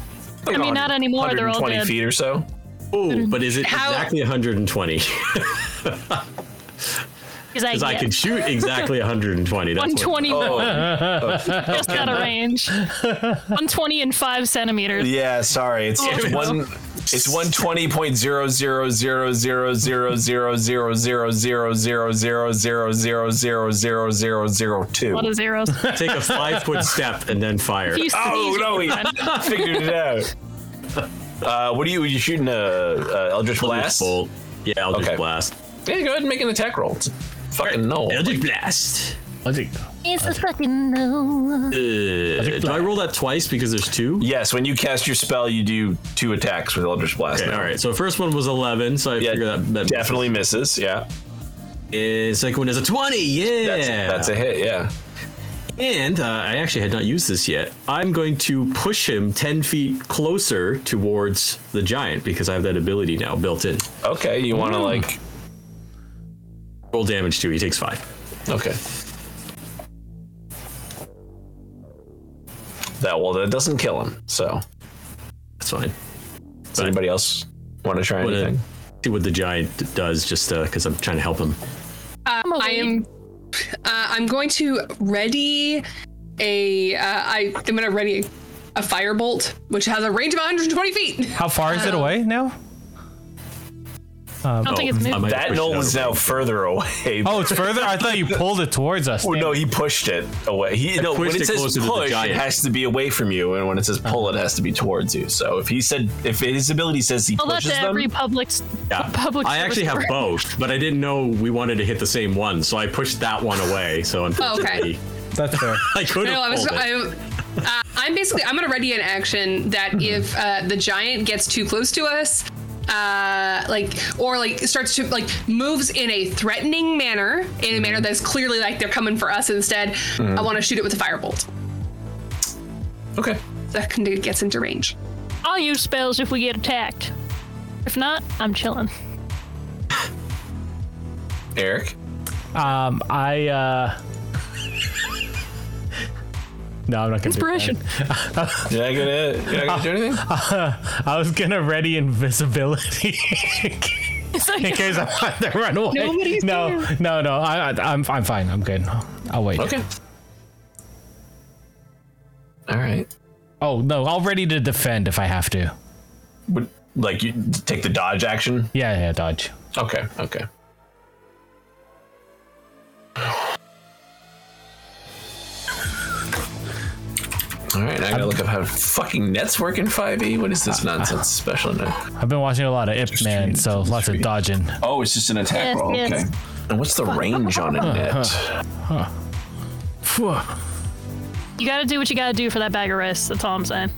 A: I mean, not anymore. They're all
D: 120
A: dead.
D: feet or so.
C: Oh, but is it
E: How-
C: exactly [LAUGHS] 120?
A: Because I,
C: Because I
A: get
C: can shoot exactly 120. That's what-
A: 120
D: Oh,
C: [LAUGHS]
A: just out of range. 120 and 5 centimeters.
D: yeah. Sorry. It's,
A: Oh,
D: it's one. It's one twenty point zero zero zero zero zero zero zero zero zero zero zero zero zero zero zero zero zero
A: A lot
D: two.
A: of
C: [LAUGHS]
A: zeros.
C: Take a five
D: [LAUGHS]
C: foot step and then fire.
A: He's-
D: Oh
A: he's-
D: no,
A: [LAUGHS]
D: we figured it out. Uh, what are you? Are you shooting a, a Eldritch Blast?
C: Bolt. Yeah, Eldritch
D: Okay.
C: Blast.
D: Yeah, go ahead and make an attack roll. It's fucking no.
C: Eldritch Blast.
G: It's a fucking no.
C: Uh, do I roll that twice because there's two?
D: Yes, when you cast your spell, you do two attacks with Eldritch Blast.
C: Okay,
D: now.
C: all right. So first one was 11, so I
D: Yeah,
C: figure that, that
D: definitely misses. Yeah.
C: Uh, second one is a 20. Yeah.
D: That's, that's a hit, yeah.
C: And uh, I actually had not used this yet. I'm going to push him 10 feet closer towards the giant because I have that ability now built in.
D: Okay, you want to like.
C: Roll damage too. He takes five.
D: Okay. That well, that doesn't kill him. So,
C: That's fine.
D: does anybody else want to try
C: But, uh,
D: anything?
C: see what the giant d- does just because I'm trying to help him.
A: I'm
E: I
A: awake.
E: am. [LAUGHS] Uh, I'm going to ready a. Uh, I am going to ready a firebolt, which has a range of 120 feet.
B: How far is it away now?
A: I don't think it's
C: I
A: moving.
C: might
D: That
C: push it
D: knoll
C: out
D: is
C: a
D: now
C: bit.
D: further [LAUGHS] away.
B: Oh, it's further? I thought you pulled it towards us.
D: Oh,
B: Damn
D: no,
B: it.
D: he pushed it away. He no, when
C: pushed
D: it
C: it
D: says
C: closer to the
D: push, it
C: giant.
D: has to be away from you, and when it says pull, it has to be towards you. So if he said, if his ability says he
A: Well, that's
D: pushes them,
A: every public, s-
C: Yeah.
A: public
C: I
A: service
C: actually
A: [LAUGHS]
C: have
A: worker.
C: both, but I didn't know we wanted to hit the same one, so I pushed that one away. So unfortunately,
B: That's fair.
C: I could
E: No, I
C: have
E: was.
C: pulled it. Mm-hmm.
E: I, uh, I'm basically. I'm going to ready an action that if uh, the giant gets too close to us, uh, like or like starts to like moves in a threatening manner, in a manner
C: Mm-hmm.
E: that's clearly like they're coming for us instead. I want to shoot it with a firebolt.
D: okay.
E: That can do- gets into range.
A: I'll use spells if we get attacked. If not, I'm chilling. [LAUGHS]
D: Eric,
B: Um, I, uh. No, I'm not gonna. do that.
A: Inspiration.
D: you're not gonna, you're not gonna do anything.
B: I was gonna ready invisibility [LAUGHS]
A: So
B: in case I want to run away.
A: Nobody's
B: no, no, no. I, I, I'm, I'm fine. I'm good. I'll wait.
D: Okay. All right.
B: Oh no, I'll ready to defend if I have to.
D: Would like you take the dodge action?
B: Yeah, yeah, dodge.
D: Okay. Okay. All right, I gotta look up how fucking nets work in 5e. What is this nonsense? Special net.
B: I've been watching a lot of Ip Man, so lots of dodging.
D: Oh, it's just an attack
A: Yes,
D: roll.
A: yes.
D: Okay. And what's the range on a net?
B: Phew.
A: you gotta do what you gotta do for that bag of rice. That's all I'm saying.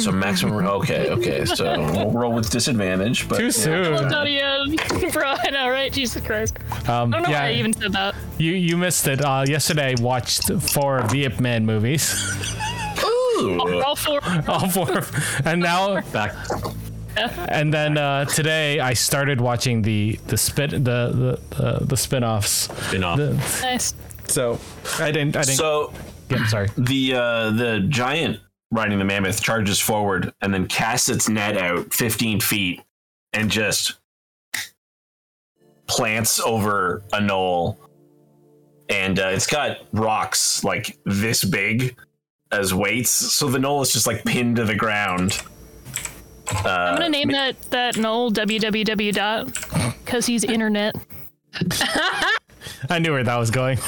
D: So maximum. Okay, okay. So we'll [LAUGHS] roll with disadvantage, but
B: Too soon.
A: Nadia, um, [LAUGHS] bro, I know, right? Jesus Christ.
B: Um,
A: I don't know
B: yeah,
A: why I even said that.
B: you you missed it. Uh, yesterday, I watched four of the Ip Man movies, [LAUGHS]
D: Ooh.
A: All four.
B: all four, of- and now
C: Back.
B: and then uh, today I started watching the the spit the the the, the spin-offs.
C: Been off.
B: The-
A: Nice.
B: So I didn't. I didn't.
D: So
B: yeah, I'm sorry.
D: the uh, the giant riding the mammoth charges forward and then casts its net out 15 feet and just plants over a knoll, and uh, it's got rocks like this big as weights. So the knoll is just like pinned to the ground. Uh,
A: I'm gonna name that that Noel www dot because he's internet.
B: I knew where that was [LAUGHS] going.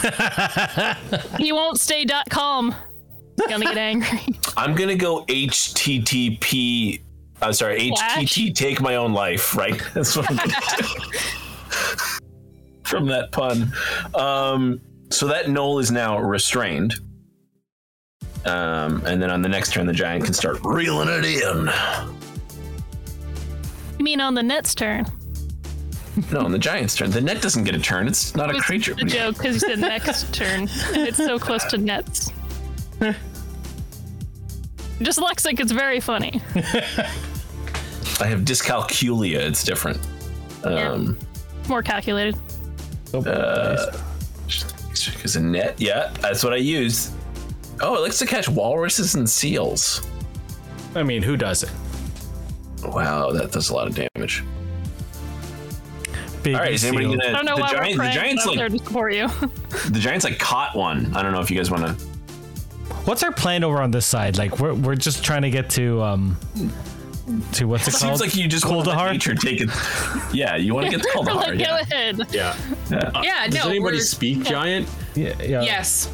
A: He won't stay dot com. He's Gonna get angry. [LAUGHS]
D: I'm gonna go HTTP. I'm sorry,
A: Slash?
D: HTT. Take my own life. Right. [LAUGHS] That's what I'm gonna
A: [LAUGHS]
D: do. from that pun. Um, so that knoll is now restrained. Um, and then on the next turn, the giant can start reeling it in.
A: You mean on the net's turn?
D: No, on the giant's turn. The net doesn't get a turn. It's not a
A: It's
D: creature.
A: a joke because he said
B: [LAUGHS]
A: next turn, and it's so close to nets. Dyslexic, it's very funny.
D: I have dyscalculia. It's different. Um,
A: More calculated.
B: uh,
D: Because a net, yeah, that's what I use. Oh, it likes to catch walruses and seals.
B: I mean, who does it?
D: Wow, that does a lot of damage.
B: Big
D: All right, is anybody
B: seal.
D: gonna?
A: I don't know
D: the,
A: why
D: giant,
A: we're
D: the
A: praying,
D: giants
A: but I'm
D: like
A: there to support
D: [LAUGHS]
A: you.
D: the giants like caught one. I don't know if you guys want to.
B: What's our plan over on this side? Like, we're, we're just trying to get to um, to what's it, called?
D: Seems like you just want to
B: Kaldahar?
D: let nature take it. Yeah, you want to
A: [LAUGHS]
D: get to
A: We're like,
D: Kaldahar.
A: go
D: yeah.
A: ahead.
C: Yeah.
E: Yeah,
C: Uh, Does
E: no.
C: anybody
E: we're-
C: speak giant?
B: Yeah, yeah.
E: yes,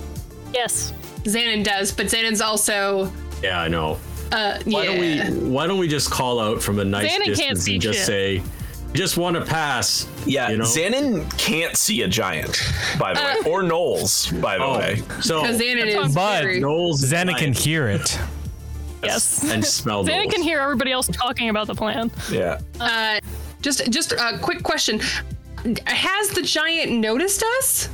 A: Yes.
E: Xanon does, but Xanon's also.
C: Yeah, I know.
E: Uh,
C: Why
E: yeah.
C: don't we Why don't we just call out from a nice
A: Xanon can't
C: distance
A: see
C: and just
A: shit.
C: say, "Just want to pass."
D: Yeah,
C: you know.
D: Xanon can't see a giant, by the
A: Uh.
D: way, or Knowles, by the
C: oh,
D: way.
C: so
E: Because Xanon is
B: But-
E: very-
C: Knowles is
B: Xana can
C: giant
B: hear [LAUGHS] it.
A: Yes.
C: and smell.
A: Xana
C: Knowles.
A: can hear everybody else talking about the plan.
D: Yeah.
E: Uh, just, just a quick question: Has the giant noticed us?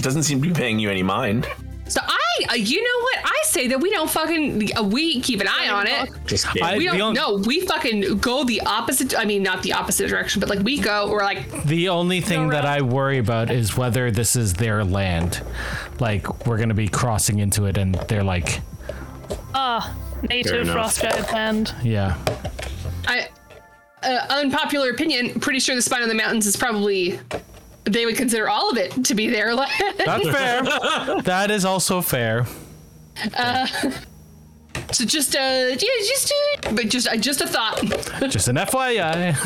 D: Doesn't seem to be paying you any mind.
E: So I, uh, you know what? I say that we don't fucking uh, we keep an eye on it.
C: Just kidding.
B: I-
E: We
B: the
E: don't
B: on-
E: know. We fucking go the opposite. I mean, not the opposite direction, but like we go. We're like,
B: The only thing that I worry about is whether this is their land. Like, we're gonna be crossing into it, and they're like,
A: Native
C: enough.
A: Ah, frost giant land.
B: yeah.
E: I, uh, unpopular opinion. Pretty sure the spine of the mountains is probably. They would consider all of it to be [LAUGHS] their land.
B: [LAUGHS] That's fair. that is also fair.
E: so just, uh, yeah, just, uh, but just, uh, just a thought.
B: Just an FYI.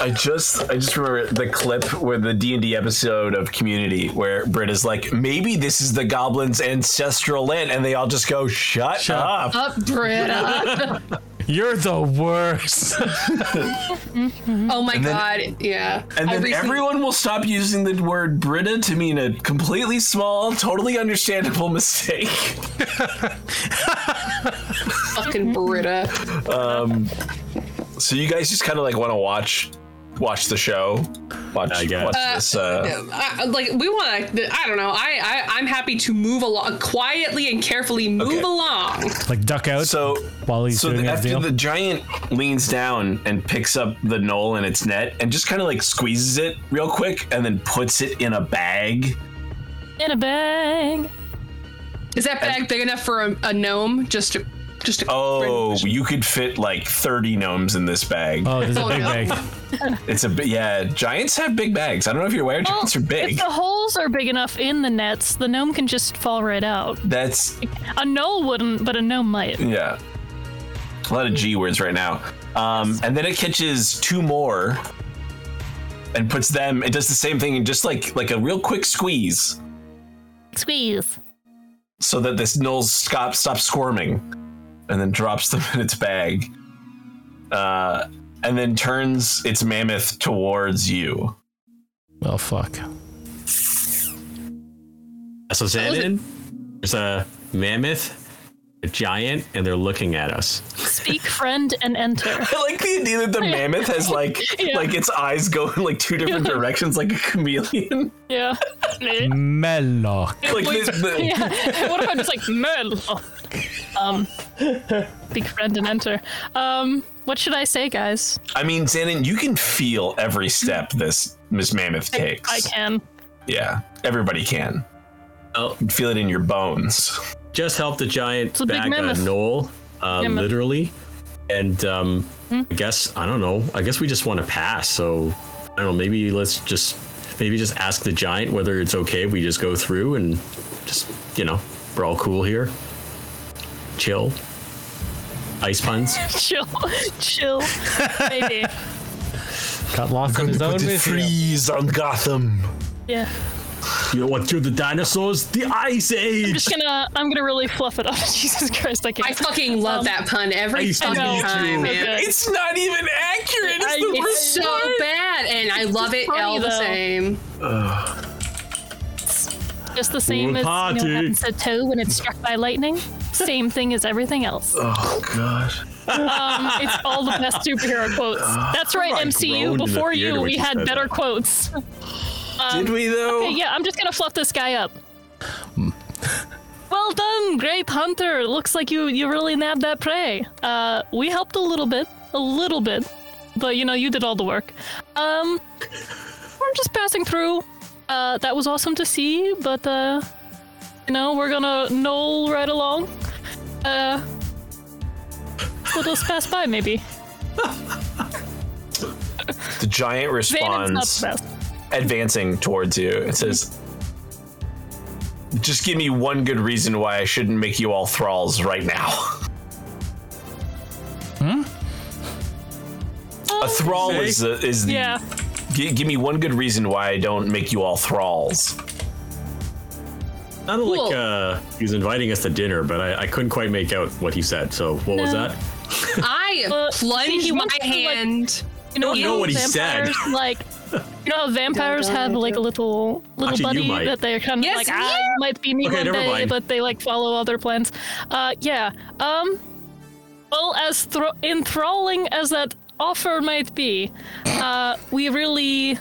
D: I just I just remember the clip where the D and D episode of Community where Brit is like, maybe this is the goblins' ancestral land, and they all just go, "Shut, up.
E: Up, Uh,
D: [LAUGHS]
E: Britta.
B: [LAUGHS] You're the worst.
E: Oh my
D: then-
E: god. Yeah.
D: And
E: I
D: then
E: recently-
D: everyone will stop using the word Brita to mean a completely small, totally understandable [LAUGHS] mistake.
E: fucking Britta.
D: So you guys just kind of like want to watch, watch the show, watch,
C: I guess.
D: watch this. Uh,
E: I, I- like we want to. I don't know. I, I I'm happy to move along quietly and carefully. Move
D: Okay.
E: along.
B: [LAUGHS] like duck out.
D: so
B: While he's
D: so
B: doing
D: the-
B: his
D: after
B: deal.
D: the giant leans down and picks up the knoll in its net and just kind of like squeezes it real quick and then puts it in a bag.
A: In a bag.
E: Is that bag big enough for a, a gnome? Just to just to
D: Oh, you could fit like thirty gnomes in this bag.
B: oh, there's a
E: Oh,
B: big
E: no.
B: bag.
D: It's a bi- yeah. Giants have big bags. I don't know if you're aware.
A: Well,
D: Giants are big.
A: If the holes are big enough in the nets, the gnome can just fall right out.
D: That's
A: A knoll wouldn't, but a gnome might.
D: Yeah. A lot of G words right now. Um, and then it catches two more and puts them it does the same thing and just like like a real quick squeeze
A: Squeeze.
D: so that this null stop stops squirming and then drops them [LAUGHS] in its bag. Uh and then turns its mammoth towards you.
B: Oh fuck.
C: So Xanon, there's a mammoth, a giant, and they're looking at us.
A: Speak friend and enter.
D: I like the idea
A: [LAUGHS]
D: that the mammoth has like
A: Yeah.
D: like its eyes go in like two different directions like a chameleon. [LAUGHS]
A: Yeah. Eh.
B: Mellock.
D: like this, the,
A: [LAUGHS] yeah. What if I'm just like Merle? Um, speak friend and enter. Um, what should I say, guys?
D: I mean, Xanon, you can feel every step this Miss Mammoth takes.
A: Mm-hmm. I can. [LAUGHS]
D: Yeah, everybody can.
C: Oh.
D: You can feel it in your bones.
C: Just help the giant
A: a big
C: back
A: mammoth.
C: on Noel, uh,
A: Mammoth. Hmm?
C: literally, and um, I guess I don't know. I guess we just want to pass. So I I don't know. Maybe let's just maybe just ask the giant whether it's okay if we just go through and just you know we're all cool here. Chill.
A: [LAUGHS]
C: Ice puns.
A: chill, chill, maybe.
B: Got lost in his own museum.
D: freeze on Gotham.
A: Yeah,
C: You know what killed the dinosaurs? The Ice
A: I'm
C: Age.
A: just gonna, I'm gonna really fluff it up. [LAUGHS] Jesus Christ, I can't.
E: I fucking love
A: Um,
E: that pun
C: I
E: every
C: used to
E: fucking
C: hate you.
E: time, man.
A: Okay.
D: It's not even accurate. It's the
A: I-
D: worst.
E: It's so bad, and I love it
A: funny,
E: all the
A: though.
E: same.
A: Just the same
C: Ooh,
A: as you
C: party.
A: know, what happens to toe when it's struck by lightning. Same thing as everything else.
D: Oh god.
A: Um, it's all the best superhero
C: [SIGHS]
A: quotes. That's right,
C: I groaned
A: MCU.
C: in the
A: Before
C: theater
A: you,
C: when
A: we
C: she
A: had
C: said
A: better
C: that.
A: quotes.
D: Did we though?
A: Um, Okay, yeah, I'm just gonna fluff this guy up. well done, Grape Hunter. Looks like you you really nabbed that prey. Uh, we helped a little bit, a little bit, but you know you did all the work. Um, we're just passing through. Uh, that was awesome to see, but uh, you know we're gonna knoll right along. Uh, we'll just pass by maybe.
D: The giant
A: Vanon's not Mm-hmm.
D: responds,
A: the best.
D: advancing towards you. It says, "Just give me one good reason why I shouldn't make you all thralls right now." A thrall is the is the.
A: Um, Yeah.
D: G- give me one good reason why I don't make you all thralls.
C: Not like
E: Cool.
C: uh, he was inviting us to dinner, but I, I couldn't quite make out what he said. So what was
A: No.
C: that?
E: I
A: Uh, see,
E: plunged
A: he
E: my
A: wants to, like,
E: hand.
A: You know,
C: don't
A: you
C: know what he said.
A: vampires, Like, you know, how vampires have like a little little
C: Actually,
A: buddy
C: you might.
A: that they're kind of
E: Yes,
A: like, ah,
E: yeah.
A: you might be me
C: Okay,
A: one
C: never
A: day,
C: mind.
A: but they like follow other plans. Uh, yeah. Um, well, as thro- enthralling as that offer might be, uh, we really,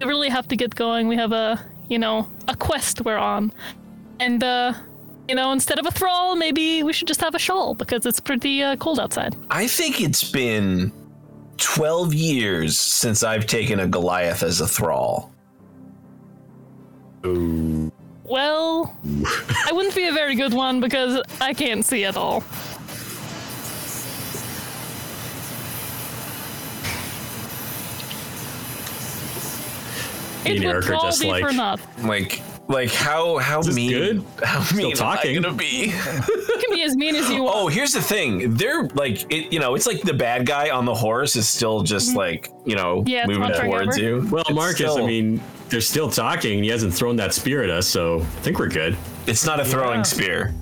A: we really have to get going. We have a, you know, a quest we're on, and uh, you know, instead of a thrall, maybe we should just have a shawl because it's pretty uh, cold outside.
D: I think it's been twelve years since I've taken a Goliath as a thrall.
A: Well, I wouldn't be a very good one because I can't see at all.
C: Me
A: It
C: and
A: would
C: Eric are
A: probably
C: just
A: be
C: like-
A: for naught.
D: Like, like how how
C: this
D: mean
C: good?
D: [LAUGHS] how mean
C: talking.
D: am I gonna be?
A: You can be as mean as
C: [LAUGHS]
A: you want.
D: Oh, here's the thing. They're like, it, you know, it's like the bad guy on the horse is still just like, you know,
A: Mm-hmm. Yeah, it's
D: moving
A: wandering
D: towards
A: over.
D: you.
C: Well,
D: It's
C: Marcus,
D: still-
C: I mean, they're still talking. and He hasn't thrown that spear at us, so I think we're good.
D: it's not a throwing spear.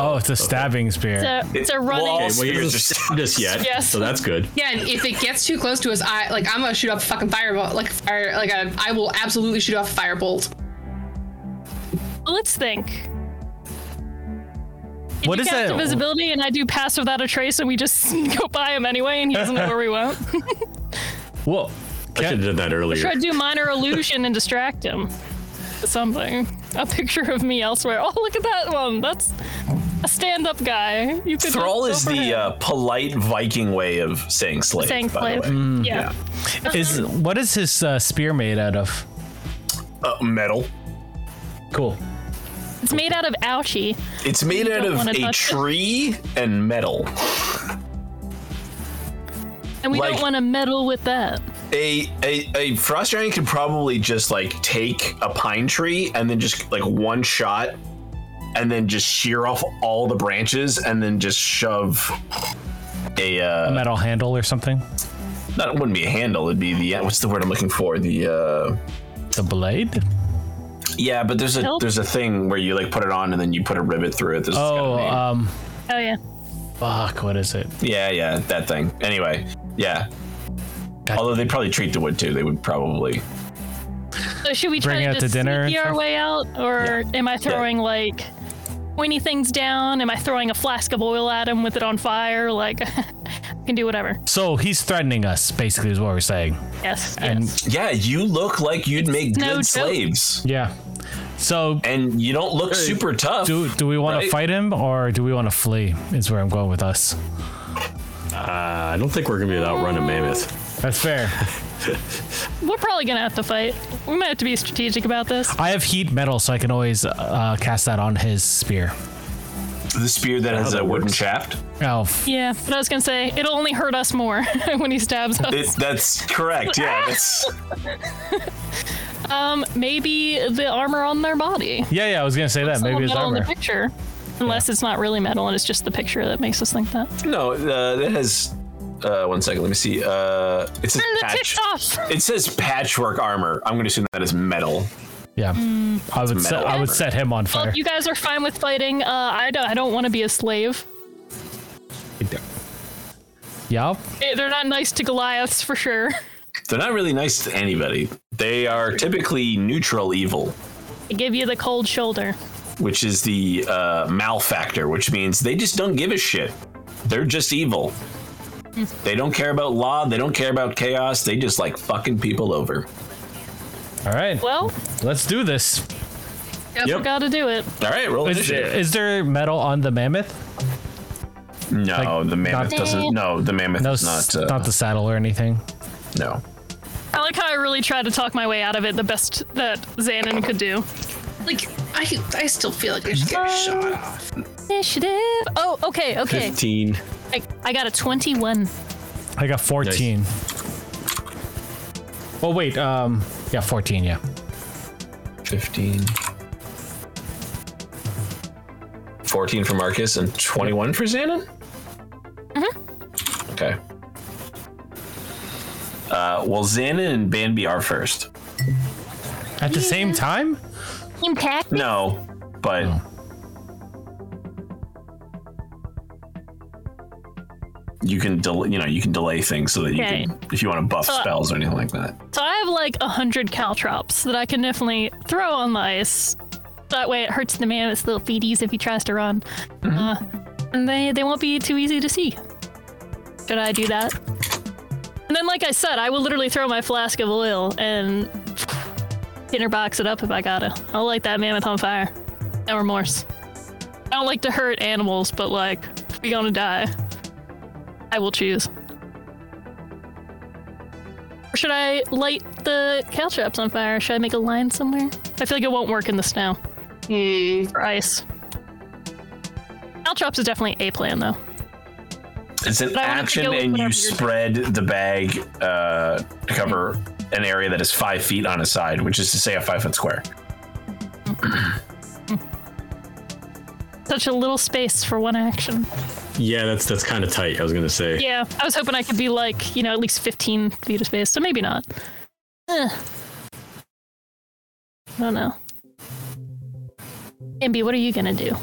B: Oh, it's a stabbing
C: Oh,
B: spear.
A: It's a, it's a
D: It-
A: running.
D: well,
C: Well, he
D: Spears
C: hasn't
D: are-
C: stabbed us yet,
A: Yes.
C: so that's good.
E: Yeah, and if it gets too close to us, I like I'm gonna shoot off a fucking fireball. Like a fire, like a, I will absolutely shoot off a firebolt.
A: Let's think. If
B: What
A: you
B: is
A: cast
B: that-
A: Invisibility, and I do pass without a trace, and we just [LAUGHS] go by him anyway, and he doesn't know
C: [LAUGHS]
A: where we went.
B: Whoa.
C: I should have done that earlier.
A: Try to do minor illusion and distract him. Something. A picture of me elsewhere. Oh, look at that one. That's a stand-up guy. You could
D: Thrall
A: go
D: is
A: for
D: the
A: him.
D: uh, polite Viking way of saying slave.
A: saying
D: by the
A: slave.
D: way. Mm,
A: yeah.
B: Is what is his uh, spear made out of?
C: Mm.
D: Uh, metal.
B: Cool.
A: It's made out of ouchie.
D: It's made out
A: don't
D: of
A: wanna
D: a
A: touch it.
D: tree and metal.
A: And we
D: Like-
A: don't want to meddle with that.
D: A, a a frost giant could probably just like take a pine tree and then just like one shot and then just shear off all the branches and then just shove a uh
B: Metal handle or something?
D: not it wouldn't be a handle it'd be the uh, what's the word i'm looking for the uh
B: The blade?
D: yeah but there's a
A: Help.
D: there's a thing where you like put it on and then you put a rivet through it There's this
B: Oh,
D: kind of name.
B: um,
A: Oh yeah.
B: fuck. What is it?
D: yeah yeah that thing anyway yeah
B: God.
D: although they probably treat the wood too they would probably
A: So should we
B: Bring
A: try
B: it
A: to
B: out to
A: just
B: dinner and
A: sneaky our
B: stuff?
A: way out, or am I throwing like pointy things down? Am I throwing a flask of oil at him with it on fire? Like, [LAUGHS] I can do whatever.
B: So he's threatening us, basically, is what we're saying.
A: Yes. yes.
D: yeah you look like you'd make
A: no
D: good
A: joke.
D: slaves
B: Yeah. So
D: and you don't look super tough.
B: do do we want
D: Right.
B: to fight him or do we want to flee? Is where I'm going with us.
C: I don't think we're gonna be without running mammoth.
B: That's [LAUGHS] fair.
A: We're probably gonna have to fight. We might have to be strategic about this.
B: I have heat metal, so I can always uh, cast that on his spear.
D: The spear that has
C: that
D: a wooden
C: works.
D: shaft.
B: Oh, f-
A: Yeah, but I was gonna say it'll only hurt us more [LAUGHS] when he stabs us.
D: It, that's correct. Yeah, that's
A: um, maybe the armor on their body.
B: yeah, yeah. I was gonna say that.
A: It's a little
B: Maybe it's
A: metal in
B: armor.
A: the picture, unless it's not really metal and it's just the picture that makes us think that.
D: no. Uh, that has. Uh, one second. Let me see. Uh, it says
A: Turn the
D: patch.
A: tips off.
D: It says patchwork armor. I'm going to assume that is metal.
B: Yeah, I would. Set,
D: metal
B: I would
D: armor.
B: set him on
A: Well,
B: fire.
A: if you guys are fine with fighting. Uh, I don't. I don't want to be a slave.
B: Yup.
A: Eh, They're not nice to Goliaths for sure. [LAUGHS]
D: They're not really nice to anybody. They are typically neutral evil,
A: They give you the cold shoulder.
D: which is the uh, malfactor, which means they just don't give a shit. They're just evil. They don't care about law. They don't care about chaos. They just like fucking people over.
B: All right.
A: Well,
B: Let's do this.
A: guess we
D: Yep.
A: gotta do it.
D: All right, roll
B: Is,
D: initiative.
B: is there metal on the mammoth?
D: no,
B: like,
D: the mammoth
B: not-
D: doesn't. No, the mammoth
B: No,
D: is
B: not,
D: not. Uh,
B: not the saddle or anything.
D: no.
A: I like how I really tried to talk my way out of it the best that Xanon could do.
E: Like I, I still feel like I should get a shot off.
A: Initiative. Oh, okay,
D: [LAUGHS]
A: okay.
C: 15.
A: I, I got a 21.
B: I got 14. Well, wait. Um, yeah, 14. Yeah.
D: 15. 14 for Marcus and 21 for Xanon? Mm-hmm. Okay. Uh, well, Xanon and Banby are first.
B: At the same time?
G: Impact.
D: No, but you can delay. You know, you can delay things so that you
A: Okay.
D: can, if you want to buff
A: Uh,
D: spells or anything like that.
A: So I have like a hundred caltrops that I can definitely throw on the ice. That way it hurts the mammoth's little feeties if he tries to run. Uh, and they, they won't be too easy to see. Should I do that? And then, like I said, I will literally throw my flask of oil and dinner box it up if I gotta. I'll light that mammoth on fire. No remorse. I don't like to hurt animals, but like, if we gonna die, I will choose. Or should I light the caltrops on fire? Should I make a line somewhere? I feel like it won't work in the snow
E: Hmm.
A: or ice. Caltrops is definitely a plan, though.
D: It's an
A: But I wanted to go
D: action,
A: with
D: and
A: whatever
D: you
A: you're-
D: spread the bag uh, to cover an area that is five feet on a side, which is to say a five foot square.
A: Such a little space for one action.
C: Yeah, that's that's kind of tight. I was gonna say.
A: Yeah, I was hoping I could be like, you know, at least 15 feet of space, so maybe not. Ugh. I don't know. Ambi, what are you gonna do?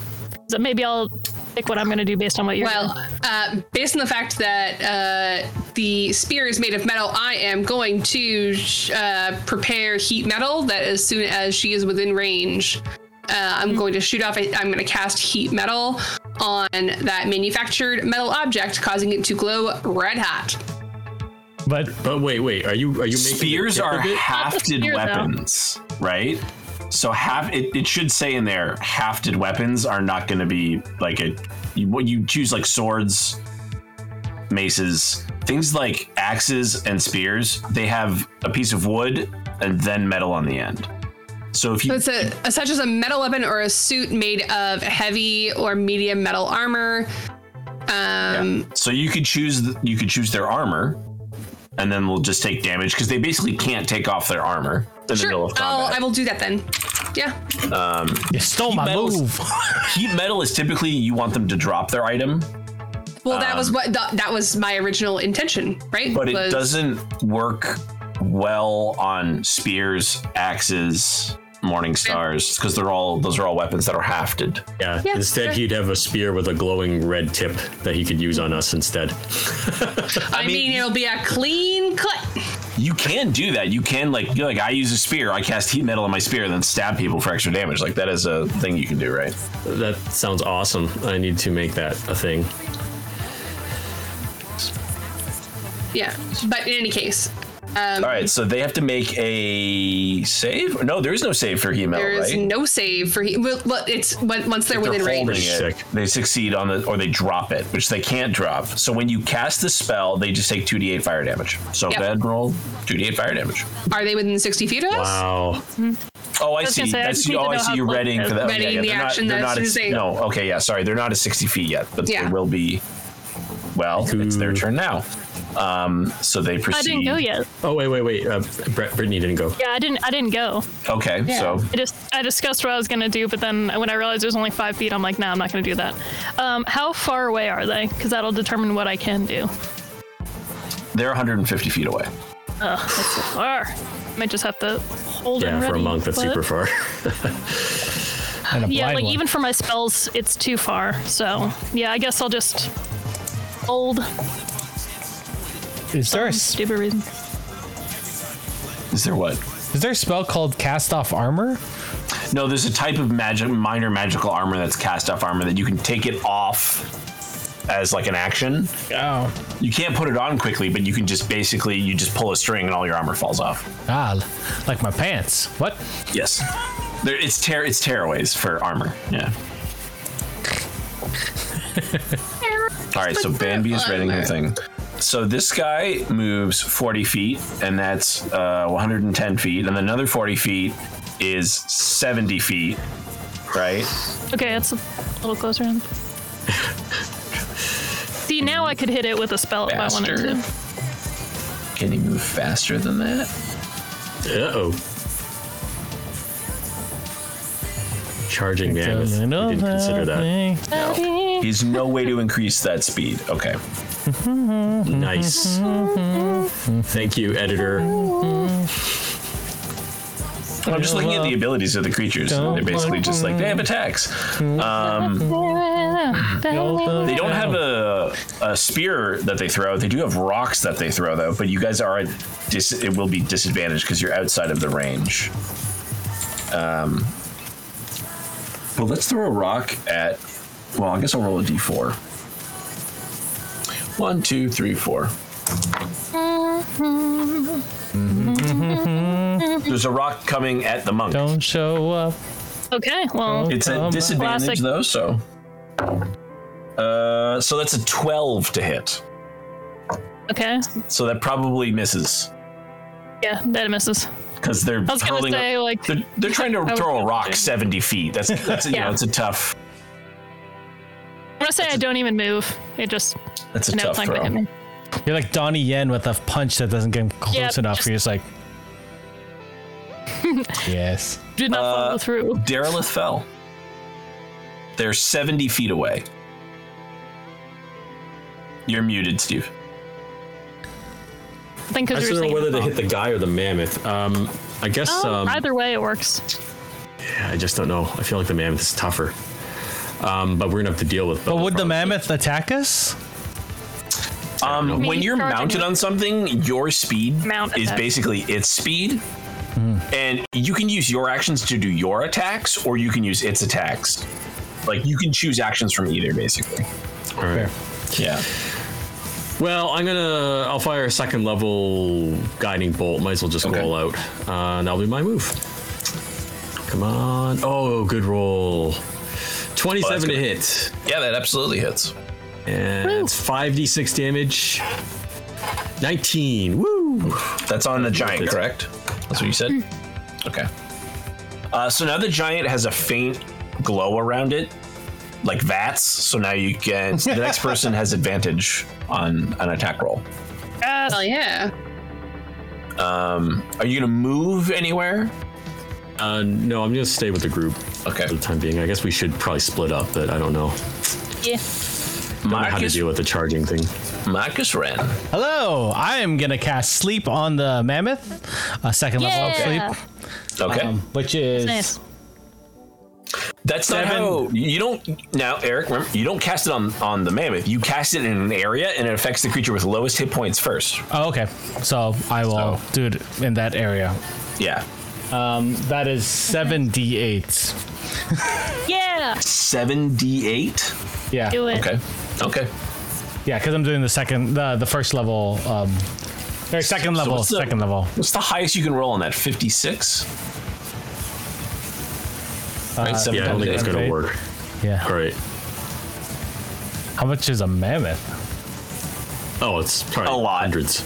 A: So maybe I'll pick what I'm gonna do based on what you're
E: Well, uh, based on the fact that uh, the spear is made of metal, I am going to uh, prepare heat metal. That as soon as she is within range, uh, I'm going to shoot off. I'm going to cast heat metal on that manufactured metal object, causing it to glow red hot.
B: But
C: But wait, wait. Are you are you making the
D: spears
C: tip
D: are
C: of it?
D: hafted
A: spear, though.
D: weapons, right? So half it, it should say in there hafted weapons are not going to be like a you, what you choose like swords, maces, things like axes and spears. They have a piece of wood and then metal on the end. So if you
E: So it's a, a- such as a metal weapon or a suit made of heavy or medium metal armor. Um,
D: So you could choose you could choose their armor, and then we'll just take damage because they basically can't take off their armor in the middle
E: Sure, Oh,
D: of
E: I'll,
D: combat.
E: I will do that then. Yeah.
B: you stole my
D: metals.
C: [LAUGHS]
B: move.
D: Heat metal is typically you want them to drop their item,
E: Well, that was what th- that was my original intention, right?
D: Um, but it
E: was,
D: doesn't work well on spears, axes, morning stars because they're all those are all weapons that are hafted.
C: Yeah.
E: Yeah,
C: Instead,
E: sure.
C: he'd have a spear with a glowing red tip that he could use on us instead.
E: I, mean, it'll be a clean cut.
D: You can do that. You can like you're like I use a spear, I cast heat metal on my spear, and then stab people for extra damage. Like that is a thing you can do, right?
C: That sounds awesome. I need to make that a thing.
E: Yeah. But in any case,
D: All right, so they have to make a save. No, there is no save for heat metal,
E: there is
D: right?
E: no save for he. Well, well, it's when- once they're
D: They're
E: within
D: holding
E: range.
D: it.
C: Sick.
D: They succeed on the, or they drop it, which they can't drop. So when you cast the spell, they just take two d8 fire damage. So
E: Yep.
D: bad roll two d8 fire damage.
E: Are they within 60 feet of us?
C: Wow.
D: Oh, I
A: was gonna
D: see.
A: say, I
D: That's
A: just
D: you.
A: need to
D: Oh, I
A: know
D: see.
A: how
D: You're
A: close
D: readying
A: it
D: for that.
A: is.
D: yeah,
E: Readying
D: yeah.
E: the
D: They're not-
E: action
D: they're
E: as
D: not
E: soon
D: at-
E: as they-
D: No. Okay. Yeah. Sorry. They're not at 60 feet yet, but
E: Yeah.
D: they will be. Well, it's their turn now. Um. So they proceed.
A: I didn't go yet.
C: Oh wait, wait, wait. Uh, Brett, Brittany didn't go.
A: Yeah, I didn't. I didn't go.
D: Okay. So
A: I just I discussed what I was gonna do, but then when I realized it was only five feet, I'm like, nah, I'm not gonna do that. Um, how far away are they? Because that'll determine what I can do.
D: they're 150 feet away.
A: Ugh, that's so far. Might just have to hold and
C: Yeah, for a
A: ready,
C: monk, that's
A: but-
C: super far. [LAUGHS]
B: And a
A: Yeah,
B: blind
A: like
B: one.
A: even for my spells, it's too far. So yeah, I guess I'll just hold.
B: is there a,
A: for
B: s-
A: stupid reason.
D: Is there what?
B: is there a spell called cast off armor?
D: No, there's a type of magic, minor magical armor that's cast off armor that you can take it off as like an action.
B: Oh.
D: You can't put it on quickly, but you can just basically you just pull a string and all your armor falls off.
B: Ah, l- like my pants. What?
D: Yes, there, it's tear it's tearaways for armor. Yeah. All right, so Bambi is reading her thing. So this guy moves 40 feet, and that's uh, 110 feet, and another 40 feet is 70 feet, right?
A: Okay, that's a little closer. In. See, now I could hit it with a spell if I
D: Bastard.
A: wanted to.
D: Can he move faster than that?
C: Uh oh. Charging man. I didn't consider that.
A: [LAUGHS]
D: He's no way to increase that speed. Okay.
C: Nice. Thank you, editor.
D: I'm just looking at the abilities of the creatures. and They're basically just like they have attacks. They don't have a, a spear that they throw. They do have rocks that they throw though. But you guys are at dis- it will be disadvantaged because you're outside of the range. Um. Well, let's throw a rock at. Well, I guess I'll roll a d4. One, two, three, four. There's a rock coming at the monk.
B: Don't show up.
A: Okay, well,
D: It's
B: Um,
D: a disadvantage
A: Classic.
D: though, so. Uh, so that's a twelve to hit.
A: okay,
D: So that probably misses
A: yeah, that misses.
D: because they're
A: I was gonna
D: hurling.
A: say, like-
D: they're, they're trying to
A: was
D: throw a
A: gonna
D: rock
A: say.
D: seventy feet. That's, that's you
A: Yeah.
D: know, it's a tough.
A: I'm gonna say I don't even move. It just
D: That's a
A: no,
D: tough
A: it's not
D: throw.
A: gonna hit me.
B: You're like Donnie Yen with a punch that doesn't get him close
A: Yep,
B: enough.
A: just- [LAUGHS]
B: You're just like, yes.
A: Did not follow through.
D: Derelith fell. They're seventy feet away. You're muted, Steve.
A: I think
C: I
A: because
C: just
A: you were
C: don't know
A: saying.
C: whether to hit the guy or the mammoth. Um, I guess
A: Oh,
C: um,
A: either way, it works.
C: I just don't know. I feel like the mammoth is tougher. Um, but we're gonna have to deal with.
B: But would the mammoth attack us?
D: Um,
A: Maybe
D: when you're
A: charging
D: mounted
A: with-
D: on something, your speed
A: Mount
D: is
A: attack.
D: basically its speed. And you can use your actions to do your attacks, or you can use its attacks. Like you can choose actions from either, basically.
C: All right.
D: Yeah.
C: Well, I'm gonna. I'll fire a second level guiding bolt. Might as well just
D: Okay.
C: roll out. Uh, and that'll be my move. Come on. Oh, good roll. 27 to
D: gonna-
C: hit.
D: Yeah, that absolutely hits.
C: And it's 5d6 damage. 19. Woo!
D: That's on the giant,
C: That's-
D: correct? That's what you said.
A: Hmm.
D: Okay. Uh, so now the giant has a faint glow around it, like vats. So now you can. The next person has advantage on an attack roll.
A: Uh,
E: Hell Oh, yeah.
D: Um, are you gonna move anywhere?
C: Uh, no, I'm gonna stay with the group
D: Okay.
C: for the time being. I guess we should probably split up, but I don't know.
A: Yeah.
C: I don't know how to deal with the charging thing.
D: Marcus ran.
B: Hello, I am gonna cast sleep on the mammoth, a second level of
A: Yeah.
B: sleep,
D: Okay.
B: um, which is
A: Nice.
D: That's not
C: Seven.
D: how you don't now, Eric. Remember, you don't cast it on on the mammoth. You cast it in an area, and it affects the creature with lowest hit points first.
B: oh, okay. So I will
D: So-
B: do it in that area. Um,
D: Yeah,
B: That is seven d eight.
A: Yeah.
D: seven d eight.
B: Yeah,
A: Do it.
D: Okay, okay.
B: yeah, because I'm doing the second, the the first level, um, or second
D: So
B: level,
D: what's the-
B: second level.
D: What's the highest you can roll on that? Fifty six. right, seven
C: Uh, Yeah, I don't think
D: times
C: that's
D: eight.
C: gonna
B: Okay.
C: work.
B: Yeah.
C: All right.
B: How much is a mammoth?
C: Oh, it's probably
D: A lot.
C: hundreds.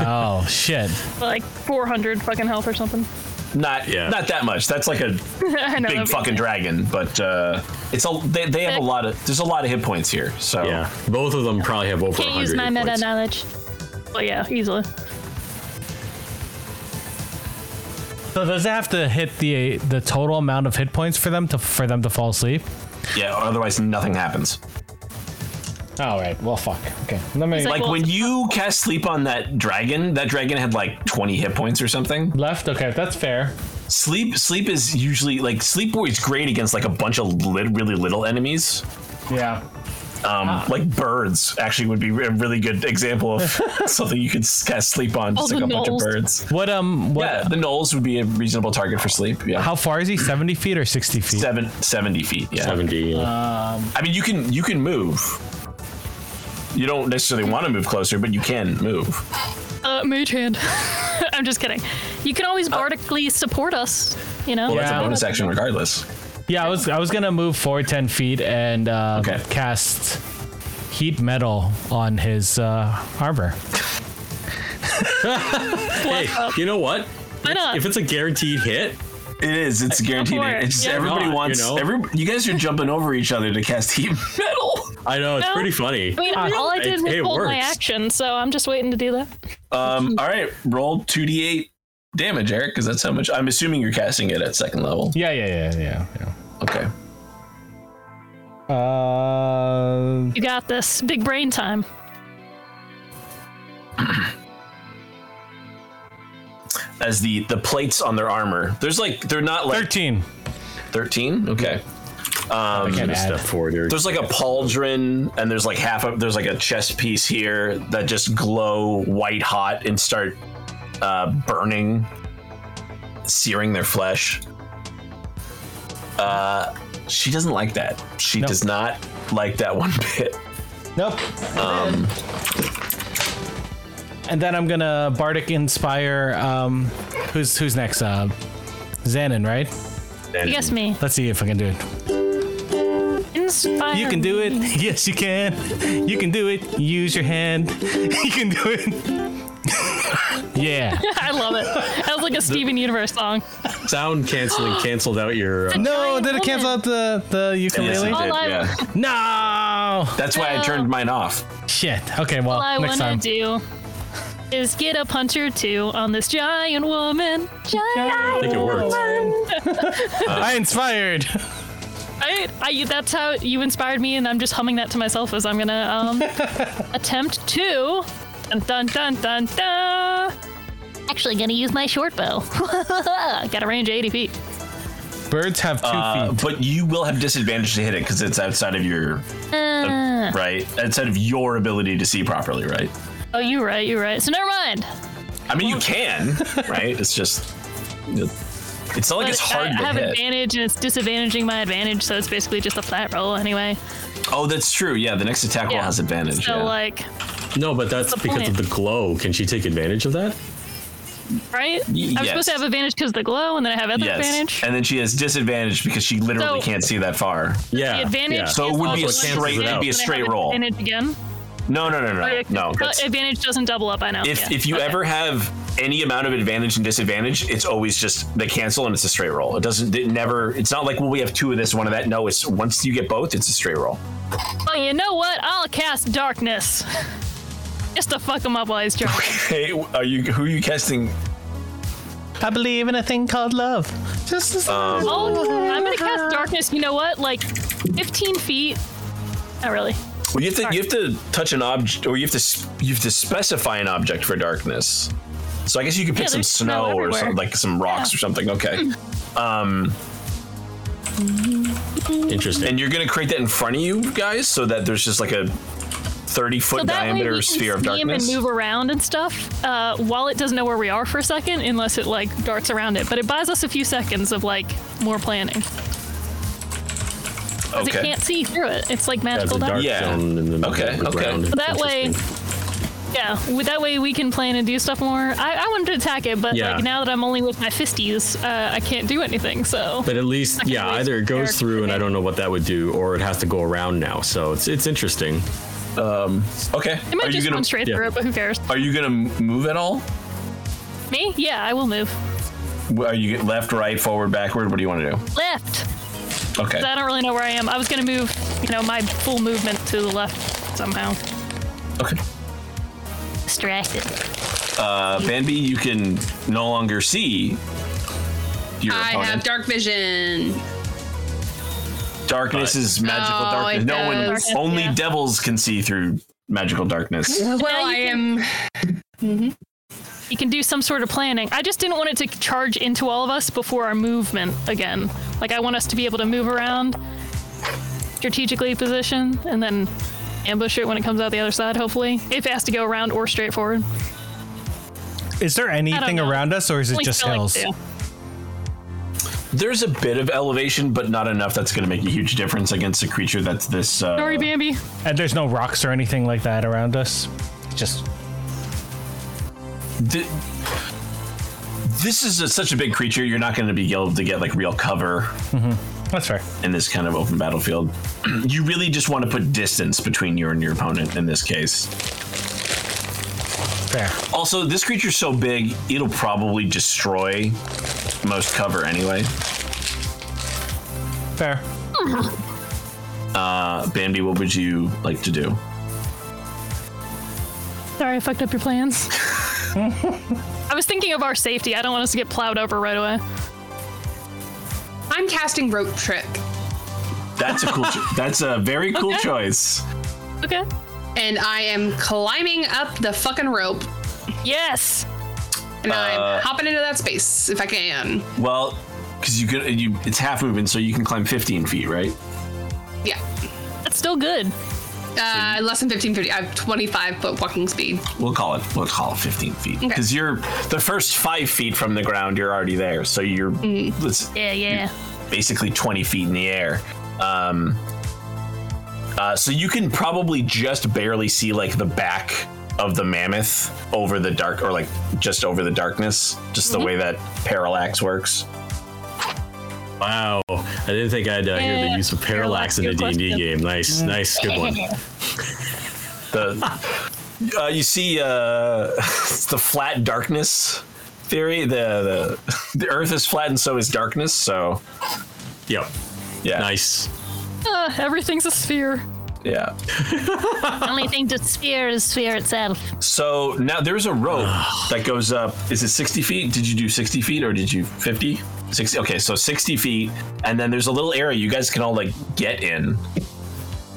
B: Oh [LAUGHS] shit.
A: Like 400 fucking health or something. [LAUGHS]
D: not
C: Yeah.
D: not that much. That's like
A: I
D: a
A: know,
D: big
A: that'd be-
D: fucking dragon, but uh, it's a they, they have a lot of there's a lot of hit points here. So
C: Yeah, both of them probably have over
A: Can't use
C: 100
A: my
C: hit
A: meta
C: points.
A: knowledge. Oh yeah, easily.
B: So does it have to hit the the total amount of hit points for them to for them to fall asleep?
D: yeah, otherwise nothing happens.
B: All right. Well, fuck. Okay. Let me
A: It's
D: Like
A: Well,
D: when
A: it's-
D: you cast sleep on that dragon, that dragon had like 20 hit points or something.
B: left. Okay, that's fair.
D: Sleep sleep is usually like sleep is great against like a bunch of lit, really little enemies.
B: Yeah.
D: Um, Like birds actually would be a really good example of something you could s- cast sleep on, just
A: Oh,
D: like a
A: the
D: bunch of
A: gnolls.
D: birds.
B: What um? What?
D: Yeah, the knolls would be a reasonable target for sleep. Yeah.
B: How far is he? Seventy feet or sixty feet?
D: Seven, 70 feet. Yeah.
C: 70. yeah.
D: Uh, I mean, you can you can move. You don't necessarily want to move closer, but you can move.
A: Uh, mage hand. [LAUGHS] I'm just kidding. You can always bardically support us. You know.
D: Well, that's
B: Yeah.
D: a bonus action regardless.
B: Yeah, I was I was gonna move forward ten feet and uh,
D: Okay.
B: cast heat metal on his uh, armor.
C: Hey, you know what?
A: Why not?
C: If it's a guaranteed hit,
D: It is. It's guaranteed.
A: for it.
D: It's just
A: Yeah.
D: everybody
C: Not, you
D: wants. You,
C: know?
D: every, you guys are jumping over each other to cast heat metal.
C: I know it's
A: No.
C: pretty funny.
A: I mean, all I did
C: Ah, it-
A: was
C: it
A: hold my
C: works.
A: action, so I'm just waiting to do that.
D: Um. All right. Roll two d eight damage, Eric, because that's how much. I'm assuming you're casting it at second level.
B: Yeah, yeah, yeah, yeah.
D: Okay.
B: yeah. Uh,
A: You got this. Big brain time.
D: As the the plates on their armor, there's like they're not like
B: thirteen.
D: thirteen. Okay. Um,
B: Can't
C: Gonna
B: add.
C: step forward here.
D: There's like a pauldron, and there's like half of there's like a chest piece here that just glow white hot and start uh, burning, searing their flesh. Uh, she doesn't like that. She
B: No.
D: does not like that one bit.
B: Nope. and then I'm gonna bardic inspire. Um, who's who's next? Uh, Xanon, right?
A: You guess me.
B: Let's see if I can do it.
A: Inspire.
B: You can do it.
A: me.
B: [LAUGHS]
A: [LAUGHS]
B: Yes, you can. You can do it. Use your hand. [LAUGHS] You can do it. [LAUGHS] yeah.
A: I love it. That was like a Steven Universe song.
B: [GASPS]
C: Sound canceling canceled out your. Uh,
B: No,
A: Giant
B: did it cancel out the the
D: Yes,
B: ukulele?
D: it
A: All
D: did,
A: I-
D: yeah.
B: No.
D: That's why I turned mine off.
B: Shit. Okay. Well,
A: All I
B: next
A: want to
B: time.
A: do is get a punch or two on this giant woman.
C: I
A: Giant.
C: think it
B: Oh.
C: works.
B: I inspired. [LAUGHS]
A: I, I, that's how you inspired me, and I'm just humming that to myself as I'm
B: [LAUGHS]
A: gonna um, attempt to. Dun dun dun dun dun. Actually, gonna use my short bow. [LAUGHS] Got a range of 80 feet.
B: Birds have two
D: Uh,
B: feet.
D: but you will have disadvantage to hit it because it's outside of your
A: Uh,
D: right, outside of your ability to see properly, right?
A: oh, you're right. You're right. So never mind.
D: I mean, you
A: [LAUGHS]
D: can, right? It's just, it's not like
A: But
D: it's hard
A: I,
D: to
A: I have
D: hit.
A: advantage, and it's disadvantaging my advantage, so it's basically just a flat roll anyway.
D: Oh, that's true. Yeah, the next attack roll has advantage.
A: So uh,
D: yeah.
A: like,
C: No, but that's
A: What's the
C: because of
A: point?
C: the glow. Can she take advantage of that?
A: right? I'm supposed to
D: yes.
A: have advantage because of the glow, and then I have other
D: yes,
A: advantage.
D: and then she has disadvantage because she literally
A: So-
D: can't see that far.
C: Yeah.
A: The advantage.
C: yeah.
D: So it
A: is
D: would be a
A: also
D: straight-
A: advantage,
D: it'd be a
A: and I
D: straight
A: have
D: roll.
A: Advantage again.
D: No, no, no, no, no.
A: Uh,
D: That's,
A: advantage doesn't double up. I know.
D: if
A: Yeah.
D: if you
A: Okay.
D: ever have any amount of advantage and disadvantage, it's always just they cancel and it's a straight roll. It doesn't. It never. It's not like well we have two of this, one of that. No, it's once you get both, it's a straight roll.
A: Oh, you know what? I'll cast darkness. [LAUGHS] Just to fuck him up while he's drunk.
D: [LAUGHS] Hey, are you who are you casting?
B: I believe in a thing called love. Just as
A: oh, I'm gonna cast darkness. You know what? Like, 15 feet. Not really.
D: Well, you have to you have to touch an object, or you have to s- you have to specify an object for darkness. So I guess you could pick
A: Yeah,
D: some
A: there's
D: snow,
A: snow
D: or
A: everywhere. Mm.
D: some, like some rocks or something. Okay,
C: Interesting.
D: Um, and you're gonna create that in front of you guys, so that there's just like a thirty foot
A: So that way we
D: diameter
A: can
D: sphere of
A: scheme and
D: darkness.
A: move around and stuff uh, while it doesn't know where we are for a second, unless it like darts around it. But it buys us a few seconds of like more planning because it
D: Okay.
A: can't see through it. It's like
C: That's
A: magical
C: a dark
A: darkness.
D: Yeah.
C: zone in the middle
D: Okay,
C: of the
D: okay.
C: ground.
A: So that way,
C: Interesting.
A: yeah, with that way we can plan and do stuff more. I, I wanted to attack it, but
C: Yeah.
A: like now that I'm only with my fisties, uh, I can't do anything. So
C: But at least,
A: can
C: yeah,
A: waste
C: either it goes
A: character
C: through, and I
A: today.
C: don't know what that would do, or it has to go around now. So it's it's interesting.
D: Okay.
A: it might
D: Are you
A: just
D: gonna
A: run straight
C: yeah.
A: through it, but who cares?
D: are you gonna move at all?
A: Me? Yeah, I will move.
D: Are you left, right, forward, backward? What do you want to
A: Left.
D: do? Okay.
A: 'Cause I don't really know where I am. I was gonna move, you know, my full movement to the left somehow.
D: Okay.
G: Distracted.
D: Uh, Bambi, you can no longer see your
E: I
D: opponent.
E: have dark vision.
D: darkness is magical
E: Oh,
D: darkness.
E: it
D: No one,
E: does.
D: only
A: Yeah.
D: devils can see through magical darkness.
E: Well, I
A: you
E: am.
A: You can do some sort of planning. I just didn't want it to charge into all of us before our movement again. Like I want us to be able to move around, strategically position, and then ambush it when it comes out the other side. Hopefully, if it has to go around or straight forward.
B: Is there anything
A: know.
B: around us, or is it
A: Only
B: just
A: feel like
B: hills?
A: two.
D: There's a bit of elevation, but not enough that's going to make a huge difference against a creature that's this. Uh,
A: Sorry, Bambi.
B: and there's no rocks or anything like that around us. Just
D: Th- this is a, such a big creature. You're not going to be able to get like real cover
B: that's fair.
D: in this kind of open battlefield. [CLEARS THROAT] you really just want to put distance between you and your opponent in this case.
B: Fair.
D: Also, this creature's so big, it'll probably destroy most cover anyway.
B: Fair.
D: Uh, Bambi, what would you like to do?
A: Sorry, I fucked up your
C: [LAUGHS]
A: plans. I was thinking of our safety. I don't want us to get plowed over right away.
E: I'm casting rope trick,
D: That's a cool. cho- that's a very cool
A: Okay.
D: choice.
A: Okay.
E: and I am climbing up the fucking rope,
A: Yes.
E: and I'm hopping into that space if I can.
D: Well, because you could, you it's half movement, so you can climb 15 feet, right?
E: Yeah.
A: That's still good.
E: Uh, less than 15, 50. I have 25 foot walking speed.
D: We'll call it we'll call it 15 feet because you're the first five feet from the ground. You're already there, so you're
E: Mm.
D: it's
A: Yeah, yeah.
D: basically 20 feet in the air. Um, uh, so you can probably just barely see like the back of the mammoth over the dark, or like just over the darkness, just
E: Mm-hmm.
D: the way that parallax works.
C: Wow, I didn't think I'd uh, hear the
A: Yeah,
C: use of parallax in a
A: parallax, good
C: D&D game. Nice,
A: Mm.
C: nice,
A: [LAUGHS]
C: good one.
D: the uh, you see uh, [LAUGHS] it's the flat darkness theory. The, the [LAUGHS] the Earth is flat and so is darkness. So
C: Yep,
D: yeah,
C: nice.
A: Ah, everything's a sphere.
D: Yeah.
G: Only thing to sphere is sphere itself.
D: So now there's a
C: [SIGHS]
D: rope that goes up. Is it 60 feet? Did you do 60 feet or did you 50? 60. Okay, so 60 feet, and then there's a little area you guys can all like get in.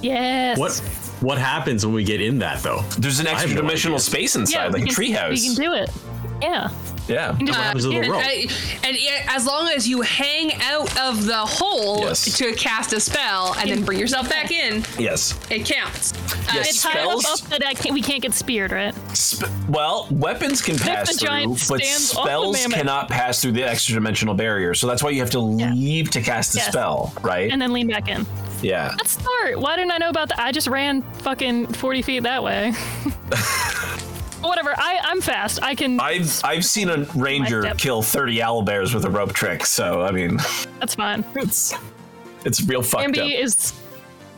A: Yes.
C: What what happens when we get in that though?
D: There's an extra
C: no
D: dimensional
C: idea.
D: space inside,
A: we
D: like a
A: can- We can
D: treehouse.
A: do it. Yeah.
D: Yeah.
A: Just-
C: happens to the
E: and,
C: rope?
E: Uh, I- and it- as long as you hang out of the hole
D: Yes.
E: to cast a spell and then bring yourself back in,
D: Yes.
E: it counts. Uh,
D: Yes.
A: It's high enough
D: Spells?
A: up that I can't, we can't get speared, right?
D: Sp- well, weapons can pass
A: the
D: through,
A: giant
D: but
A: stands on the
D: spells
A: mammoth.
D: cannot pass through the extra dimensional barrier. So that's why you have to leave to cast the
A: Yes.
D: spell, right?
A: And then lean back in.
D: yeah.
A: Let's start. Why didn't I know about that? I just ran fucking 40 feet that way. [LAUGHS] Whatever. I, I'm fast. I can.
D: I've I've seen a ranger
A: step.
D: kill 30 owl bears with a rope trick, so I mean,
A: that's fine.
D: it's it's real fucked
A: Bambi
D: up.
A: is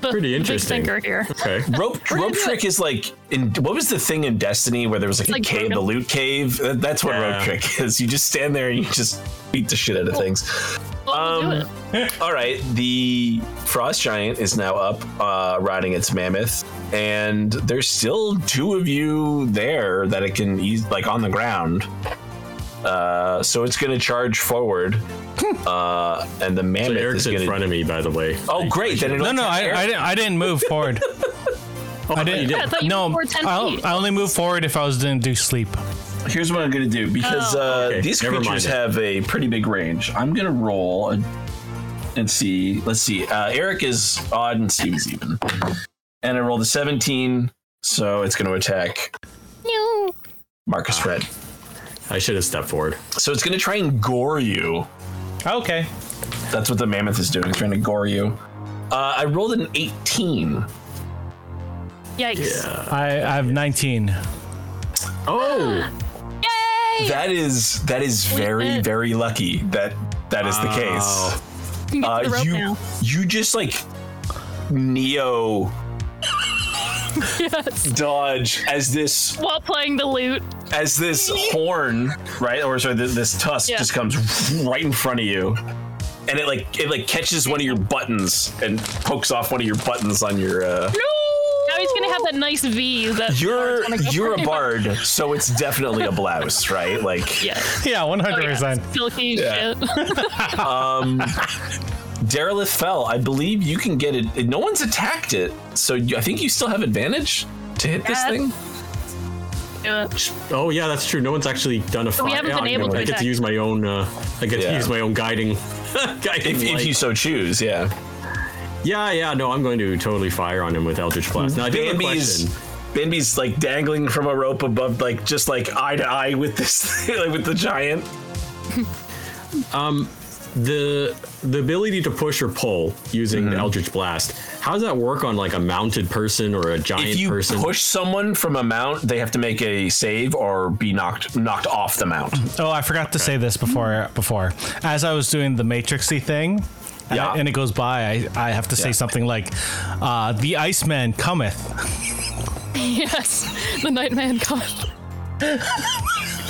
A: the
C: Pretty
A: big
C: interesting.
A: thinker here.
C: Okay.
D: Rope
A: gonna
D: rope
A: do
D: trick is like in what was the thing in Destiny where there was like,
A: like
D: a cave,
A: Gorgon.
D: the loot cave? That- That's what rope
C: Yeah.
D: trick is. You just stand there and you just beat the shit out of things.
A: Well, we'll do it.
D: All right, the frost giant is now up, uh, riding its mammoth, and there's still two of you there that it can ease, like on the ground. Uh, so it's going to charge forward, uh, and the
C: Hmm. So
D: mammoth
C: Eric's
D: is
C: in
D: going
C: front
D: to.
C: of me, by the way.
D: Oh, great! Then it'll
B: No, no,
D: attack
B: I,
D: Eric.
B: I, didn't, I didn't move forward.
C: Oh,
B: I didn't.
A: Yeah, I thought you
B: no,
A: moved forward 10
B: I,
A: feet.
B: I only moved forward if I was going to do sleep.
D: Here's what I'm going to do because uh,
C: Okay,
D: these
C: never mind
D: creatures
C: it.
D: have a pretty big range. I'm going to roll and, and see. Let's see. Uh, Eric is odd and Steve's even, and I rolled a 17, so it's going to attack
G: No.
D: Marcus Red.
C: I should have stepped forward.
D: So it's going to try and gore you.
B: Okay.
D: That's what the mammoth is doing, trying to gore you. Uh, I rolled an 18.
A: Yikes.
B: I, I have 19.
C: Oh,
A: Yay!
D: That is that is very
A: shit.
D: very lucky that that is the case.
A: You can get
D: Uh,
A: to the rope
D: you
A: now. [LAUGHS]
D: you just like neo
A: Yes.
D: dodge as this
A: While playing the loot.
D: as this horn, right, or sorry, this, this tusk
A: Yeah.
D: just comes right in front of you, and it like it like catches one of your buttons and pokes off one of your buttons on your. Uh,
A: Now he's gonna have that nice V that
D: you're
A: Bard's gonna go
D: you're
A: for.
D: a bard, so it's definitely a blouse, right?
A: [LAUGHS]
D: Like
A: Yeah.
B: Yeah, one
A: Oh,
B: hundred
A: yeah.
B: percent.
A: Silky
D: Yeah.
A: shit.
D: Derelith fell. I believe you can get it. No one's attacked it, so you, I think you still have advantage to hit this
A: Yes. [LAUGHS]
D: thing.
A: Yeah.
C: Oh yeah, that's true. No one's actually done a.
A: we haven't
C: yeah,
A: been
C: I
A: able
C: know.
A: to
C: I get
A: attack.
C: to use my own. Uh, I get
D: Yeah.
C: to use my own guiding. [LAUGHS] guiding
D: If, if
C: light.
D: you so choose, yeah.
C: yeah, yeah. No, I'm going to totally fire on him with Eldritch Blast. Now I do have a
D: Bambi's
C: question.
D: Bambi's like dangling from a rope above, like just like eye to eye with this, [LAUGHS] like with the giant.
C: The the ability to push or pull using the Eldritch Blast. How does that work on like a mounted person or a giant
D: If you
C: person?
D: push someone from a mount, they have to make a save or be knocked knocked off the mount.
B: Oh, I forgot to say this before before. As I was doing the matrixy thing, and-
D: Yeah.
B: and, it goes by, I, I have to say
D: Yeah.
B: something like, uh, "The Iceman cometh."
A: Yes. The Nightman God.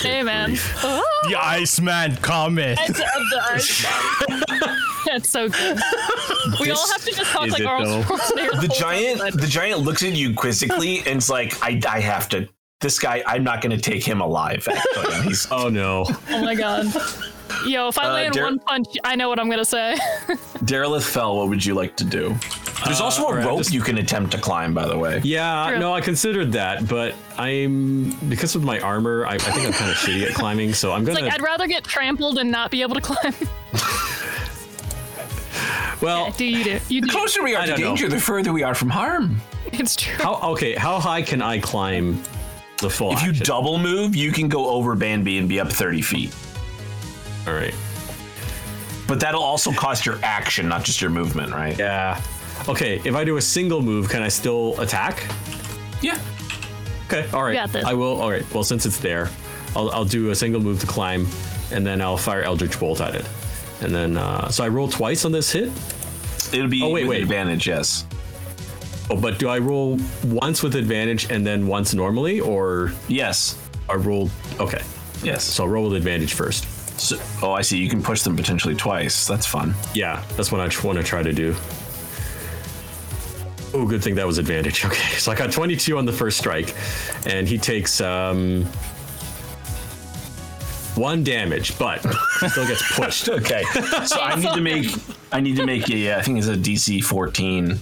A: hey man. Oh,
B: The Iceman cometh.
A: it's of the Iceman. That's so good. We all have to just talk
C: is
A: like
C: it,
A: Arnold
C: though.
A: Schwarzenegger.
D: The [LAUGHS]
A: whole
D: giant
A: time.
D: the giant looks at you quizzically and it's like, I I have to. This guy, I'm not going to take him alive. [LAUGHS] Actually, And he's
C: oh no.
A: Oh my god. Yo, if I
D: Uh,
A: land
D: Dar-
A: one punch, I know what I'm gonna say.
D: Derelith fell. What would you like to do? There's also a
C: Uh, right,
D: rope
C: just-
D: you can attempt to climb, by the way.
C: [LAUGHS] Yeah,
A: True.
C: no, I considered that, but I'm because of my armor, I, I think I'm kind of [LAUGHS] shitty at climbing, so I'm gonna.
A: Like, I'd rather get trampled and not be able to climb. [LAUGHS]
C: well,
A: do you do? You do.
D: Closer we are
C: I
D: to
C: don't know.
D: danger, the further we are from harm.
A: It's true.
C: how okay? How high can I climb the full?
D: If you
C: action?
D: double move, you can go over Banby and be up 30 feet.
C: all right.
D: But that'll also cost your action, not just your movement, right?
C: Yeah. Okay, if I do a single move, can I still attack?
D: Yeah.
C: Okay, all right.
A: got this.
C: I will. All right. Well, since it's there, I'll, I'll do a single move to climb, and then I'll fire Eldritch Bolt at it, and then uh, so I roll twice on this hit.
D: It'll be
C: Oh, wait,
D: with
C: wait.
D: advantage, yes.
C: Oh, but do I roll once with advantage and then once normally, or
D: Yes.
C: I roll? Okay,
D: Yes.
C: so I'll roll with advantage first.
D: So- oh, I see. You can push them potentially twice. That's fun.
C: Yeah, that's what I want to try to do. Oh, good thing that was advantage. [LAUGHS] Okay, so I got 22 on the first strike, and he takes um, one damage, but still gets pushed.
D: Okay. So I
A: [LAUGHS]
D: need to make I need to make a I think it's a DC 14.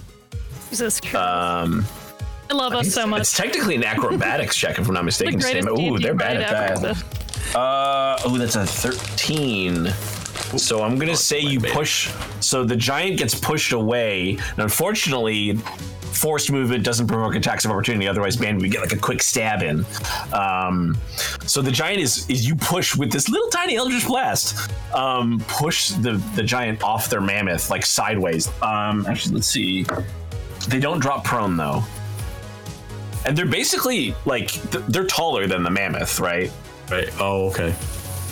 A: Jesus Christ. I love us so much.
D: um, It's technically an acrobatics check if I'm not
A: The
D: mistaken.
A: greatest
D: Sam. Ooh,
A: D&D
D: they're bad
A: ride
D: at
A: ever.
D: that. Uh, oh, that's a 13. So I'm going to say you push. So the giant gets pushed away. And unfortunately, forced movement doesn't provoke attacks of opportunity. Otherwise, man, we get like a quick stab in. Um, so the giant is, is you push with this little tiny Eldritch Blast, um, push the, the giant off their mammoth, like sideways. Um, actually, let's see. They don't drop prone, though. And they're basically like, th- they're taller than the mammoth, right?
C: Right. Oh, okay.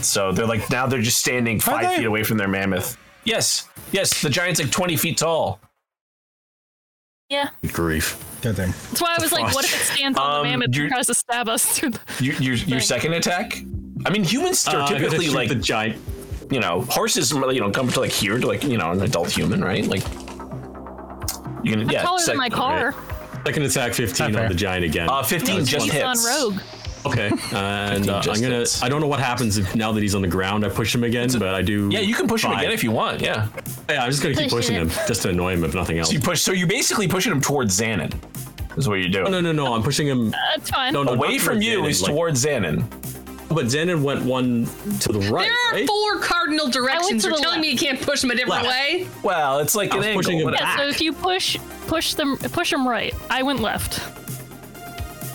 D: So they're like now they're just standing five
B: they?
D: feet away from their mammoth. Yes, yes, the giant's like twenty feet tall.
A: Yeah.
C: Good grief.
B: Goddamn.
A: That's why I was like, what if it stands on
D: Um,
A: the mammoth
D: you're-
A: and tries to stab us through the.
D: Your your, your second attack? I mean, humans are
C: Uh, I gotta
D: typically
C: shoot
D: like
C: the giant.
D: you know horses. You know, come to like here to like you know an adult human, right? Like you can yeah.
A: taller
D: sec-
A: than my car.
C: Second attack, 15
B: Not
C: on
B: fair.
C: the giant again.
D: Uh, Fifteen just
A: He's
D: hits.
A: on rogue.
C: okay. And uh,
D: just
C: I'm gonna.
D: hits.
C: I don't know what happens if, now that he's on the ground. I push him again, but I do.
D: Yeah, you can push him again if you want. Yeah,
C: Yeah, I'm just gonna keep
G: Push
C: pushing
G: him.
C: him just to annoy him, if nothing else.
D: you push. So you're basically pushing him towards Xanon. Is what you do.
C: Oh, No, no, no, no. I'm pushing him
A: [LAUGHS] That's fine.
C: no, no,
D: Away
C: not
D: from
C: towards
D: you
C: Xanon,
D: is
C: like-
D: towards Xanon.
C: But Zenon went one to the right,
E: There are
C: right?
E: four cardinal directions.
A: to
E: You're
A: the
E: telling
A: left.
E: me you can't push them a different
C: Left.
E: way?
D: Well, it's like an
C: was
D: angle.
C: pushing him
D: whatever.
A: Yeah, so
C: back.
A: if you push push them push them right, I went left.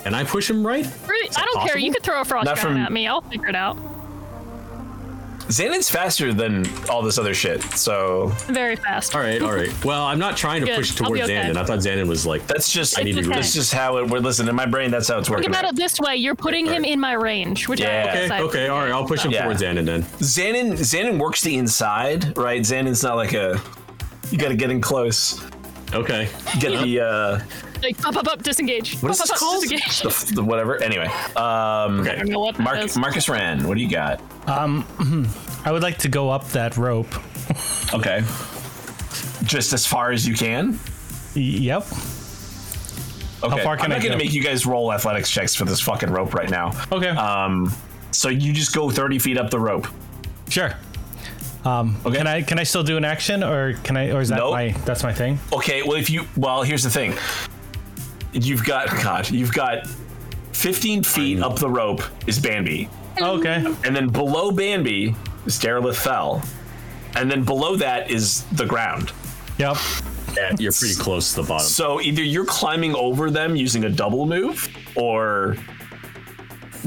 C: And I push him right?
A: Really, I don't care. You
C: possible?
A: could throw a frost
D: Not
A: giant
D: from-
A: at me. I'll figure it out.
D: Xanon's faster than all this other shit, so
A: Very fast.
C: All right, all right.
A: [LAUGHS]
C: Well, I'm not trying to
A: Good.
C: push
A: I'll be
C: towards
A: okay.
C: Xanon. I thought Xanon was like,
D: that's just
C: I need to
A: It's
C: do
A: okay.
D: that's
C: this.
D: just how it. We're listening in my brain. That's how it's
A: Think
D: working.
A: about
D: out.
A: it this way: you're putting him in my range, which
D: Yeah.
A: I
D: Okay,
C: Okay,
A: decide.
C: okay, all right. I'll push him
D: Yeah.
C: towards Xanon then.
D: Xanon Xanon works the inside, right? Xanon's not like a. You got to get in close.
C: Okay.
D: Get the uh,
A: Like up, up, up, disengage.
D: what is
A: up,
D: this
A: up, up,
D: called?
A: Disengage.
D: The, f- the whatever. Anyway, um,
A: [LAUGHS] I don't know what that
D: Mark,
A: is.
D: Marcus Rand, what do you got?
B: I would like to go up that rope.
D: Okay, just as far as you can.
B: Y- yep.
D: Okay.
B: far can
D: I'm not
B: I
D: gonna
B: go?
D: make you guys roll athletics checks for this fucking rope right now.
B: Okay.
A: Uh,
D: Um, so you just go 30 feet up the rope.
B: sure. Um, Can I can I still do an action or can I or is that
D: Nope.
B: my that's my thing?
D: Okay. Well, if you well, here's the thing. You've got God. You've got 15 feet up the rope is Bambi,
A: Um,
B: Okay.
D: and then below Bambi is Derelith Fell, and then below that is the ground.
B: Yep.
C: Yeah, you're pretty close to the bottom.
D: So either you're climbing over them using a double move, or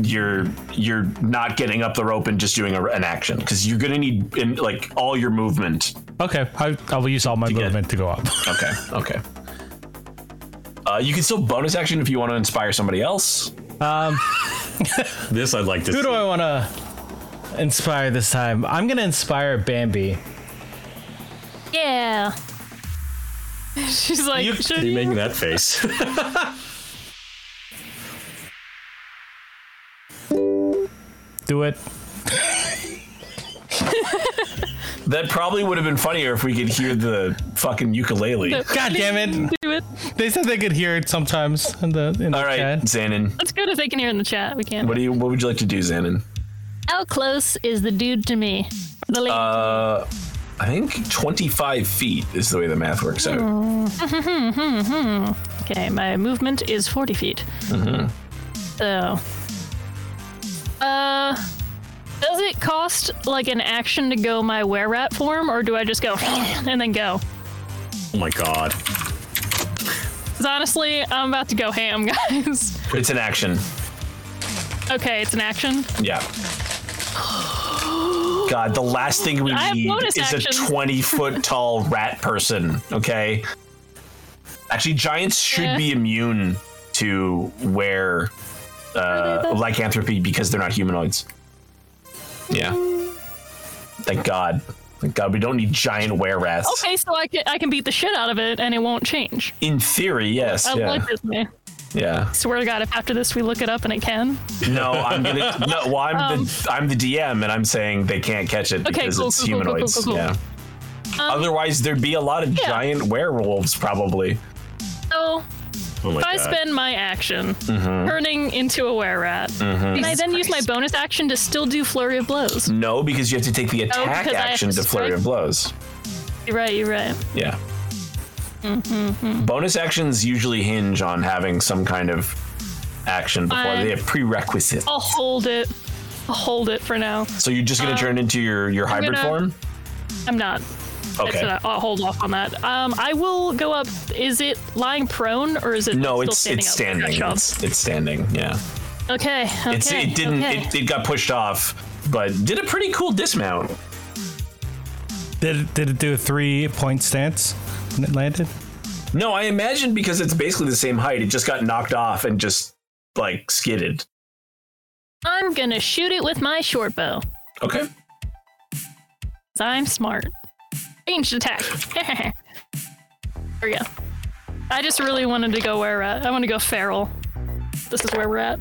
D: you're you're not getting up the rope and just doing a, an action because you're gonna need in, like all your movement.
B: Okay. I, I will use all my
D: get-
B: movement to go up.
D: Okay, okay. Uh, you can still bonus action if you want to inspire somebody else.
C: This I'd like to
B: Who
C: see.
B: do I want to inspire this time? I'm gonna inspire Bambi.
G: Yeah.
A: [LAUGHS] She's like,
C: you,
A: should
C: are you making that face? [LAUGHS] Oh
B: Do it.
D: That probably would have been funnier if we could hear the fucking ukulele.
A: [LAUGHS]
B: God damn it!
A: do it?
B: They said they could hear it sometimes in the in the
D: All right,
B: chat.
D: Xanon,
A: That's good if they can hear in the chat. We can't.
D: what do you what would you like to do, Xanon?
G: How close is the dude to me? The lady.
D: I think 25 feet is the way the math works out.
A: Oh. Okay, my movement is 40 feet. So. Uh. Does it cost like an action to go my were rat form, or do I just go [LAUGHS] and then go?
C: oh my god.
A: Because honestly, I'm about to go ham, [LAUGHS] guys.
D: It's an action.
A: okay, it's an action.
D: Yeah. God, the last thing we
A: I have
D: need
A: bonus
D: is
A: actions.
D: a 20 foot
A: [LAUGHS]
D: tall rat person, okay? Actually, giants should
A: Yeah.
D: be immune to wear uh, lycanthropy because they're not humanoids. Yeah. Thank God. Thank God we don't need giant were rats.
A: Okay, so I can I can beat the shit out of it and it won't change.
D: In theory, yes.
A: I
D: yeah.
A: like this man.
D: yeah.
A: Swear to God, if after this we look it up and it can.
D: No, I'm gonna. No, well, I'm the I'm the DM, and I'm saying they can't catch it because
A: Um, cool,
D: it's
A: cool, cool, cool,
D: humanoids.
A: cool, cool. Um,
D: Yeah. Otherwise, there'd be a lot of
A: yeah.
D: giant werewolves, probably.
A: So
C: Oh my
A: if I
C: god.
A: spend my action turning into a were rat, can I then use my bonus action to still do flurry of blows?
D: No, because you have to take the attack
A: because I have
D: action
A: to
D: to flurry
A: strike.
D: of blows.
A: You're right. You're right.
D: Yeah.
A: Mm-hmm.
D: Bonus actions usually hinge on having some kind of action before
A: Fine.
D: they have prerequisite.
A: I'll hold it. I'll hold it for now.
D: So you're just gonna turn into your your hybrid
A: uh, gonna-
D: form.
A: I'm not. I
D: Okay.
A: said I- I'll hold off on that. Um, I will go up. Is it lying prone or is it?
D: No,
A: still standing
D: it's it's
A: up?
D: standing.
A: Gotcha.
D: It's, it's standing. Yeah.
A: Okay. Okay.
D: It's, it didn't.
A: Okay.
D: It, it got pushed off, but did a pretty cool dismount.
B: Did it, did it do a three point stance when it landed?
D: No, I imagine because it's basically the same height. It just got knocked off and just like skidded.
A: I'm gonna shoot it with my short bow.
D: Okay.
A: 'cause I'm smart. Ranged attack. [LAUGHS] there we go. I just really wanted to go where we're at. I want to go feral. This is where we're at.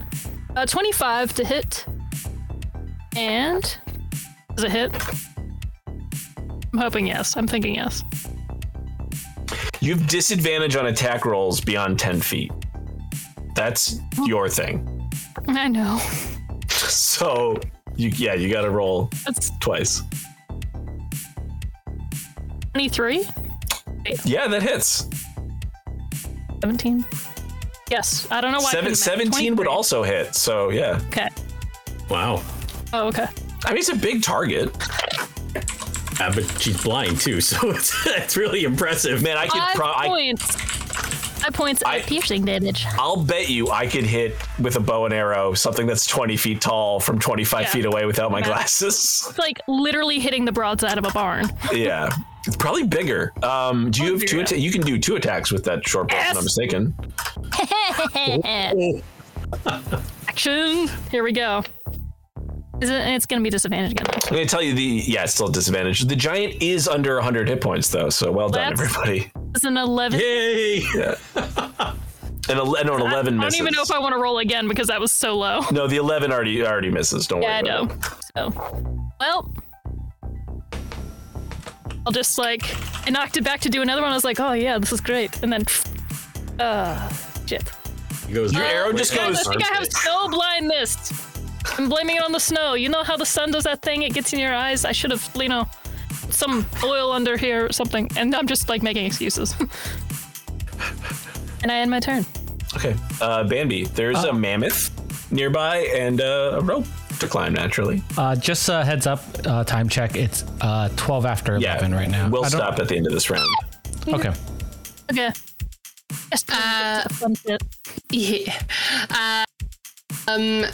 A: Uh, 25 to hit. And. Is it hit? I'm hoping yes. I'm thinking yes. [LAUGHS]
D: You have disadvantage on attack rolls beyond 10 feet. That's your thing.
A: I know.
D: So, you, yeah, you gotta roll
A: That's
D: twice.
A: 23?
D: Yeah, that hits.
A: 17? Yes. I don't know why. I
D: Seven-
A: couldn't remember.
D: 17
A: 23.
D: would also hit. So, yeah.
A: Okay.
C: wow.
A: Oh, okay.
D: I mean, it's a big target.
C: Yeah, but she's blind too, [LAUGHS] so it's, it's really impressive.
D: Man, I could
A: Five
D: pro- I,
A: points.
G: Five points
D: I-
G: of piercing damage.
D: I'll bet you I could hit with a bow and arrow something that's 20 feet tall from 25
A: Yeah.
D: feet away without my
A: Yeah.
D: glasses. [LAUGHS]
A: It's like literally hitting the broadside of a barn.
D: yeah. It's probably bigger. Um, do you have two?
A: yeah.
D: Atta- you can do two attacks with that short bow, if I'm not mistaken.
A: [LAUGHS] Action. Here we go. Is it, it's gonna be disadvantage again.
D: I'm gonna tell you the yeah, it's still a disadvantage. The giant is under 100 hit points though, so well done
A: That's- [LAUGHS]
D: everybody.
A: is an 11.
C: Yay!
A: [LAUGHS]
D: An ele- no, an eleven
A: I don't
D: misses.
A: even know if I want to roll again because that was so
D: [LAUGHS]
A: low.
D: No, the eleven already already misses. Don't
A: Yeah, I
D: worry. about
A: know.
D: it.
A: So, well, I'll just like I knocked it back to do another one. I was like, oh yeah, this is great, and then, uh, shit.
C: He goes,
D: Your arrow just
A: Guys, I
D: goes.
A: think I have snow blindness. I'm blaming it on the snow. You know how the sun does that thing? It gets in your eyes. I should have, you know, some oil under here or something. And I'm just like making excuses. [LAUGHS] and I end my turn.
D: Okay, uh, Bambi. There's
B: Uh-huh.
D: a mammoth nearby and uh, a rope to climb naturally.
B: Uh, just uh, heads up, uh, time check. It's uh, 12 after 11 right now.
D: We'll
B: I don't-
D: stop at the end of this round.
B: Okay.
A: Okay. Just
E: Uh, Yeah. Uh, um,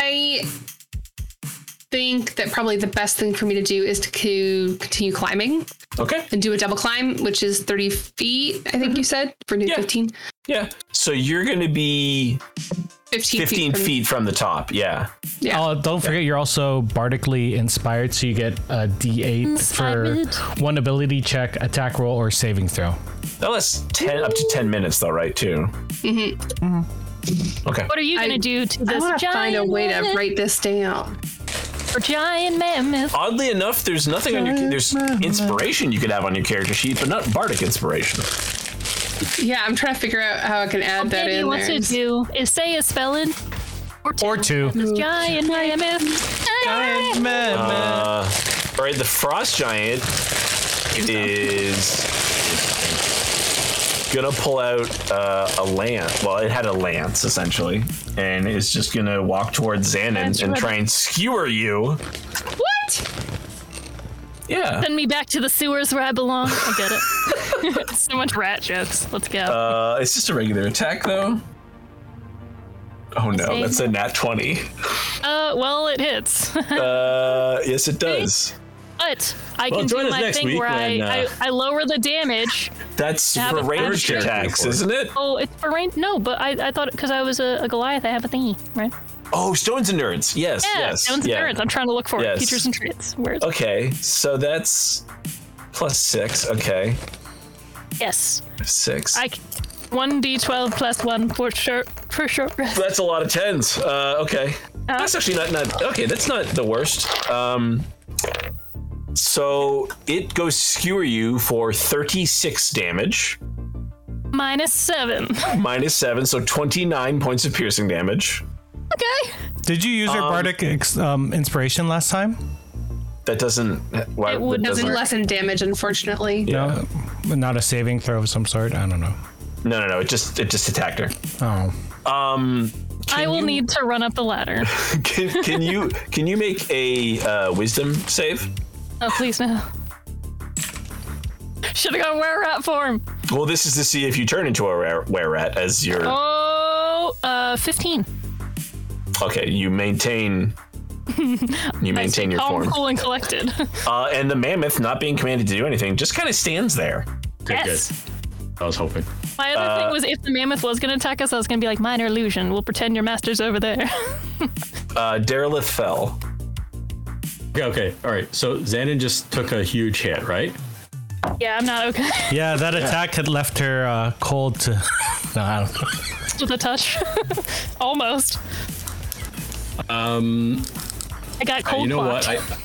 E: I think that probably the best thing for me to do is to co- continue climbing
D: Okay.
E: and do a double climb, which is 30 feet, I
A: Mm-hmm.
E: think you said, for new
D: Yeah.
E: 15.
D: Yeah. So you're going to be
E: 15,
D: 15
E: from-
D: feet from the top. Yeah.
E: Yeah.
B: Oh, don't forget you're also bardically inspired, so you get a D8 for one ability check, attack roll, or saving throw.
D: That lasts 10 up to 10 minutes though, right? Too.
B: Mm-hmm.
D: Okay.
A: Mm-hmm. What are you
E: I-
A: going to do to
E: I
A: this
E: want to
A: giant,
E: find a way to
A: mammoth-
E: write this down.
A: or giant mammoth?
D: Oddly enough, there's nothing on your there's inspiration you could have on your character sheet, but not bardic inspiration.
E: Yeah, I'm trying to figure out how I can add that
A: Maybe
E: in
A: what
E: there.
A: to do is say a spelling.
B: Or two.
A: Giant mammoth.
D: Uh, all right, the frost giant is gonna pull out uh, a lance. Well, it had a lance essentially, and is just gonna walk towards Xanon
A: That's
D: and
A: right.
D: try and skewer you.
A: Ah! What?
D: Yeah.
A: Send me back to the sewers where I belong. I get it. [LAUGHS] so much rat jokes. Let's go.
D: Uh, it's just a regular attack though. Oh no,
A: Save.
D: that's a nat twenty.
A: Uh, well, it hits. [LAUGHS]
D: Uh, yes, it does.
A: but I
C: Well,
A: can
C: join
A: do
C: us
A: my
C: next
A: thing
C: week
A: where I,
C: when, uh,
A: I, I lower the damage.
D: That's
A: Have
D: for
A: a
D: ranged
A: faster-
D: attacks, isn't it?
A: Oh, it's for range. No, but I, I thought because I was a, a Goliath, I have a thingy, right?
D: Oh, stones and nerds. Yes,
A: Yeah,
D: yes,
A: stones
D: yeah.
A: and nerds. I'm trying to look for
D: Yes.
A: it. Teachers and traits. Where's
D: Okay, so that's plus six. Okay,
A: yes?
D: six.
A: I one d12 plus one for sure. For sure. [LAUGHS]
D: that's a lot of tens. Uh, okay, that's actually not not okay. That's not the worst. Um, so it goes skewer you for thirty six damage,
A: Minus seven. [LAUGHS]
D: minus seven, so twenty nine points of piercing damage.
A: okay.
B: Did you use your bardic ex- um, inspiration last time?
D: That doesn't. Why,
A: It would-
D: that
E: Doesn't
D: doesn't-
E: lessen damage, unfortunately.
D: Yeah.
B: No, not a saving throw of some sort. I don't know.
D: No, no, no. It just it just attacked her. [LAUGHS]
B: Oh,
D: Um,
A: I will need to run up the ladder.
D: can, can you can you make a uh, wisdom save?
A: Oh, please no. [LAUGHS] Should have gone where rat form.
D: Well, this is to see if you turn into a were- were-rat as your.
A: Oh, uh, 15.
D: Okay, you
A: [LAUGHS]
D: maintain. You
A: I stay
D: maintain your
A: calm,
D: form.
A: cool, and
C: [LAUGHS]
A: collected.
D: Uh, and the mammoth, not being commanded to do anything, just kind of stands there.
A: yes.
C: I was hoping.
A: My other
C: Uh,
A: thing was if the mammoth was going to attack us, I was going to be like, minor illusion. We'll pretend your master's over there. [LAUGHS]
D: Uh, Derelith fell.
C: Okay, okay, all right. So Xanon just took a huge hit, right?
A: yeah, I'm not okay [LAUGHS]
B: yeah. That attack had left her uh, cold. To [LAUGHS] no, I don't know.
A: with a touch. [LAUGHS] Almost. Um, I got cold.
C: Um, uh, you know
A: clocked.
C: what? I,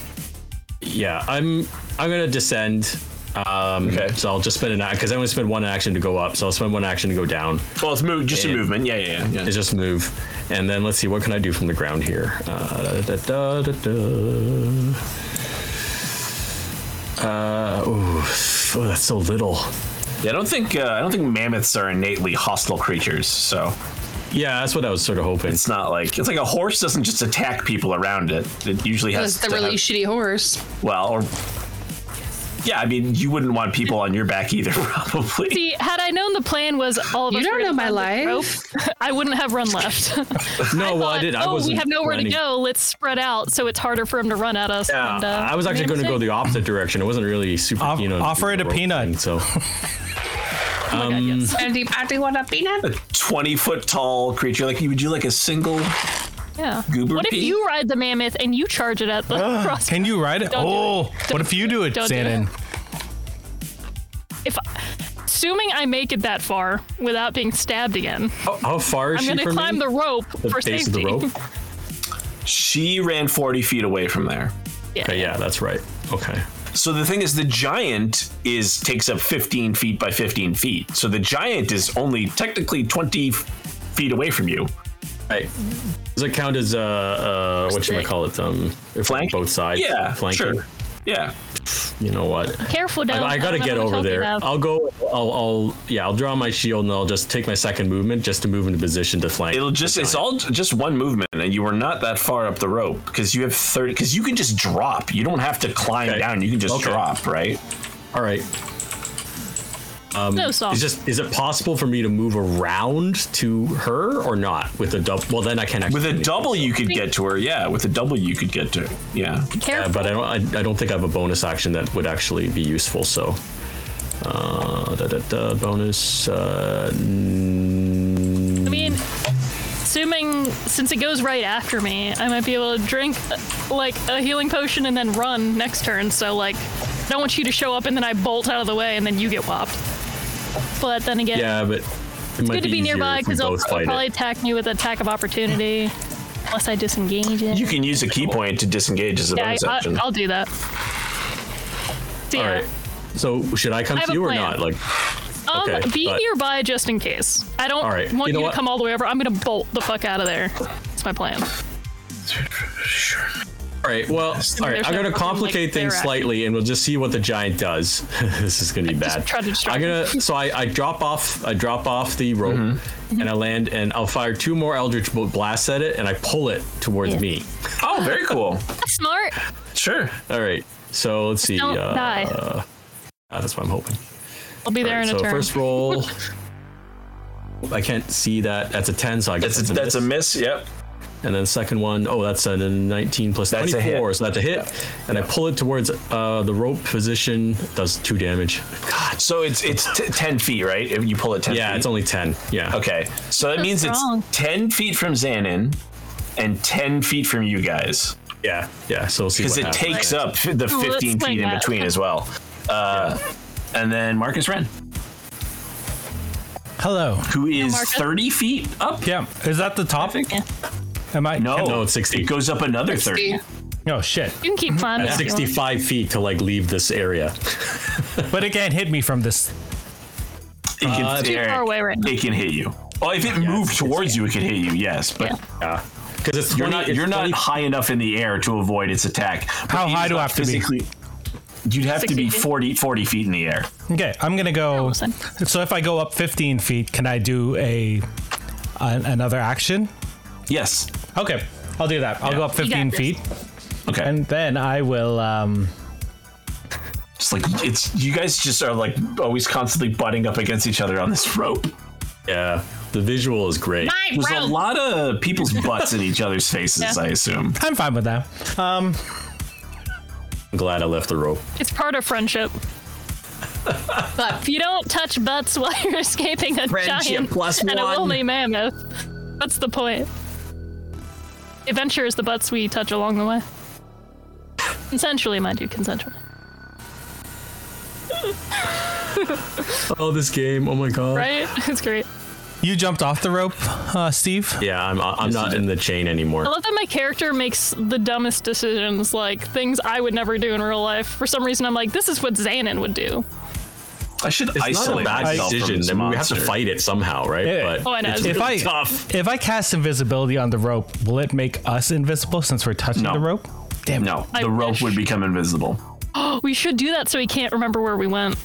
C: yeah, I'm. I'm gonna descend. Um,
D: Okay.
C: So I'll just spend an act because I only spend one action to go up. So I'll spend one action to go down.
D: Well, it's move, just a
C: Yeah.
D: movement. Yeah, yeah, yeah.
C: It's just move, and then let's see what can I do from the ground here. Uh, da, da, da, da, da. Uh, ooh, f- oh, that's so little.
D: Yeah, I don't think uh, I don't think mammoths are innately hostile creatures. So
C: Yeah, that's what I was sort of hoping.
D: it's not like it's like a horse doesn't just attack people around it. It usually
E: It
D: has
E: was the
D: to have-
E: really shitty horse.
D: well, or yeah, I mean, you wouldn't want people on your back either, [LAUGHS] probably.
A: See, had I known the plan was all of
E: You
A: us
E: don't
A: were gonna
E: know my
A: climb the
E: life.
A: rope, [LAUGHS] I wouldn't have run left. [LAUGHS]
C: no, well, I
A: thought,
C: did. I
A: oh, we
C: wasn't
A: have nowhere
C: planning-
A: to go. Let's spread out, so it's harder for him to run at us.
C: Yeah,
A: and, uh,
C: I was actually
A: made
C: going to go
A: mistake.
C: the opposite direction. I wasn't really super
B: Off-
C: keen on
B: offer it
C: doing
B: a
C: the rope
B: peanut.
C: thing, so
A: Oh my God, yes.
E: And the party want a peanut?
D: 20 foot tall creature. Like, you would you like a single?
A: Yeah.
D: Goober
A: what if
D: pea?
A: you ride the mammoth and you charge it at
C: [GASPS]
A: the [LAUGHS] cross?
B: Can you ride it?
A: Don't do it.
B: oh, what
A: Don't
B: if you do it,
A: Don't do it.
B: Xanon?
A: If assuming I make it that far without being stabbed again,
C: How, how far is
A: I'm
C: she
A: gonna
C: from
A: climb
C: me?
A: the rope for
C: base
A: safety.
C: of the rope.
D: She ran 40 feet away from there.
A: [LAUGHS] Yeah.
C: Okay, yeah, that's right. Okay.
D: So the thing is, the giant is takes up 15 feet by 15 feet. So the giant is only technically 20 f- feet away from you.
C: Right. Does it count as uh, uh what should I call it? Um, if
D: Flank?
C: both sides.
D: Yeah,
C: flank.
D: sure. Yeah.
C: You know what?
A: Careful,
C: I,
A: though.
C: I gotta
A: don't know
C: get
A: what
C: over
A: help you
C: there.
A: have.
C: I'll go. I'll, I'll. Yeah, I'll draw my shield and I'll just take my second movement just to move into position to flank.
D: It'll just, it's all j- just one movement, and you were not that far up the rope because you have 30, because you can just drop. You don't have to climb
C: Okay.
D: down. You can just
C: Okay.
D: drop, right?
C: all right.
A: no stop.
C: Is Um, just is it possible for me to move around to her or not with a double? Well, then I can actually.
D: With a double, you could get to her. Yeah. With a double, you could get to her. Yeah.
C: Uh,
A: Careful.
C: but I don't. I, I don't think I have a bonus action that would actually be useful. So, uh, da, da, da, bonus. Uh,
A: I mean, assuming since it goes right after me, I might be able to drink uh, like a healing potion and then run next turn. So like, I don't want you to show up and then I bolt out of the way and then you get whopped. But then again,
C: yeah, but it might
A: good to be
C: easier
A: nearby
C: if we
A: because they'll
C: both
A: pro-
C: fight it.
A: probably attack me with attack of opportunity unless I disengage it.
D: You can use a key point to disengage as a
A: yeah,
D: bonus
A: I,
D: action.
A: will do that. So,
C: All
A: yeah.
C: right. So should I come
A: I have
C: to
A: a
C: you or
A: plan.
C: not? Like,
A: Um,
C: okay,
A: be
C: but-
A: nearby just in case. I don't
C: All right,
A: want
C: you
A: you,
C: know
A: to
C: what?
A: come all the way over. I'm gonna bolt the fuck out of there. That's my plan.
C: all right. Well, all right.
A: there's
C: I'm
A: no
C: gonna
A: fucking, like,
C: complicate things
A: interaction.
C: slightly, and we'll just see what the giant does. [LAUGHS] this is gonna be
A: just
C: bad.
A: try to distract Mm-hmm.
C: I'm
A: him.
C: gonna. So I, I drop off. I drop off the rope,
D: Mm-hmm.
C: and I land, and I'll fire two more eldritch Bolt blasts at it, and I pull it towards me.
D: oh, very cool.
A: That's smart.
D: Sure.
C: All right. So let's see.
A: Don't
C: uh,
A: die.
C: uh, that's what I'm hoping.
A: I'll be there
C: Alright,
A: in a
C: so
A: turn. [LAUGHS]
C: first roll. I can't see that. That's a ten, so I guess
D: That's a,
C: it's
D: that's a miss. Yep.
C: And then second one, oh, that's a 19 plus
D: That's a
C: 24,
D: hit.
C: so that's a hit. And I pull it towards uh, the rope position, does two damage. God.
D: So it's it's t- ten feet, right? If you pull it ten.
C: Yeah,
D: feet.
C: it's only 10. Yeah.
D: okay. So that
A: So
D: means
A: strong.
D: it's ten feet from Xanon and ten feet from you guys,
C: Yeah. Yeah. So we'll see
D: because
C: what
D: it
C: happens.
D: takes up f- the
A: let's
D: fifteen
A: swing
D: feet in
A: that.
D: between as well. Uh, And then Marcus Wren,
B: Hello.
D: who is
A: Marcus.
D: thirty feet up.
B: Yeah. Is that the topic?
A: Yeah.
B: Am I?
D: No,
C: No, it's 60.
D: It goes up another thirty.
B: Oh shit.
A: You can
C: [LAUGHS]
A: keep climbing.
C: At
A: if you want.
C: 65 feet to like leave this area.
B: But it can't hit me from this.
D: It can,
C: Uh,
A: Too
D: Eric,
A: far away right now.
D: It can hit you. Well, if it moved towards you, it could hit you. Yes, but
A: Yeah.
C: Yeah. Because it's
D: You're
C: 20
D: not
C: it's
D: you're not
C: 20
D: high enough in the air to avoid its attack. But
B: How
D: it
B: high
D: is
B: do I
D: not
B: have to be?
D: physically- You'd have to be
A: 60 feet?
D: 40, 40 feet in the air.
B: Okay, I'm gonna go.
A: listen.
B: So if I go up 15 feet, can I do a, an another action?
D: Yes.
B: Okay, I'll do that. I'll go up
A: You got
B: 15
A: this.
B: feet,
D: Okay.
B: and then I will. Um,
D: just like it's you guys just are like always constantly butting up against each other on this [LAUGHS] rope.
C: Yeah. The visual is great.
G: My
D: There's a
G: rope.
D: lot of people's butts in each other's faces,
A: Yeah.
D: I assume.
B: I'm fine with that. Um,
C: I'm [LAUGHS] glad I left the rope.
A: It's part of friendship. but if you don't touch butts while [LAUGHS] you're escaping a giant
C: plus
A: and a
C: one.
A: lonely mammoth, that's the point. Adventure is the butts we touch along the way. Consensually, mind you, consensually.
C: Oh, this game. Oh my God.
A: Right? [LAUGHS] It's great.
B: you jumped off the rope, uh, Steve.
C: Yeah, I'm, I'm not in the chain anymore.
A: I love that my character makes the dumbest decisions, like things I would never do in real life. For some reason, I'm like, this is what Xanon would do.
D: I should
C: It's not a
D: isolate
C: bad
D: myself from
C: decision.
D: this
C: I mean, we have to
D: monster.
C: fight it somehow, right?
B: Yeah.
C: But
A: Oh, I know.
C: It's
A: It's
B: If I
C: really tough.
B: if I cast invisibility on the rope, will it make us invisible since we're touching
D: No.
B: the rope? Damn. it.
D: No,
A: I
D: the rope
A: wish.
D: would become invisible.
A: We should do that so he can't remember where we went.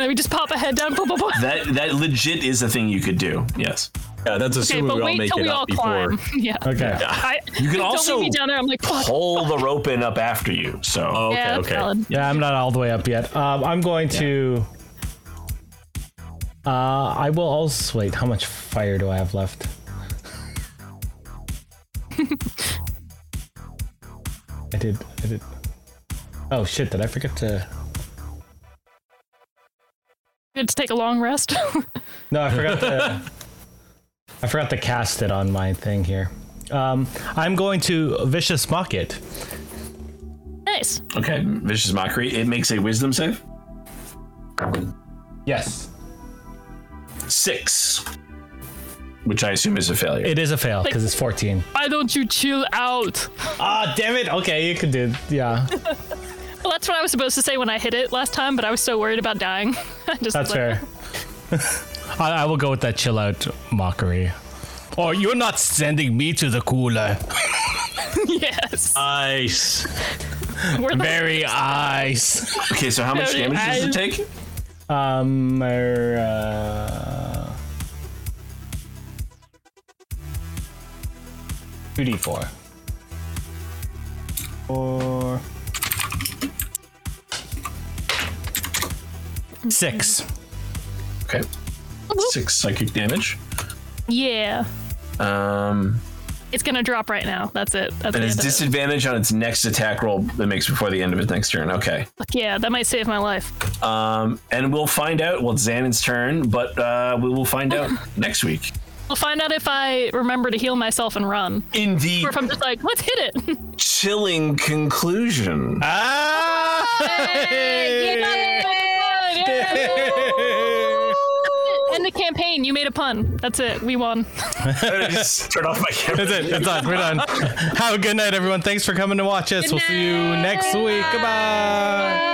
A: And we just pop a head down. Blah, blah, blah.
D: That that legit is a thing you could do. Yes.
C: Yeah, that's
A: Okay,
C: assuming
A: but
C: we all
A: wait
C: make
A: till
C: it
A: we all
C: up before.
A: climb. [LAUGHS] Yeah.
B: Okay.
A: I,
D: You can
A: don't
D: also
A: leave me down there. I'm like, fuck.
D: Pull the rope in up after you. So
C: Oh, okay,
A: yeah, that's
C: okay.
A: valid.
B: Yeah, I'm not all the way up yet. Um, I'm going to. Uh, I will also wait. How much fire do I have left? I did. I did. Oh shit! Did I forget to?
A: Good to take a long rest. [LAUGHS]
B: No, I forgot to. I forgot to cast it on my thing here. Um, I'm going to vicious mock it.
A: nice.
D: okay. Vicious mockery. It makes a wisdom save.
B: Yes.
D: Six, which I assume is a failure.
B: It is a fail because it's 14.
A: Why don't you chill out?
B: Ah, damn it. Okay, you can do. Yeah,
A: Well, that's what I was supposed to say when I hit it last time, but I was so worried about dying. [LAUGHS] I just
B: that's
A: like,
B: fair. [LAUGHS] I, I will go with that chill out mockery. Or you're not sending me to the cooler.
A: [LAUGHS] Yes.
D: Uh,
C: Nice.
A: We're the-
B: Very ice.
D: okay, so how much
A: Sorry,
D: damage does
A: I-
D: it take?
B: Um, uh, 2d4. Four. Six.
D: Okay, six psychic damage.
A: yeah.
D: Um,
A: It's gonna drop right now. That's it. That's
D: and
A: the end
D: it's
A: of it.
D: disadvantage on its next attack roll that makes before the end of its next turn. Okay.
A: Yeah, that might save my life.
D: Um, and we'll find out. Well, it's Xanon's turn, but uh, we will find out next week.
A: We'll find out if I remember to heal myself and run,
D: In the
A: or if I'm just like, let's hit it. [LAUGHS]
D: chilling conclusion.
B: Ah!
A: End the campaign. You made a pun. That's it. We won.
D: I just turn off my camera.
B: [LAUGHS] That's it. That's done. We're done. Have a good night, everyone. Thanks for coming to watch us. We'll see you next week. Goodbye.